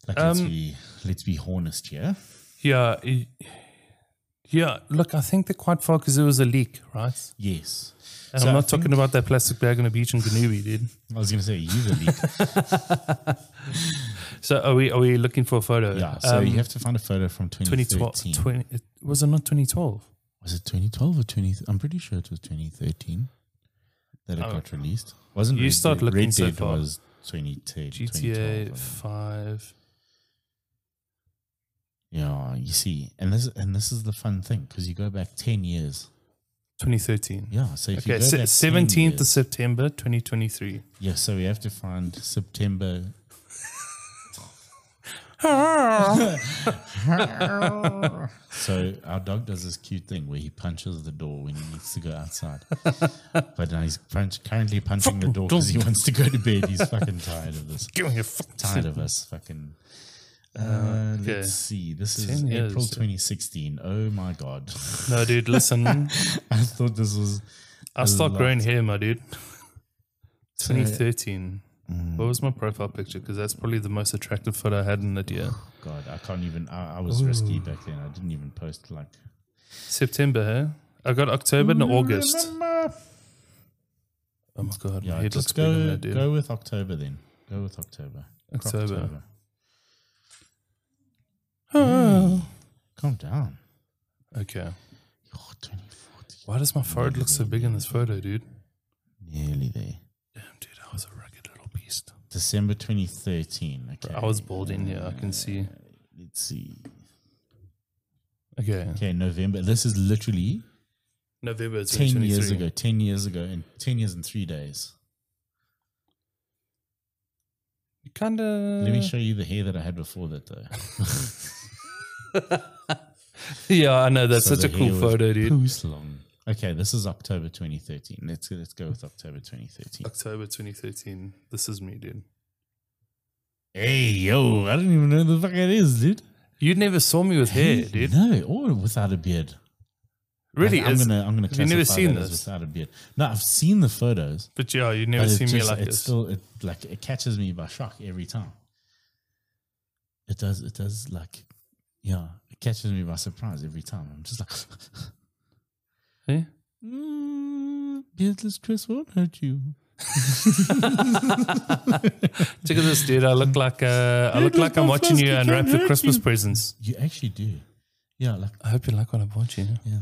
S2: Like, let's
S1: Um,
S2: be let's be honest here.
S1: Yeah. y- Yeah. Look, I think they're quite far because it was a leak, right?
S2: Yes,
S1: And
S2: So
S1: I'm
S2: I
S1: not talking about that plastic bag on the beach in Ganubi, dude.
S2: I was going to say you the leak.
S1: So are we are we looking for a photo?
S2: Yeah, so
S1: Um,
S2: you have to find a photo from
S1: 2012.
S2: 2013.
S1: 20, it- was it not 2012?
S2: was it 2012 or 20? I'm pretty sure it was 2013. that it got released. Oh, Wasn't
S1: You
S2: Red
S1: start
S2: Dead-
S1: looking
S2: Red
S1: so
S2: Dead
S1: far.
S2: was 2010, 2012,
S1: GTA
S2: wasn't it?
S1: Five.
S2: Yeah, you see, and this and this is the fun thing because you go back ten years.
S1: 2013.
S2: Yeah, so if you
S1: Okay,
S2: go
S1: se-
S2: back 10
S1: 17th
S2: years-
S1: of September 2023.
S2: yeah, so we have to find September. so our dog does this cute thing where he punches the door when he needs to go outside, but now he's punch, currently punching the door because he wants to go to bed. He's fucking tired of this.
S1: Give me a fuck
S2: tired of us fucking. Uh,
S1: okay.
S2: Let's see. This is
S1: 10 years.
S2: April 2016. Oh my god!
S1: No, dude, listen.
S2: I thought this was
S1: I start
S2: lot.
S1: growing hair, my dude. 2013.
S2: mm.
S1: What was my profile picture? Because that's probably the most attractive photo I had in that year.
S2: God. I can't even. I, I was risky back then. I didn't even post like.
S1: September, huh? I got October and August.
S2: Mm, Remember?
S1: Oh my god, my
S2: Yeah,
S1: head looks
S2: just
S1: bigger than
S2: go
S1: that, dude.
S2: go with October then. Go with October.
S1: October.
S2: Croctober. Calm down.
S1: Okay.
S2: Oh, 2014.
S1: Why does my forehead look so big in this photo, dude?
S2: Nearly there.
S1: Damn, dude, I was a rugged little beast.
S2: December 2013. Okay.
S1: I was balding, yeah, I can see.
S2: Let's see.
S1: Okay.
S2: Okay, November. This is literally
S1: November
S2: 10 years
S1: 2023.
S2: ago 10 years ago and 10 years and 3 days
S1: You kind of.
S2: let me show you the hair that i had before that though
S1: Yeah, I know. That's
S2: So
S1: such a
S2: the
S1: cool
S2: hair was
S1: photo, dude.
S2: poos long okay this is october 2013 let's go let's go with october 2013
S1: October 2013. This is me, dude.
S2: hey yo i don't even know the fuck it is dude
S1: You never saw me with hair,
S2: Hey,
S1: dude.
S2: no or without a beard
S1: Really?
S2: Like, i'm
S1: it's-
S2: gonna i'm gonna
S1: have you never
S2: classify
S1: seen
S2: that as
S1: this?
S2: without a beard no i've seen the photos
S1: But yeah, you never
S2: but
S1: see
S2: it's
S1: me
S2: just-
S1: like
S2: it's
S1: this.
S2: still it like it catches me by shock every time it does it does like yeah it catches me by surprise every time i'm just like
S1: Eh?
S2: mm, beardless chris won't hurt you
S1: Check at this, dude. I look like uh, I
S2: Dude,
S1: look
S2: look
S1: like I'm
S2: how
S1: watching
S2: fast
S1: you
S2: you can
S1: unwrap your
S2: hurt
S1: Christmas
S2: you.
S1: presents.
S2: you actually do yeah like
S1: I hope you like what I'm watching.
S2: yeah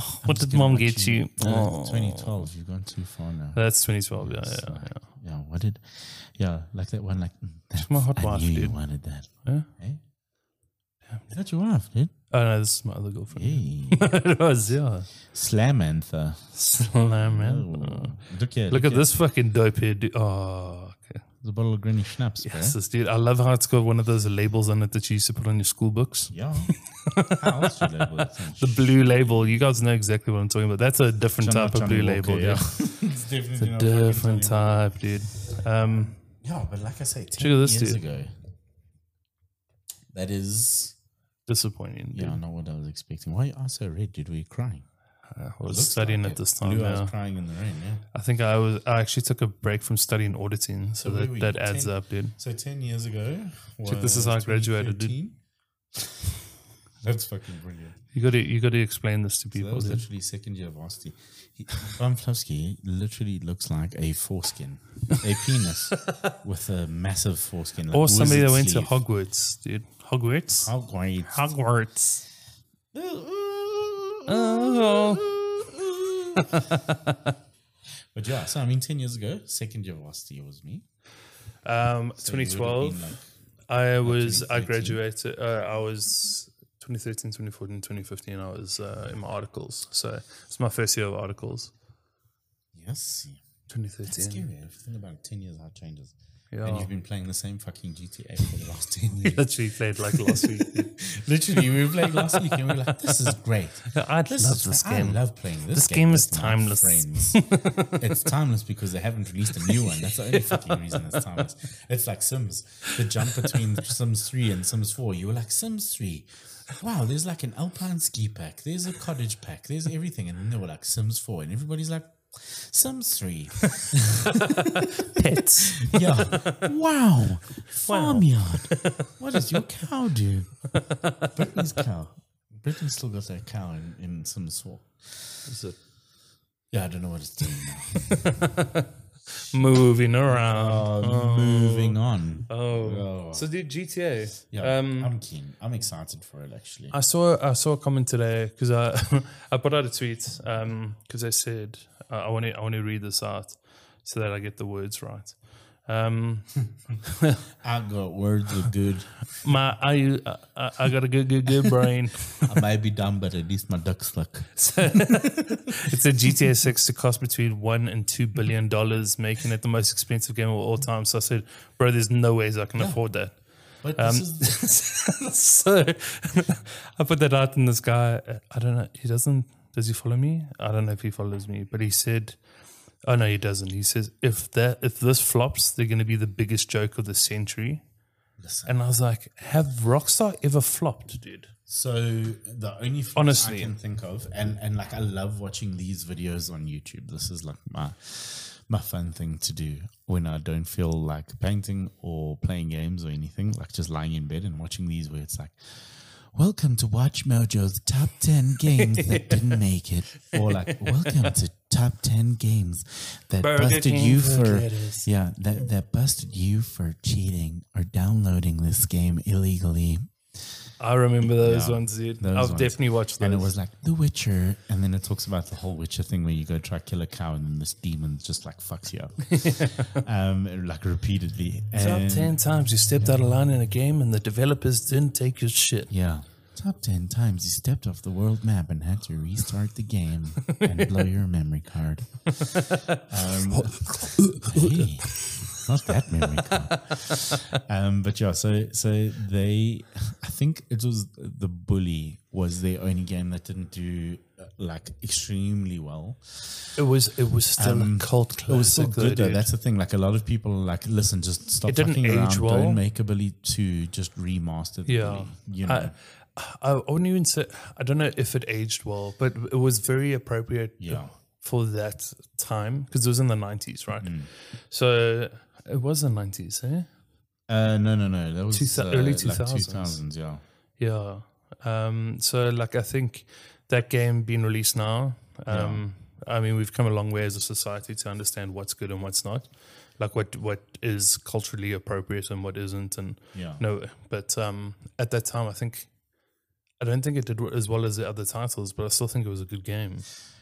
S1: Oh, what
S2: Just
S1: did
S2: gonna
S1: mom
S2: watch
S1: get you?
S2: No,
S1: Oh.
S2: 2012 you've gone too far now
S1: That's 2012. Yeah,
S2: It's
S1: yeah.
S2: like, yeah what did yeah like that one like mm, that's
S1: my hot
S2: I
S1: wife,
S2: knew you
S1: dude.
S2: wanted that
S1: Huh?
S2: hey is that your wife dude
S1: Oh no, this is my other girlfriend.
S2: hey
S1: it was yeah.
S2: Slamantha.
S1: Slam, man.
S2: Oh. Look at
S1: Look at this fucking dope head. Dude. Oh, okay.
S2: The bottle of Granny Schnapps, bro.
S1: Yes, this dude. I love how it's got one of those labels on it that you used to put on your school books.
S2: Yeah. How else you label that thing?
S1: The blue label. You guys know exactly what I'm talking about. That's a different
S2: John-
S1: type of
S2: Johnny
S1: blue
S2: Walker,
S1: label.
S2: yeah.
S1: Yeah.
S2: it's definitely not fucking
S1: Different
S2: Johnny
S1: type, dude. Um,
S2: Walker. Yeah, but like I say, 10
S1: at this
S2: years
S1: dude.
S2: ago. That is.
S1: disappointing.
S2: Yeah,
S1: dude.
S2: not what I was expecting. Why are you so red, dude? Were you crying?
S1: I was studying at this time.
S2: Blue, I
S1: Yeah.
S2: was crying in the rain, yeah.
S1: I think I was. I actually took a break from studying auditing, so,
S2: So where
S1: that,
S2: were
S1: that
S2: you?
S1: adds
S2: Ten-
S1: up, dude.
S2: So 10 years ago.
S1: Check this is how I graduated, dude.
S2: 2013. That's fucking brilliant.
S1: You got to you got to explain this to
S2: So that
S1: people.
S2: was
S1: dude.
S2: literally second year varsity. He- Von Flowski literally looks like a foreskin, a penis with a massive foreskin. Like
S1: or somebody that
S2: wizard
S1: went
S2: sleeve.
S1: to Hogwarts, dude. Hogwarts.
S2: Hogwarts.
S1: Hogwarts. Oh.
S2: but yeah, so I mean, 10 years ago, second year varsity was me.
S1: Um,
S2: So you would have
S1: 2012.
S2: been like-
S1: I was. I
S2: 2013.
S1: graduated. Uh, I was 2013, 2014, 2015. I was uh, in my articles, so it's my first year of articles.
S2: yes. It's
S1: 2013.
S2: scary. If you think about it, 10 years, how it changes. And
S1: Yeah.
S2: you've been playing the same fucking GTA for the last 10 years.
S1: Literally played like last week. dude.
S2: Literally, we were playing last week and we were like, this is great.
S1: I'd
S2: This
S1: love
S2: is,
S1: this
S2: I
S1: game.
S2: love playing this.
S1: This
S2: game,
S1: game is
S2: with my
S1: timeless.
S2: friends. it's timeless because they haven't released a new one. That's the only fucking reason it's timeless. It's like Sims. The jump between Sims 3 and Sims 4. You were like, Sims 3. Wow, there's like an alpine ski pack. There's a cottage pack. There's everything. And then they were like, Sims 4. And everybody's like, Sims 3.
S1: Pets.
S2: Yeah. wow. Farmyard. what does your cow do? Britain's cow. Britain's still got that cow in, in Sims 4.
S1: Is it-
S2: Yeah, I don't know what it's doing now.
S1: Moving around.
S2: Uh, Moving on.
S1: Oh. So dude, GTA.
S2: Yeah, I'm keen. I'm excited for it actually.
S1: I saw I saw a comment today because I I put out a tweet because I said uh, I want to I want to read this out so that I get the words right. Um,
S2: I got words are good.
S1: my I, I I got a good good good brain.
S2: I might be dumb, but at least my ducks luck.
S1: It's a GTA 6 to cost between one and two billion dollars, making it the most expensive game of all time. So I said, bro, there's no ways I can afford that.
S2: But this is
S1: so I put that out, and this guy, uh, I don't know, he doesn't, does he follow me? I don't know if he follows me, but he said, oh no, he doesn't. He says, if that, if this flops, they're going to be the biggest joke of the century. And I was like, have Rockstar ever flopped, dude?
S2: so the only thing
S1: Honestly.
S2: I can think of, and and like I love watching these videos on YouTube. This is like my my fun thing to do when I don't feel like painting or playing games or anything. Like just lying in bed and watching these where it's like. Welcome to Watch Mojo's top 10 games that didn't make it. Or like, welcome to top 10 games that
S1: Burger
S2: busted
S1: King
S2: you for yeah, that that busted you for cheating or downloading this game illegally.
S1: I remember those
S2: Yeah,
S1: ones, dude.
S2: those
S1: I've
S2: ones.
S1: definitely watched those.
S2: And it was like The Witcher, and then it talks about the whole Witcher thing where you go try to kill a cow, and then this demon just like fucks you up, um, and, like repeatedly.
S1: Top
S2: And-
S1: 10 times you stepped out of line in a game and the developers didn't take your shit.
S2: Yeah. Top 10 times you stepped off the world map and had to restart the game and blow your memory card. Um, hey, not that memory card. Um, but yeah, so so they, I think it was the Bully was their only game that didn't do uh, like extremely well.
S1: It was it was still a cult classic.
S2: Um, It was still good though.
S1: dude.
S2: That's the thing. Like a lot of people, like listen, just stop
S1: It didn't
S2: fucking around.
S1: age well.
S2: Don't make a Bully two. Just remaster the
S1: yeah.
S2: Bully. You know.
S1: I, I wouldn't even say I don't know if it aged well, but it was very appropriate
S2: Yeah.
S1: for that time because it was in the 90s, right? So it was the 90s, eh?
S2: Uh, no, no, no. That was
S1: Two thou-
S2: uh,
S1: early
S2: like
S1: 2000s.
S2: 2000s, yeah.
S1: Yeah. Um, so like I think that game being released now, um, I mean we've come a long way as a society to understand what's good and what's not. Like what what is culturally appropriate and what isn't and
S2: Yeah.
S1: no but um at that time I think I don't think it did as well as the other titles, but I still think it was a good game.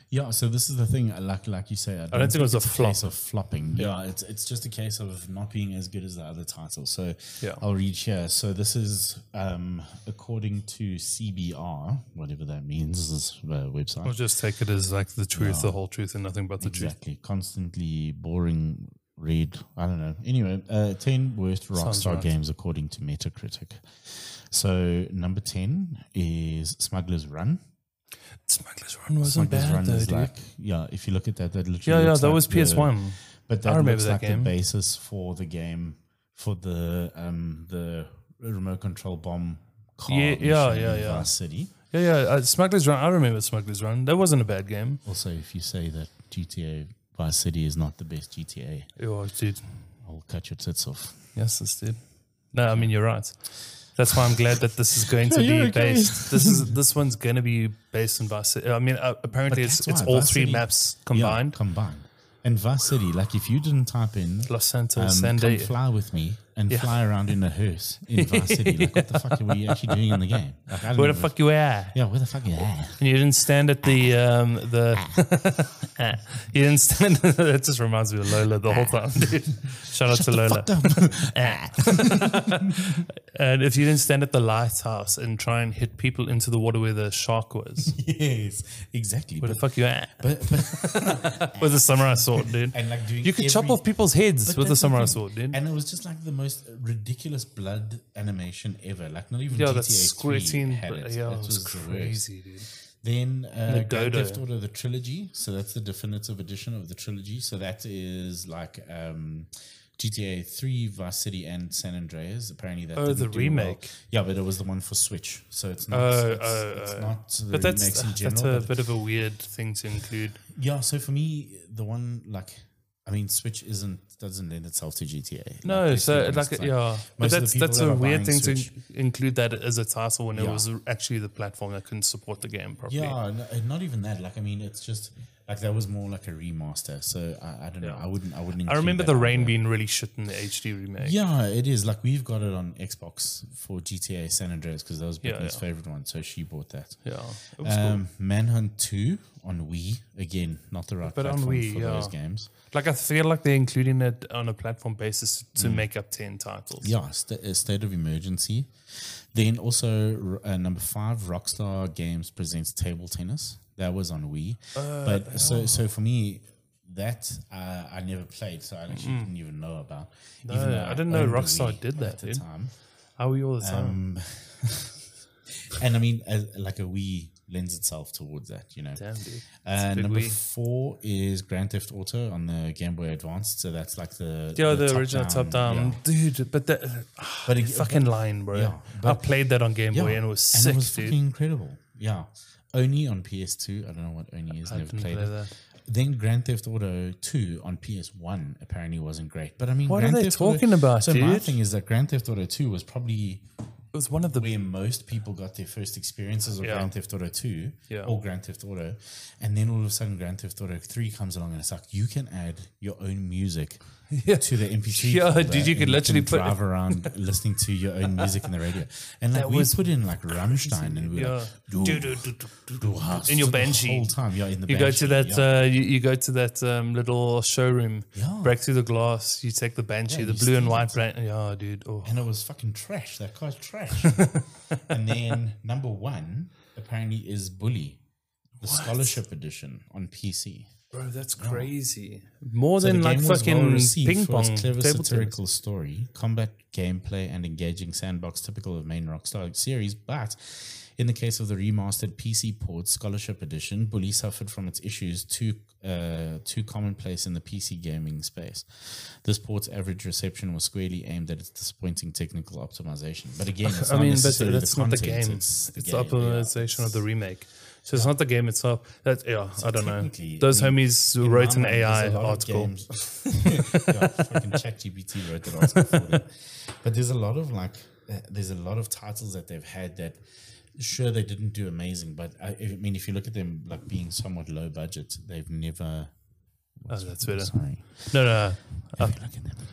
S2: Yeah. So this is the thing. uh, Like, like you say, I don't,
S1: think it was a
S2: it's
S1: flop.
S2: case of flopping. Yeah. It's it's just a case of not being as good as the other title. So
S1: Yeah.
S2: I'll read here. So this is um, according to CBR, whatever that means, is this uh, website.
S1: I'll just take it as like the truth, the whole truth, and nothing but the
S2: Exactly. Constantly boring read. I don't know. Anyway, uh, 10 worst Rockstar
S1: right.
S2: games according to Metacritic. So number 10 is Smuggler's Run.
S1: truth. Smuggler's Run wasn't
S2: Smuggler's
S1: bad
S2: Run
S1: though,
S2: is
S1: dude.
S2: like, yeah, if you look at that, that literally
S1: yeah, yeah,
S2: looks
S1: that
S2: like
S1: was
S2: the-
S1: PS One.
S2: But that
S1: remember
S2: looks
S1: that
S2: like
S1: game.
S2: the basis for the game, for the um the remote control bomb car
S1: Yeah, yeah,
S2: mission
S1: yeah,
S2: in
S1: yeah.
S2: Vice City.
S1: Yeah, yeah. Uh, Smuggler's Run. I remember Smuggler's Run. That wasn't a bad game.
S2: Also, if you say that GTA Vice City is not the best GTA,
S1: Oh, dude.
S2: I'll cut your tits off.
S1: Yes, this did. No, I mean you're right. That's why I'm glad that this is going to
S2: Yeah,
S1: be
S2: you're okay.
S1: based. This is this one's going to be based in Vice. City. I mean, uh, apparently
S2: But
S1: it's
S2: that's
S1: it's
S2: why
S1: all
S2: Vice
S1: three
S2: City-
S1: maps
S2: Yeah,
S1: combined.
S2: combined. And Vice City, like if you didn't type in
S1: Los
S2: um,
S1: Santos, San
S2: come
S1: Diego.
S2: fly with me and fly around in a hearse in Vice City, like what the fuck were you actually doing in the game? Like, I don't
S1: Where
S2: know
S1: the fuck you at?
S2: Yeah, where the fuck is that?
S1: And you didn't stand at the um the. you didn't stand. that just reminds me of Lola the whole time. Dude. Shout out to Lola.
S2: Ah,
S1: and if you didn't stand at the lighthouse and try and hit people into the water where the shark was,
S2: Yes, exactly.
S1: where
S2: But,
S1: the fuck you at?
S2: but, but
S1: With a samurai sword, dude.
S2: and like doing
S1: You could chop
S2: every-
S1: off people's heads
S2: But
S1: with a
S2: that's the
S1: samurai
S2: thing.
S1: sword, dude.
S2: And it was just like the most ridiculous blood animation ever. Like not even
S1: yeah,
S2: GTA
S1: that's
S2: 3
S1: squirting.
S2: had it.
S1: Yeah,
S2: It
S1: it was
S2: the worst.
S1: crazy, dude.
S2: Then uh,
S1: the
S2: Grand
S1: Dodo.
S2: Theft Auto the trilogy. So that's the definitive edition of the trilogy. So that is like um, GTA Three, Vice City, and San Andreas. Apparently that.
S1: Oh,
S2: didn't
S1: the
S2: do well.
S1: remake.
S2: Yeah, but it was the one for Switch. So it's not.
S1: Oh,
S2: it's,
S1: oh,
S2: it's
S1: oh.
S2: not the
S1: But that's
S2: remakes in general.
S1: that's a
S2: but
S1: bit of a weird thing to include.
S2: yeah, so for me, the one like, I mean, Switch isn't doesn't lend itself to GTA.
S1: No,
S2: let's
S1: so
S2: be honest,
S1: like yeah,
S2: most of
S1: but
S2: the
S1: that's
S2: people
S1: that's
S2: that
S1: a
S2: are
S1: weird
S2: buying
S1: thing
S2: Switch-
S1: to include that as a title when it
S2: Yeah.
S1: was actually the platform that couldn't support the game properly.
S2: eh, yeah, no, and not even that. Like, I mean, it's just Like that was more like a remaster. So I, I don't know. I wouldn't. I
S1: I
S2: wouldn't. include
S1: remember
S2: that
S1: the
S2: on
S1: rain being really shit in the HD remake.
S2: Yeah, it is. Like we've got it on Xbox for GTA San Andreas because that was
S1: Yeah,
S2: Brittany's
S1: yeah.
S2: favorite one, so she bought that.
S1: Yeah. It was cool.
S2: Um, Manhunt Two on Wii again, not the right
S1: But on
S2: platform
S1: Wii,
S2: for those
S1: yeah.
S2: games.
S1: Like I feel like they're including it on a platform basis to make up ten titles.
S2: Mm. Yeah, st- uh, state of emergency. Then also r- uh, number five, Rockstar Games presents table tennis. That was on Wii,
S1: Uh,
S2: but so so for me. That uh, I never played, so I actually didn't even know about. No,
S1: Hmm. I didn't know Rockstar did that,
S2: at the
S1: dude.
S2: time.
S1: How are we all the time?
S2: Um, And I mean, as, like a Wii lends itself towards that, you know.
S1: Damn, dude.
S2: Uh,
S1: big
S2: number
S1: Wii.
S2: four is Grand Theft Auto on the Game Boy Advance. So that's like the
S1: Yeah, the, original top down,
S2: yeah.
S1: dude. But that
S2: But it,
S1: fucking line, bro.
S2: yeah,
S1: I played that on Game
S2: yeah.
S1: Boy and it was
S2: And
S1: sick,
S2: it was
S1: dude.
S2: fucking incredible. Yeah, Oni on PS2. I don't know what Oni is.
S1: I
S2: never
S1: didn't
S2: played
S1: play
S2: it.
S1: that.
S2: Then Grand Theft Auto 2 on PS1 apparently wasn't great. But I mean,
S1: What are
S2: Grand
S1: they
S2: Theft
S1: talking
S2: Auto,
S1: about,
S2: So my
S1: dude?
S2: thing is that Grand Theft Auto 2 was probably
S1: It was one of the
S2: where most people got their first experiences of
S1: Yeah.
S2: Grand Theft Auto 2
S1: Yeah.
S2: or Grand Theft Auto. And then all of a sudden, Grand Theft Auto 3 comes along and it's like, you can add your own music to the MP3.
S1: Yeah,
S2: folder
S1: dude, you
S2: and
S1: could literally put-
S2: drive around listening to your own music in the radio. And like,
S1: That
S2: we
S1: was
S2: put in like Rammstein and we were
S1: yeah.
S2: like, "Du-
S1: Dude, dude, dude, dude, dude.
S2: du hast
S1: in your
S2: the
S1: Banshee.
S2: whole time. Yeah, in the
S1: You go
S2: Banshee,
S1: to that.
S2: yeah.
S1: Uh, you, you go to that um, little showroom.
S2: Yeah.
S1: Break through the glass. You take the banshee,
S2: Yeah,
S1: the
S2: you
S1: blue and
S2: steal
S1: white brand. Yeah, dude. Oh,
S2: and it was fucking trash. That car's trash. and then number one apparently is Bully, the scholarship edition on PC.
S1: bro, that's crazy. More
S2: The
S1: than like
S2: game was well
S1: fucking
S2: received
S1: ping
S2: for its
S1: pong
S2: clever
S1: table tennis.
S2: satirical story, combat gameplay, and engaging sandbox typical of main Rockstar series. But in the case of the remastered PC port Scholarship Edition, Bully suffered from its issues too uh, too commonplace in the PC gaming space. This port's average reception was squarely aimed at its disappointing technical optimization. But again, it's
S1: I
S2: not
S1: mean, but
S2: necessarily
S1: that's not the game.
S2: content,
S1: It's,
S2: It's,
S1: the
S2: the game,
S1: optimization
S2: yeah.
S1: of the remake. So it's not the game itself. That yeah, I don't know.
S2: technically,
S1: Those
S2: I mean,
S1: homies
S2: In
S1: wrote an
S2: my mind,
S1: AI
S2: there's a lot of
S1: article.
S2: games- yeah, fucking ChatGPT wrote that article for them. But there's a lot of like, uh, there's a lot of titles that they've had that, sure, they didn't do amazing, but I, I mean, if you look at them like being somewhat low budget, they've never.
S1: Oh, that's better.
S2: Sorry.
S1: No, no,
S2: If you look at them,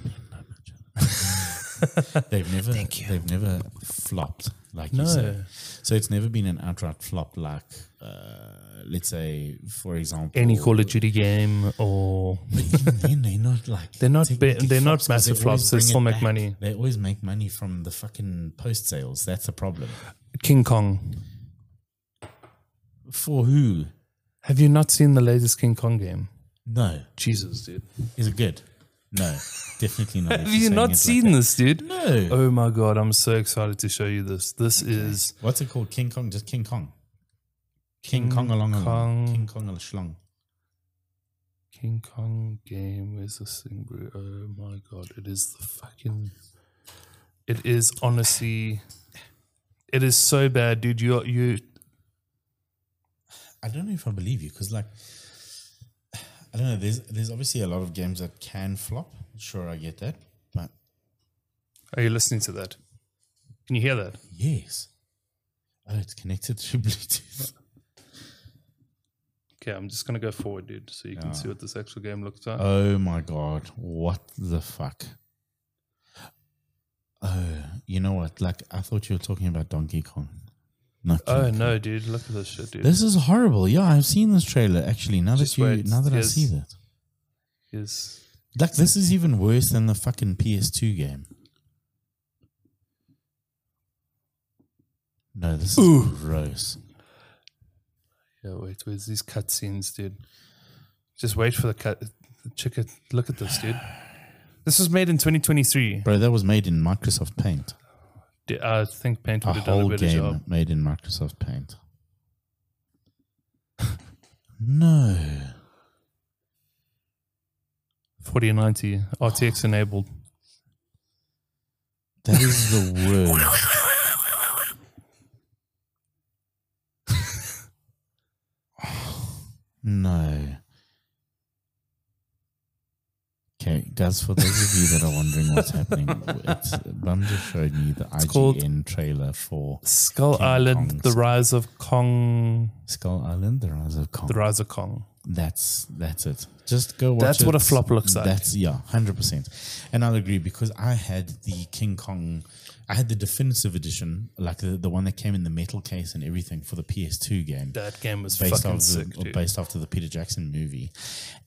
S2: they've never they've never flopped like
S1: no.
S2: you say.
S1: no.
S2: So it's never been an outright flop like uh, let's say for example
S1: Any Call of Duty game or
S2: But even then, they're not like
S1: They're not
S2: technically
S1: ba- they're not
S2: 'cause
S1: massive
S2: they
S1: flops,
S2: always
S1: they
S2: bring
S1: still
S2: it
S1: make money.
S2: They always make money from the fucking post sales. That's the problem.
S1: King Kong.
S2: For who?
S1: Have you not seen the latest King Kong game?
S2: No.
S1: Jesus, dude.
S2: Is it good? No. Definitely not.
S1: Have you not seen this, dude?
S2: No.
S1: Oh my god, I'm so excited to show you this. This is
S2: What's it called? King Kong. Just King Kong. King, Kong along along.
S1: Kong.
S2: King Kong a schlong.
S1: King Kong game. Where's this thing, bro? Oh my god, it is the fucking. It is honestly, it is so bad, dude. You you
S2: I don't know if I believe you because, like, I don't know. There's there's obviously a lot of games that can flop. Sure, I get that, but
S1: are you listening to that? Can you hear that?
S2: yes. Oh, it's connected through Bluetooth.
S1: Okay, I'm just gonna go forward, dude, so you can see what this actual game looks like.
S2: Oh my god, what the fuck? Oh, you know what? Like I thought you were talking about Donkey Kong. Not King
S1: oh
S2: Kong.
S1: no, dude! Look at this shit, dude.
S2: This is horrible. Yeah, I've seen this trailer actually. Now
S1: Just
S2: that you
S1: wait,
S2: now that
S1: yes.
S2: I see that.
S1: is
S2: Like this is even worse than the fucking PS2 game. No, this is gross.
S1: yeah. Wait, where's these cutscenes, dude? Just wait for the cut. Check it. Look at this, dude. This was made in 2023.
S2: Bro, that was made in Microsoft Paint.
S1: Dude, I think Paint
S2: A
S1: would have done a
S2: whole
S1: better
S2: game
S1: job.
S2: made in Microsoft Paint. no.
S1: 4090 RTX enabled.
S2: That is the worst. no. Okay, guys, for those of you that are wondering what's happening, it's, Bum just showed me the IGN
S1: called-
S2: trailer for
S1: Skull
S2: King
S1: Island:
S2: Kong's-
S1: The Rise of Kong.
S2: Skull Island, The Rise of Kong.
S1: The Rise of Kong.
S2: That's that's it. Just go watch
S1: That's what a
S2: it.
S1: flop looks like.
S2: That's yeah, hundred percent. And I'll agree because I had the King Kong I had the definitive edition, like the, the one that came in the metal case and everything for the PS2 game.
S1: That game was
S2: Based
S1: fucking
S2: off
S1: sick,
S2: the,
S1: dude.
S2: based after the Peter Jackson movie,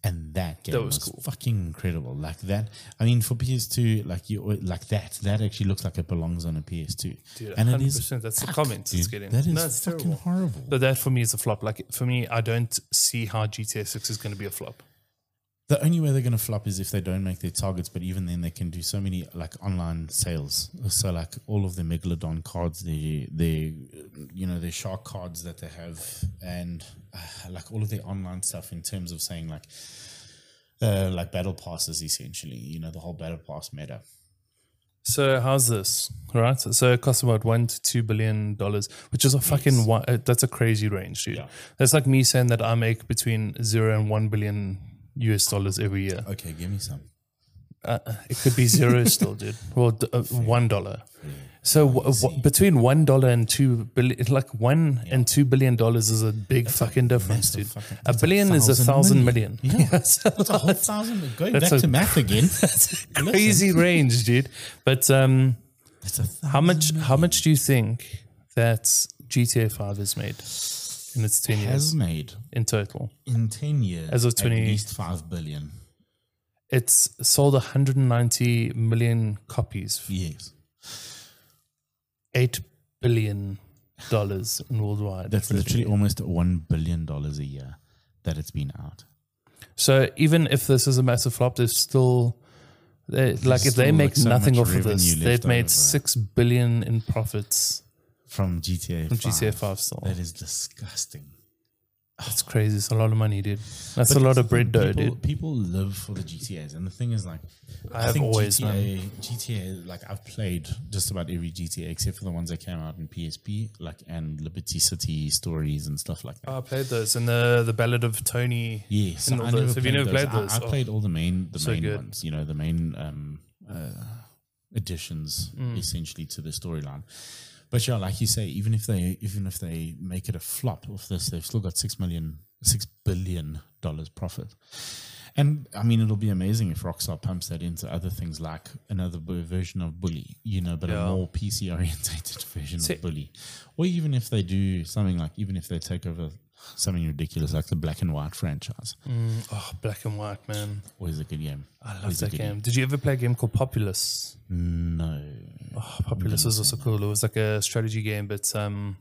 S2: and that game
S1: was
S2: was,
S1: cool.
S2: fucking incredible. Like that, I mean, for PS2, like you, like that, that actually looks like it belongs on a PS2,
S1: Dude,
S2: and it
S1: 100%.
S2: is
S1: that's the comments it's
S2: dude,
S1: getting.
S2: That is
S1: no, it's
S2: fucking
S1: terrible.
S2: horrible.
S1: But that for me is a flop. Like for me, I don't see how GTA Six is going to be a flop.
S2: The only way they're going to flop is if they don't make their targets, but even then they can do so many like online sales. So like all of the megalodon cards, the the you know the shark cards that they have, and uh, like all of their online stuff in terms of saying like uh, like battle passes essentially. You know the whole battle pass meta.
S1: So how's this? Right. So it costs about one to two billion dollars, which is a fucking one, uh, that's a crazy range, dude.
S2: Yeah.
S1: That's like me saying that I make between zero and one billion US dollars every year.
S2: Okay, give me some.
S1: It could be zero still, dude. Well, d- uh, one dollar. So w- w- between one dollar and two billion, it's like one and two billion dollars is a big fucking difference, dude.
S2: fucking-
S1: a
S2: that's a
S1: billion is a
S2: thousand
S1: thousand
S2: million.
S1: million.
S2: Yeah.
S1: So
S2: That's a whole thousand. Going
S1: That's
S2: back
S1: a-
S2: to math again.
S1: that's a crazy range, dude. But um,
S2: That's a thousand.
S1: How much? How much do you think that GTA Five has made in its ten years
S2: has made
S1: in total?
S2: in ten years
S1: As of
S2: at
S1: 20
S2: least five billion.
S1: It's sold 190 million copies,
S2: Yes.
S1: eight billion dollars in worldwide.
S2: That's literally almost one billion dollars a year that it's been out.
S1: so. Even if this is a massive flop, there's still. They, like if they
S2: still,
S1: make
S2: like, so
S1: nothing
S2: much
S1: off of this,
S2: revenue
S1: they've
S2: left
S1: made
S2: over.
S1: six billion in profits
S2: From GTA.
S1: from GTA Five. Still,
S2: That is disgusting.
S1: that's crazy. It's a lot of money, dude. That's a lot of bread dough,
S2: people,
S1: dude.
S2: People live for the GTAs, and the thing is, like, I
S1: I've always
S2: GTA, GTA, like I've played just about every GTA except for the ones that came out in PSP, like and Liberty City stories and stuff like that.
S1: I played those and the the Ballad of Tony.
S2: Yes,
S1: Uh, and all
S2: I
S1: those.
S2: never
S1: Have you never played
S2: I-
S1: those?
S2: I,
S1: Oh.
S2: played all the main, the
S1: So
S2: main
S1: good.
S2: ones. You know, the main um, uh, additions
S1: Mm.
S2: essentially to the storyline. But yeah, like you say, even if they even if they make it a flop of this, they've still got six million, six billion dollars profit. And I mean, it'll be amazing if Rockstar pumps that into other things like another bu- version of Bully, you know, but
S1: Yeah.
S2: a more PC orientated version
S1: See-
S2: of Bully. Or even if they do something like, even if they take over something ridiculous like the Black and White franchise,
S1: Oh, black and white, man.
S2: always a good game.
S1: I love
S2: Always a
S1: that
S2: good
S1: game. Did you ever play a game called Populous?
S2: No.
S1: Oh, Populous was also cool. It was like a strategy game, but um,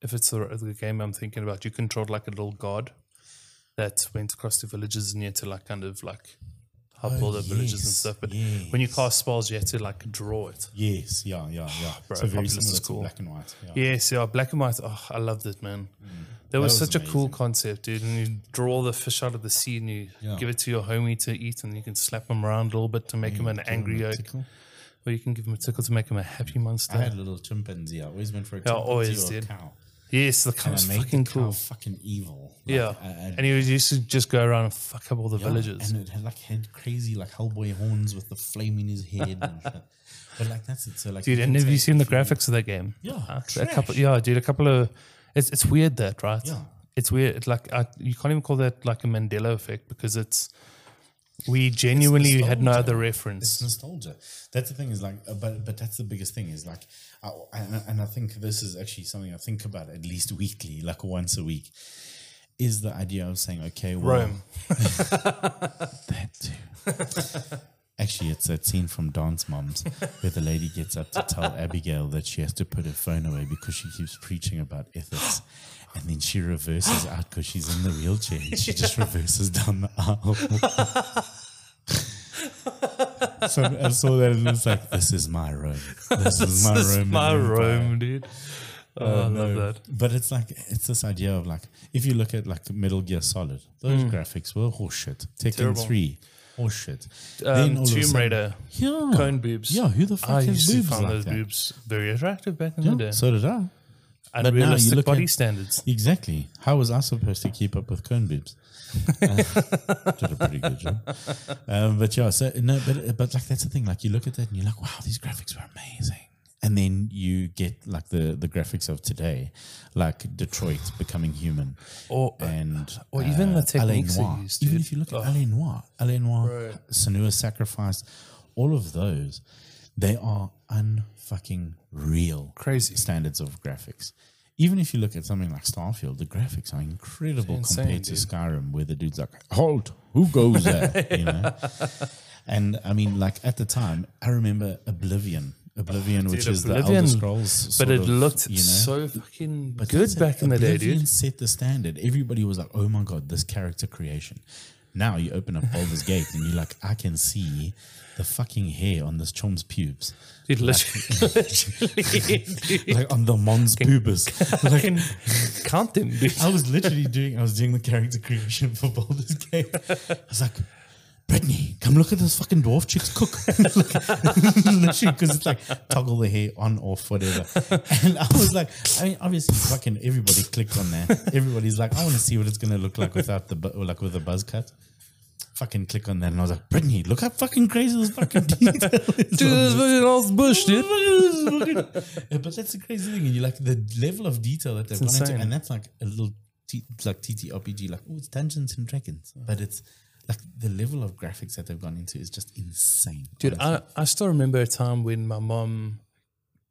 S1: if it's the, the game I'm thinking about, you controlled like a little god that went across to villages and you had to like kind of like help build up villages and
S2: yes,
S1: stuff. But when you cast spells, you had to like draw it.
S2: Yes, yeah, yeah, yeah.
S1: Bro,
S2: so very
S1: Populous
S2: similar
S1: is
S2: to
S1: cool.
S2: Black and White. Yeah.
S1: Yes, yeah, black and white. Oh, I loved it, man. That was,
S2: Mm. was
S1: such a cool concept, dude. And you draw the fish out of the sea and you
S2: Yeah.
S1: give it to your homie to eat, and you can slap him around a little bit to make him an angry oak,
S2: Tickle.
S1: or you can give him a tickle to make him a happy monster.
S2: I had a little chimpanzee. I always went for a
S1: I
S2: chimpanzee
S1: always
S2: or a
S1: did.
S2: cow.
S1: yes, the
S2: And
S1: car
S2: I
S1: was
S2: made the
S1: fucking
S2: cow
S1: cool.
S2: fucking evil. Like,
S1: Yeah,
S2: I- I-
S1: and he was used to just go around and fuck up all the
S2: Yeah,
S1: villages.
S2: And it had like had crazy like Hellboy horns with the flame in his head and shit. But like that's it. So like
S1: Dude,
S2: you
S1: and
S2: can
S1: have you
S2: take-
S1: seen the graphics of that game?
S2: Yeah,
S1: Uh, a
S2: trash.
S1: couple. Yeah, dude, a couple of. It's it's weird that right.
S2: Yeah.
S1: it's weird. It's like I, you can't even call that like a Mandela effect because it's we genuinely had no
S2: nostalgia.
S1: other
S2: it's
S1: reference.
S2: nostalgia. That's the thing is like, uh, but but that's the biggest thing is like, I, I- and I think this is actually something I think about at least weekly, like once a week, is the idea of saying, okay, well,
S1: Rome.
S2: that too. Actually, it's that scene from Dance Moms where the lady gets up to tell Abigail that she has to put her phone away because she keeps preaching about ethics. And then she reverses out because she's in the wheelchair and she just reverses down the aisle. so I saw that and it's like, this is my Rome. This is my
S1: This is
S2: Roman
S1: my
S2: Empire.
S1: Rome, dude. Oh, I love
S2: No,
S1: that.
S2: But it's like it's this idea of like if you look at like Metal Gear Solid, those graphics were horseshit. Tekken
S1: Mm. Terrible.
S2: three, horseshit. Then all
S1: Um,
S2: of a
S1: Tomb
S2: sudden-
S1: Raider,
S2: yeah,
S1: cone boobs.
S2: Yeah, who the fuck
S1: I
S2: has
S1: used to
S2: boobs
S1: find
S2: like
S1: those
S2: that?
S1: boobs very attractive back in the
S2: Yeah,
S1: day.
S2: so did I. now you
S1: Unrealistic
S2: look
S1: body
S2: at-
S1: standards.
S2: Exactly. How was I supposed to keep up with cone boobs? Uh, did a pretty good job. Um, but yeah, so no, but but like that's the thing. Like you look at that and you're like, wow, these graphics were amazing. and then you get like the the graphics of today, like Detroit becoming human,
S1: Or-
S2: and uh,
S1: or even the techniques they
S2: Noir.
S1: used,
S2: Even
S1: dude.
S2: if you look at L.A. Noir, L.A. Noir,
S1: Right.
S2: Sanua Sacrifice, all of those, they are unfucking real
S1: Crazy.
S2: standards of graphics. Even if you look at something like Starfield, the graphics are incredible
S1: It's insane,
S2: compared to
S1: dude.
S2: Skyrim, where the dude's like, "Halt! Who goes there?" you know. And I mean, like at the time, I remember Oblivion, Oblivion, which is the
S1: Oblivion,
S2: Elder Scrolls.
S1: but
S2: sort
S1: it
S2: of,
S1: looked
S2: you know,
S1: so fucking
S2: but that's
S1: good
S2: it.
S1: back in the day,
S2: Oblivion
S1: dude.
S2: Set the standard. Everybody was like, "Oh my god, this character creation." Now you open up Baldur's Gate and you're like, "I can see the fucking hair on this chom's pubes,
S1: Dude, literally, literally dude,
S2: like on the mons pubis."
S1: I can count them, dude.
S2: I was literally doing I was doing the character creation for Baldur's Gate. I was like, Brittany, come look at this fucking dwarf chick's cook. literally, because it's like toggle the hair on off whatever. And I was like, I mean, obviously, fucking everybody clicked on that. Everybody's like, I want to see what it's gonna look like without the bu- or like with a buzz cut. Fucking click on that, and I was like, Brittany, look how fucking crazy this fucking detail is.
S1: Dude,
S2: on
S1: this
S2: this."
S1: fucking old bush, dude.
S2: Yeah, but that's the crazy thing. You like the level of detail that they've gone into,
S1: insane.
S2: and that's like a little t- it's like TTRPG, like oh, it's Dungeons and Dragons, but it's like the level of graphics that they've gone into is just insane,
S1: Dude,
S2: honestly.
S1: I, I still remember a time when my mom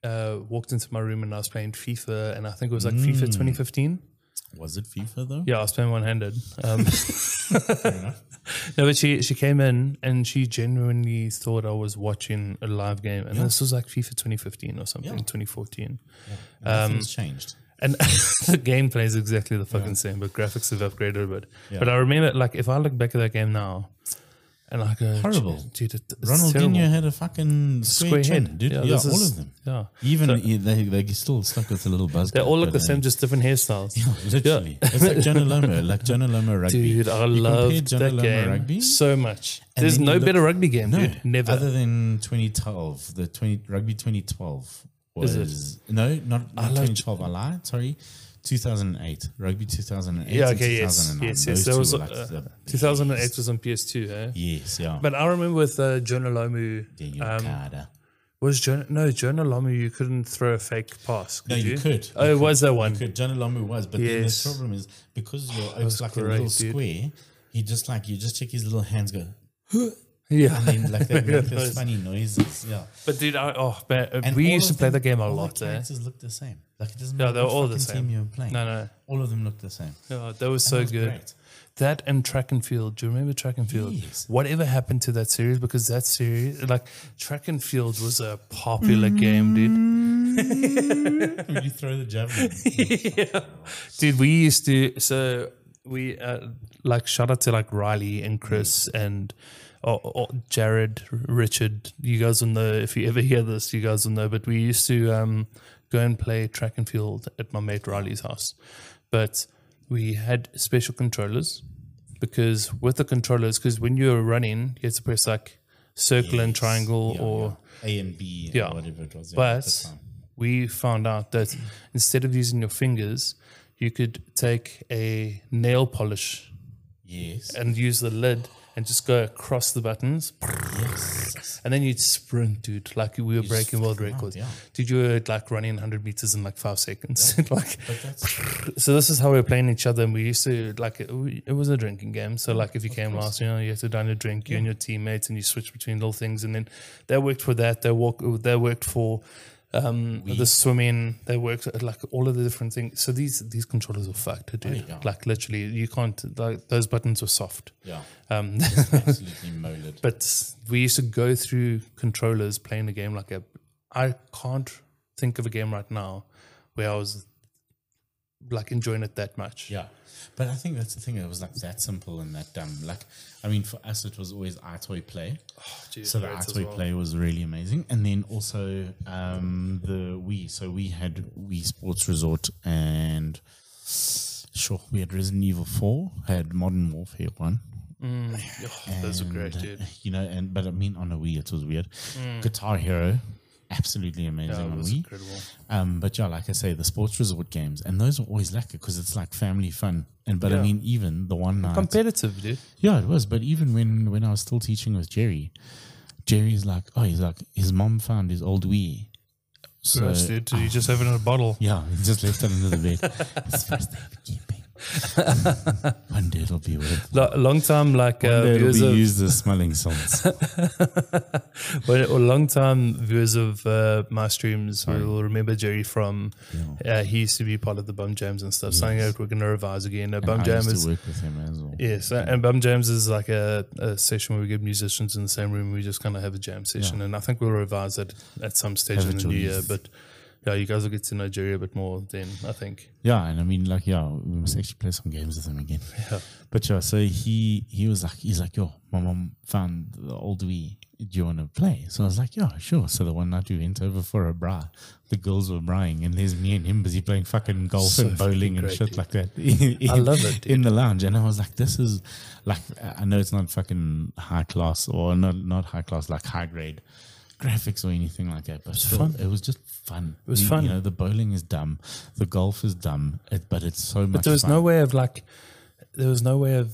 S1: uh, walked into my room and I was playing FIFA, and I think it was like FIFA 2015.
S2: was it FIFA though?
S1: Yeah, I was playing one handed. Um, no, but she, she came in and she genuinely thought I was watching a live game. And this was like FIFA 2015 or something,
S2: Yeah.
S1: 2014. Um,
S2: nothing's changed.
S1: And the gameplay is exactly the fucking same, but graphics have upgraded a bit.
S2: Yeah.
S1: But I remember, like, if I look back at that game now, and I go,
S2: Horrible.
S1: dude, it, it's
S2: Ronaldinho
S1: terrible.
S2: had a fucking square,
S1: Square
S2: chin,
S1: head.
S2: dude. Yeah,
S1: this
S2: all
S1: is-
S2: of them.
S1: Yeah.
S2: Even yeah, they they still stuck with a little buzz.
S1: They
S2: cut,
S1: all look
S2: but
S1: the
S2: they-
S1: same, just different hairstyles.
S2: Literally, it's like Jonah Lomo, like Jonah Lomo rugby.
S1: Dude, I
S2: You compare
S1: love
S2: Jonah
S1: that
S2: Lomo
S1: game
S2: rugby
S1: so much.
S2: And
S1: There's
S2: then
S1: no
S2: you look-
S1: better rugby game,
S2: No,
S1: dude. Never.
S2: Other than 2012, the 20 rugby 2012 was
S1: Is it?
S2: no, not, not
S1: love-
S2: 2012. I lied. Sorry, 2008 rugby 2008.
S1: yeah,
S2: and
S1: okay, yes,
S2: 2009.
S1: yes,
S2: Those
S1: yes. That
S2: two
S1: was
S2: were
S1: uh,
S2: like the-
S1: 2008 was on PS2, eh?
S2: Yes, yeah.
S1: But um, I remember with uh, Jonah Lomu.
S2: Daniel Carter.
S1: Was Jonah? No, Jonah Lomu. You couldn't throw a fake pass. Could
S2: No, you could.
S1: Oh, it was that one.
S2: Good, John Lomu was, but
S1: Yes.
S2: then the problem is because you're it's like a
S1: great,
S2: little
S1: dude.
S2: square. He just like you just check his little hands go,
S1: Yeah.
S2: and like they make those funny noises. Yeah,
S1: But dude, I, oh, man, uh,
S2: And
S1: we
S2: all
S1: used to
S2: of
S1: play
S2: them-
S1: that game a
S2: all
S1: lot.
S2: The
S1: Eh?
S2: characters look the same. Like it doesn't
S1: Yeah,
S2: matter
S1: they're
S2: what
S1: all the
S2: fucking
S1: same.
S2: team you're playing.
S1: No, no,
S2: All of them look the same.
S1: yeah, that was so
S2: That was
S1: good.
S2: great.
S1: That and track and field. Do you remember track and field?
S2: Yes.
S1: Whatever happened to that series? Because that series, like track and field, was a popular
S2: Mm-hmm.
S1: game, dude.
S2: When you throw the javelin.
S1: Dude, we used to. So we uh, like shout out to like Riley and Chris
S2: Mm.
S1: and. Or, or Jared, Richard, you guys will know if you ever hear this, you guys will know. But we used to um, go and play track and field at my mate Riley's house. But we had special controllers because with the controllers, because when you're running, you have to press like circle and triangle
S2: Yeah,
S1: or
S2: yeah. A and B,
S1: Yeah.
S2: yeah. whatever it was. yeah, at the
S1: but
S2: time.
S1: we found out that instead of using your fingers, you could take a nail polish
S2: yes,
S1: and use the lid and just go across the buttons.
S2: yes.
S1: And then you'd sprint, dude, like we were breaking world records.
S2: yeah.
S1: Dude, you were like running 100 meters in like five seconds. like,
S2: But that's
S1: so this is how we were playing each other. And we used to, like, it, we- it was a drinking game. So, like, if you came last, you know, you had to down a drink, you and your teammates, and you switch between little things. And then that worked for that. They, walk, they worked for um, the swimming. They worked, at, like, all of the different things. So these these controllers were fucked, dude.
S2: yeah.
S1: Like, literally, you can't, like, those buttons were soft.
S2: yeah,
S1: Um,
S2: absolutely molded.
S1: but we used to go through controllers playing the game like a. I can't think of a game right now where I was like enjoying it that much.
S2: Yeah, but I think that's the thing. It was like that simple and that dumb. Like, I mean, for us, it was always iToy Play. so the iToy Play was really amazing, and then also um, the Wii. So we had Wii Sports Resort, and sure, we had Resident Evil Four, had Modern Warfare One.
S1: Oh, those were great,
S2: And,
S1: dude.
S2: uh, You know, and but I mean, on a Wii, it was weird. Guitar Hero, absolutely amazing
S1: That
S2: on
S1: was
S2: Wii.
S1: incredible.
S2: Um, but yeah, like I say, the sports resort games, and those are always lacquer because it's like family fun. And but I
S1: Yeah.
S2: mean, even the one night,
S1: Competitive, dude.
S2: yeah, it was. But even when when I was still teaching with Jerry, Jerry's like, oh, he's like, his mom found his old Wii. So
S1: Gross, dude. You just have it in a bottle.
S2: yeah, he just left it under the bed. it's first day of keeping. One day it'll be worth.
S1: Lo- long time, like uh,
S2: One day it'll
S1: viewers
S2: be
S1: of,
S2: used as smelling salts.
S1: but a long time viewers of uh, my streams will remember Jerry from. Uh, he used to be part of the Bum Jams and stuff. Something that we're gonna revise again. Uh, Bum
S2: I
S1: Jam
S2: used
S1: is
S2: to work with him as well.
S1: Yes, a- and Bum Jams is like a, a session where we get musicians in the same room. We just kind of have a jam session, and I think we'll revise that at some stage
S2: Have
S1: in
S2: it
S1: the new year.
S2: released.
S1: But yeah, you guys will get to know Jerry a bit more then. I think.
S2: Yeah, and I mean, like, yeah, we must actually play some games with him again.
S1: Mm. Yeah.
S2: But yeah, so he he was like, he's like, yo, my mom found the old Wii. Do you want to play? So I was like, yeah, sure. So the one night we went over for a bra, the girls were braing, and there's me and him busy playing fucking golf
S1: So
S2: and bowling and
S1: fucking
S2: shit like that. in,
S1: I love it,
S2: in the lounge, and I was like, this is like, I know it's not fucking high class or not not high class like high grade graphics or anything like that, but still,
S1: fun.
S2: it was just fun. It
S1: was fun.
S2: You know, the bowling is dumb, the golf is dumb, it, but it's so much.
S1: But there was
S2: fun.
S1: no way of like, there was no way of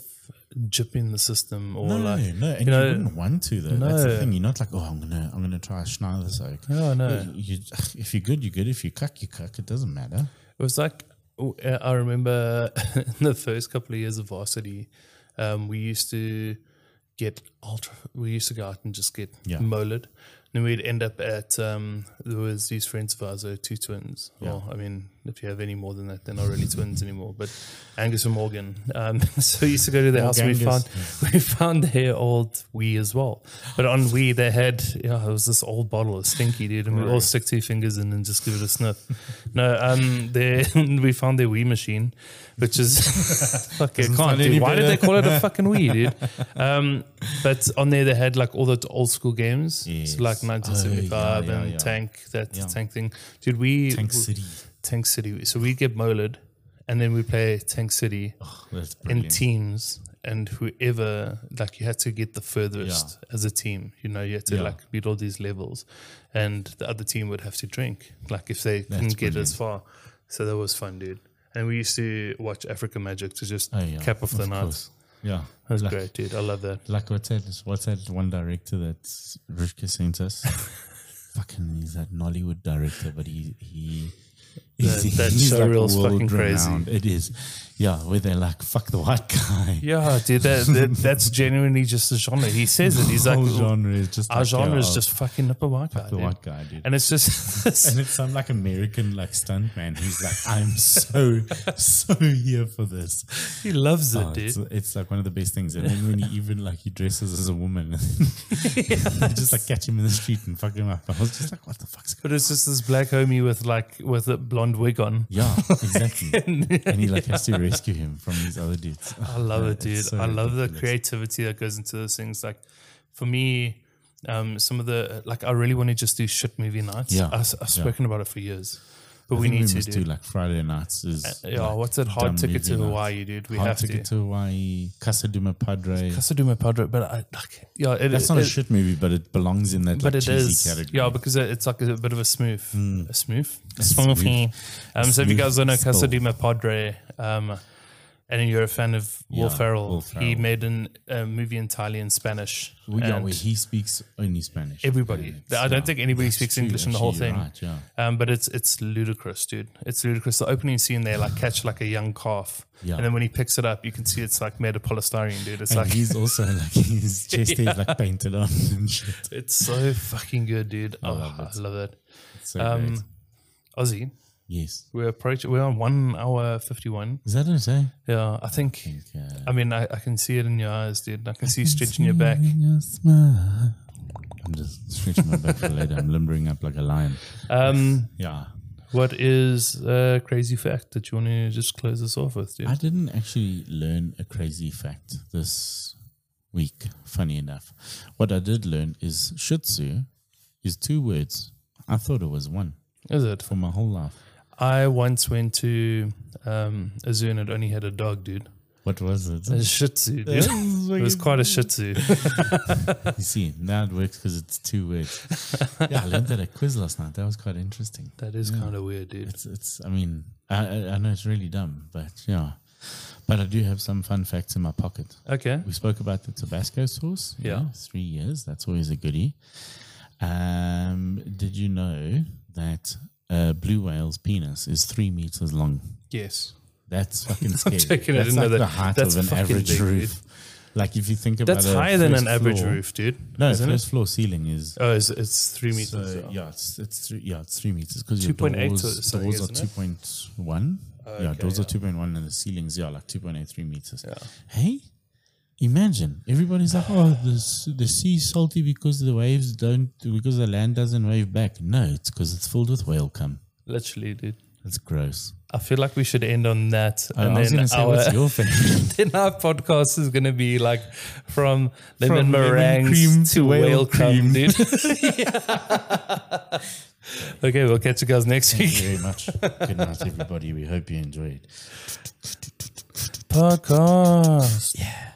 S1: jipping the system or
S2: No,
S1: like,
S2: no,
S1: you
S2: and you,
S1: know-
S2: wouldn't want to though. That's the
S1: No.
S2: thing. You're not like, oh, I'm gonna, I'm gonna try a Schneidersoak.
S1: No, no.
S2: You, you- if you're good, you're good. If you cuck, you cuck. It doesn't matter.
S1: It was like oh, uh, I remember in the first couple of years of varsity, um, we used to get ultra. We used to go out and just get
S2: Yeah.
S1: moleed. Then we'd end up at um, there was these friends of ours, there were two twins. Well, I mean, if you have any more than that, they're not really twins anymore. But Angus and Morgan. Um, so we used to go to their house. and We
S2: Morgangus.
S1: found we found their old Wii as well. But on Wii, they had, you know, it was this old bottle of stinky, dude. And we all stick two fingers in and just give it a sniff. no, um, they, we found their Wii machine, which is, fuck, I can't,
S2: sound any
S1: dude. Why did
S2: better.
S1: they call it a fucking Wii, dude? Um, but on there, they had like all the old school games,
S2: Yes.
S1: so like 1975
S2: Oh, yeah, yeah,
S1: and
S2: yeah.
S1: Tank, that
S2: Yeah.
S1: Tank thing. Dude, we,
S2: Tank City.
S1: Tank City. So we get moled and then we play Tank City
S2: Oh, That's
S1: in
S2: brilliant.
S1: teams and whoever like you had to get the furthest as a team you know you had to
S2: Yeah.
S1: like beat all these levels and the other team would have to drink like if they couldn't get as far so that was fun dude and we used to watch Africa Magic to just
S2: Oh, yeah,
S1: cap off the
S2: of
S1: night
S2: course. yeah,
S1: that was
S2: like,
S1: great dude I love that
S2: Like what's that? What's that one director that Rishka sent us? fucking, he's that Nollywood director, but he he.
S1: That- that show reel's fucking crazy.
S2: world-renowned. It is, yeah. Where they're like, "Fuck the white guy."
S1: yeah dude that, that- that's genuinely just a genre he says it he's
S2: The
S1: like
S2: whole genre is just
S1: our
S2: like,
S1: genre
S2: yeah,
S1: is just fucking up a white guy
S2: the
S1: dude.
S2: white guy, dude.
S1: and it's just
S2: And it's some like American like stunt man. He's like, I'm so so here for this.
S1: he loves it
S2: Oh,
S1: dude
S2: it's, it's like one of the best things. And then when he even like he dresses as a woman, they just like catch him in the street and fuck him up. I was just like, what the fuck's going?
S1: but it's just this black homie with like with a blonde wig on
S2: Yeah, exactly. and he like has to rescue him from these other dudes.
S1: I love it,
S2: it's
S1: dude.
S2: so
S1: I love the creativity that goes into those things. Like for me, um, some of the like I really want to just do shit movie nights.
S2: Yeah,
S1: I, have spoken about about it for years, but
S2: I
S1: we
S2: think
S1: need
S2: we
S1: to
S2: must
S1: do. Uh,
S2: like Friday nights is
S1: yeah,
S2: like,
S1: what's that hard
S2: dumb
S1: ticket to
S2: movie nights.
S1: Hawaii, dude? We
S2: Hard
S1: have
S2: ticket
S1: to.
S2: to Hawaii, Casa de Mi Padre.
S1: Casa de mi Padre, but I like yeah. It,
S2: That's not
S1: it,
S2: a shit movie, but it belongs in that
S1: but it
S2: like, cheesy
S1: is
S2: category. Hmm.
S1: yeah because it- it's like a bit of a smooth, a smooth, a smooth. Um, so if you
S2: Smooth
S1: guys don't know Casa
S2: spill.
S1: de mi Padre, um, and you're a fan of Will,
S2: Yeah,
S1: Ferrell,
S2: Will
S1: he
S2: Ferrell.
S1: made an, a movie entirely in Spanish.
S2: Well, yeah,
S1: and-
S2: well, he speaks only Spanish.
S1: Everybody.
S2: Yeah,
S1: I don't
S2: yeah.
S1: think anybody
S2: That's
S1: speaks
S2: true,
S1: English in the whole
S2: actually,
S1: thing.
S2: you're right, yeah.
S1: Um, but it's it's ludicrous, dude. It's ludicrous. The opening scene, they like catch like a young calf,
S2: Yeah.
S1: and then when he picks it up, you can see it's like made of polystyrene, dude. It's
S2: And
S1: like
S2: he's also like his chest is like painted on and shit.
S1: it's so fucking good, dude. oh,
S2: love
S1: I love it.
S2: It's so
S1: Um,
S2: great.
S1: Aussie,
S2: Yes.
S1: we're approaching. We're on one hour fifty-one.
S2: Is that what i
S1: Yeah, I think.
S2: Okay.
S1: I mean, I, I can see it in your eyes, dude. I can see you stretching your back.
S2: I'm just stretching my back for later. I'm limbering up like a lion.
S1: Um,
S2: Yeah.
S1: what is a crazy fact that you want to just close this off with, dude?
S2: I didn't actually learn a crazy fact this week, funny enough. What I did learn is Shih Tzu is two words. I thought it was one
S1: Is it?
S2: for my whole life.
S1: I once went to um, a zoo and it only had a dog, dude.
S2: What was it?
S1: A Shih Tzu, dude. it was quite a Shih Tzu.
S2: You see, now it works because it's two words. yeah, I learned that at quiz last night. That was quite interesting.
S1: That is kind of weird, dude.
S2: It's, it's I mean, I, I- I know it's really dumb, but yeah. But I do have some fun facts in my pocket.
S1: Okay.
S2: We spoke about the Tabasco sauce.
S1: Yeah.
S2: Three years. That's always a goodie. Um, did you know that a blue whale's penis is three meters long.
S1: Yes.
S2: That's fucking scary.
S1: joking, I
S2: that's
S1: didn't know
S2: like
S1: that.
S2: the height
S1: That's
S2: of an
S1: fucking
S2: average
S1: big, dude.
S2: roof. Like if you think about
S1: That's
S2: a
S1: higher than
S2: first
S1: an average
S2: floor-
S1: roof, dude.
S2: No,
S1: isn't
S2: first
S1: it?
S2: floor ceiling is
S1: Oh, it's, it's three meters.
S2: So,
S1: yeah.
S2: yeah, it's, it's three, yeah, it's three meters because your
S1: 2.8
S2: doors,
S1: or something,
S2: doors are
S1: isn't it?
S2: two point one. yeah,
S1: okay,
S2: doors are
S1: yeah.
S2: two point one, and the ceilings yeah like two point eight three meters.
S1: Yeah.
S2: Hey, imagine everybody's like, oh, the s- the sea's salty because the waves don't because the land doesn't wave back. No, it's because it's filled with whale cum.
S1: Literally, dude.
S2: That's gross.
S1: I feel like we should end on that.
S2: I, I was
S1: then
S2: going to say,
S1: our-
S2: what's your favorite?
S1: then our podcast is going to be like from lemon
S2: From lemon
S1: meringues
S2: cream
S1: to,
S2: to
S1: whale,
S2: whale
S1: cream,
S2: cream.
S1: dude. okay, we'll catch you guys next
S2: Thank
S1: week.
S2: you very much. Good night, everybody. We hope you enjoyed.
S1: Podcast.
S2: Yeah.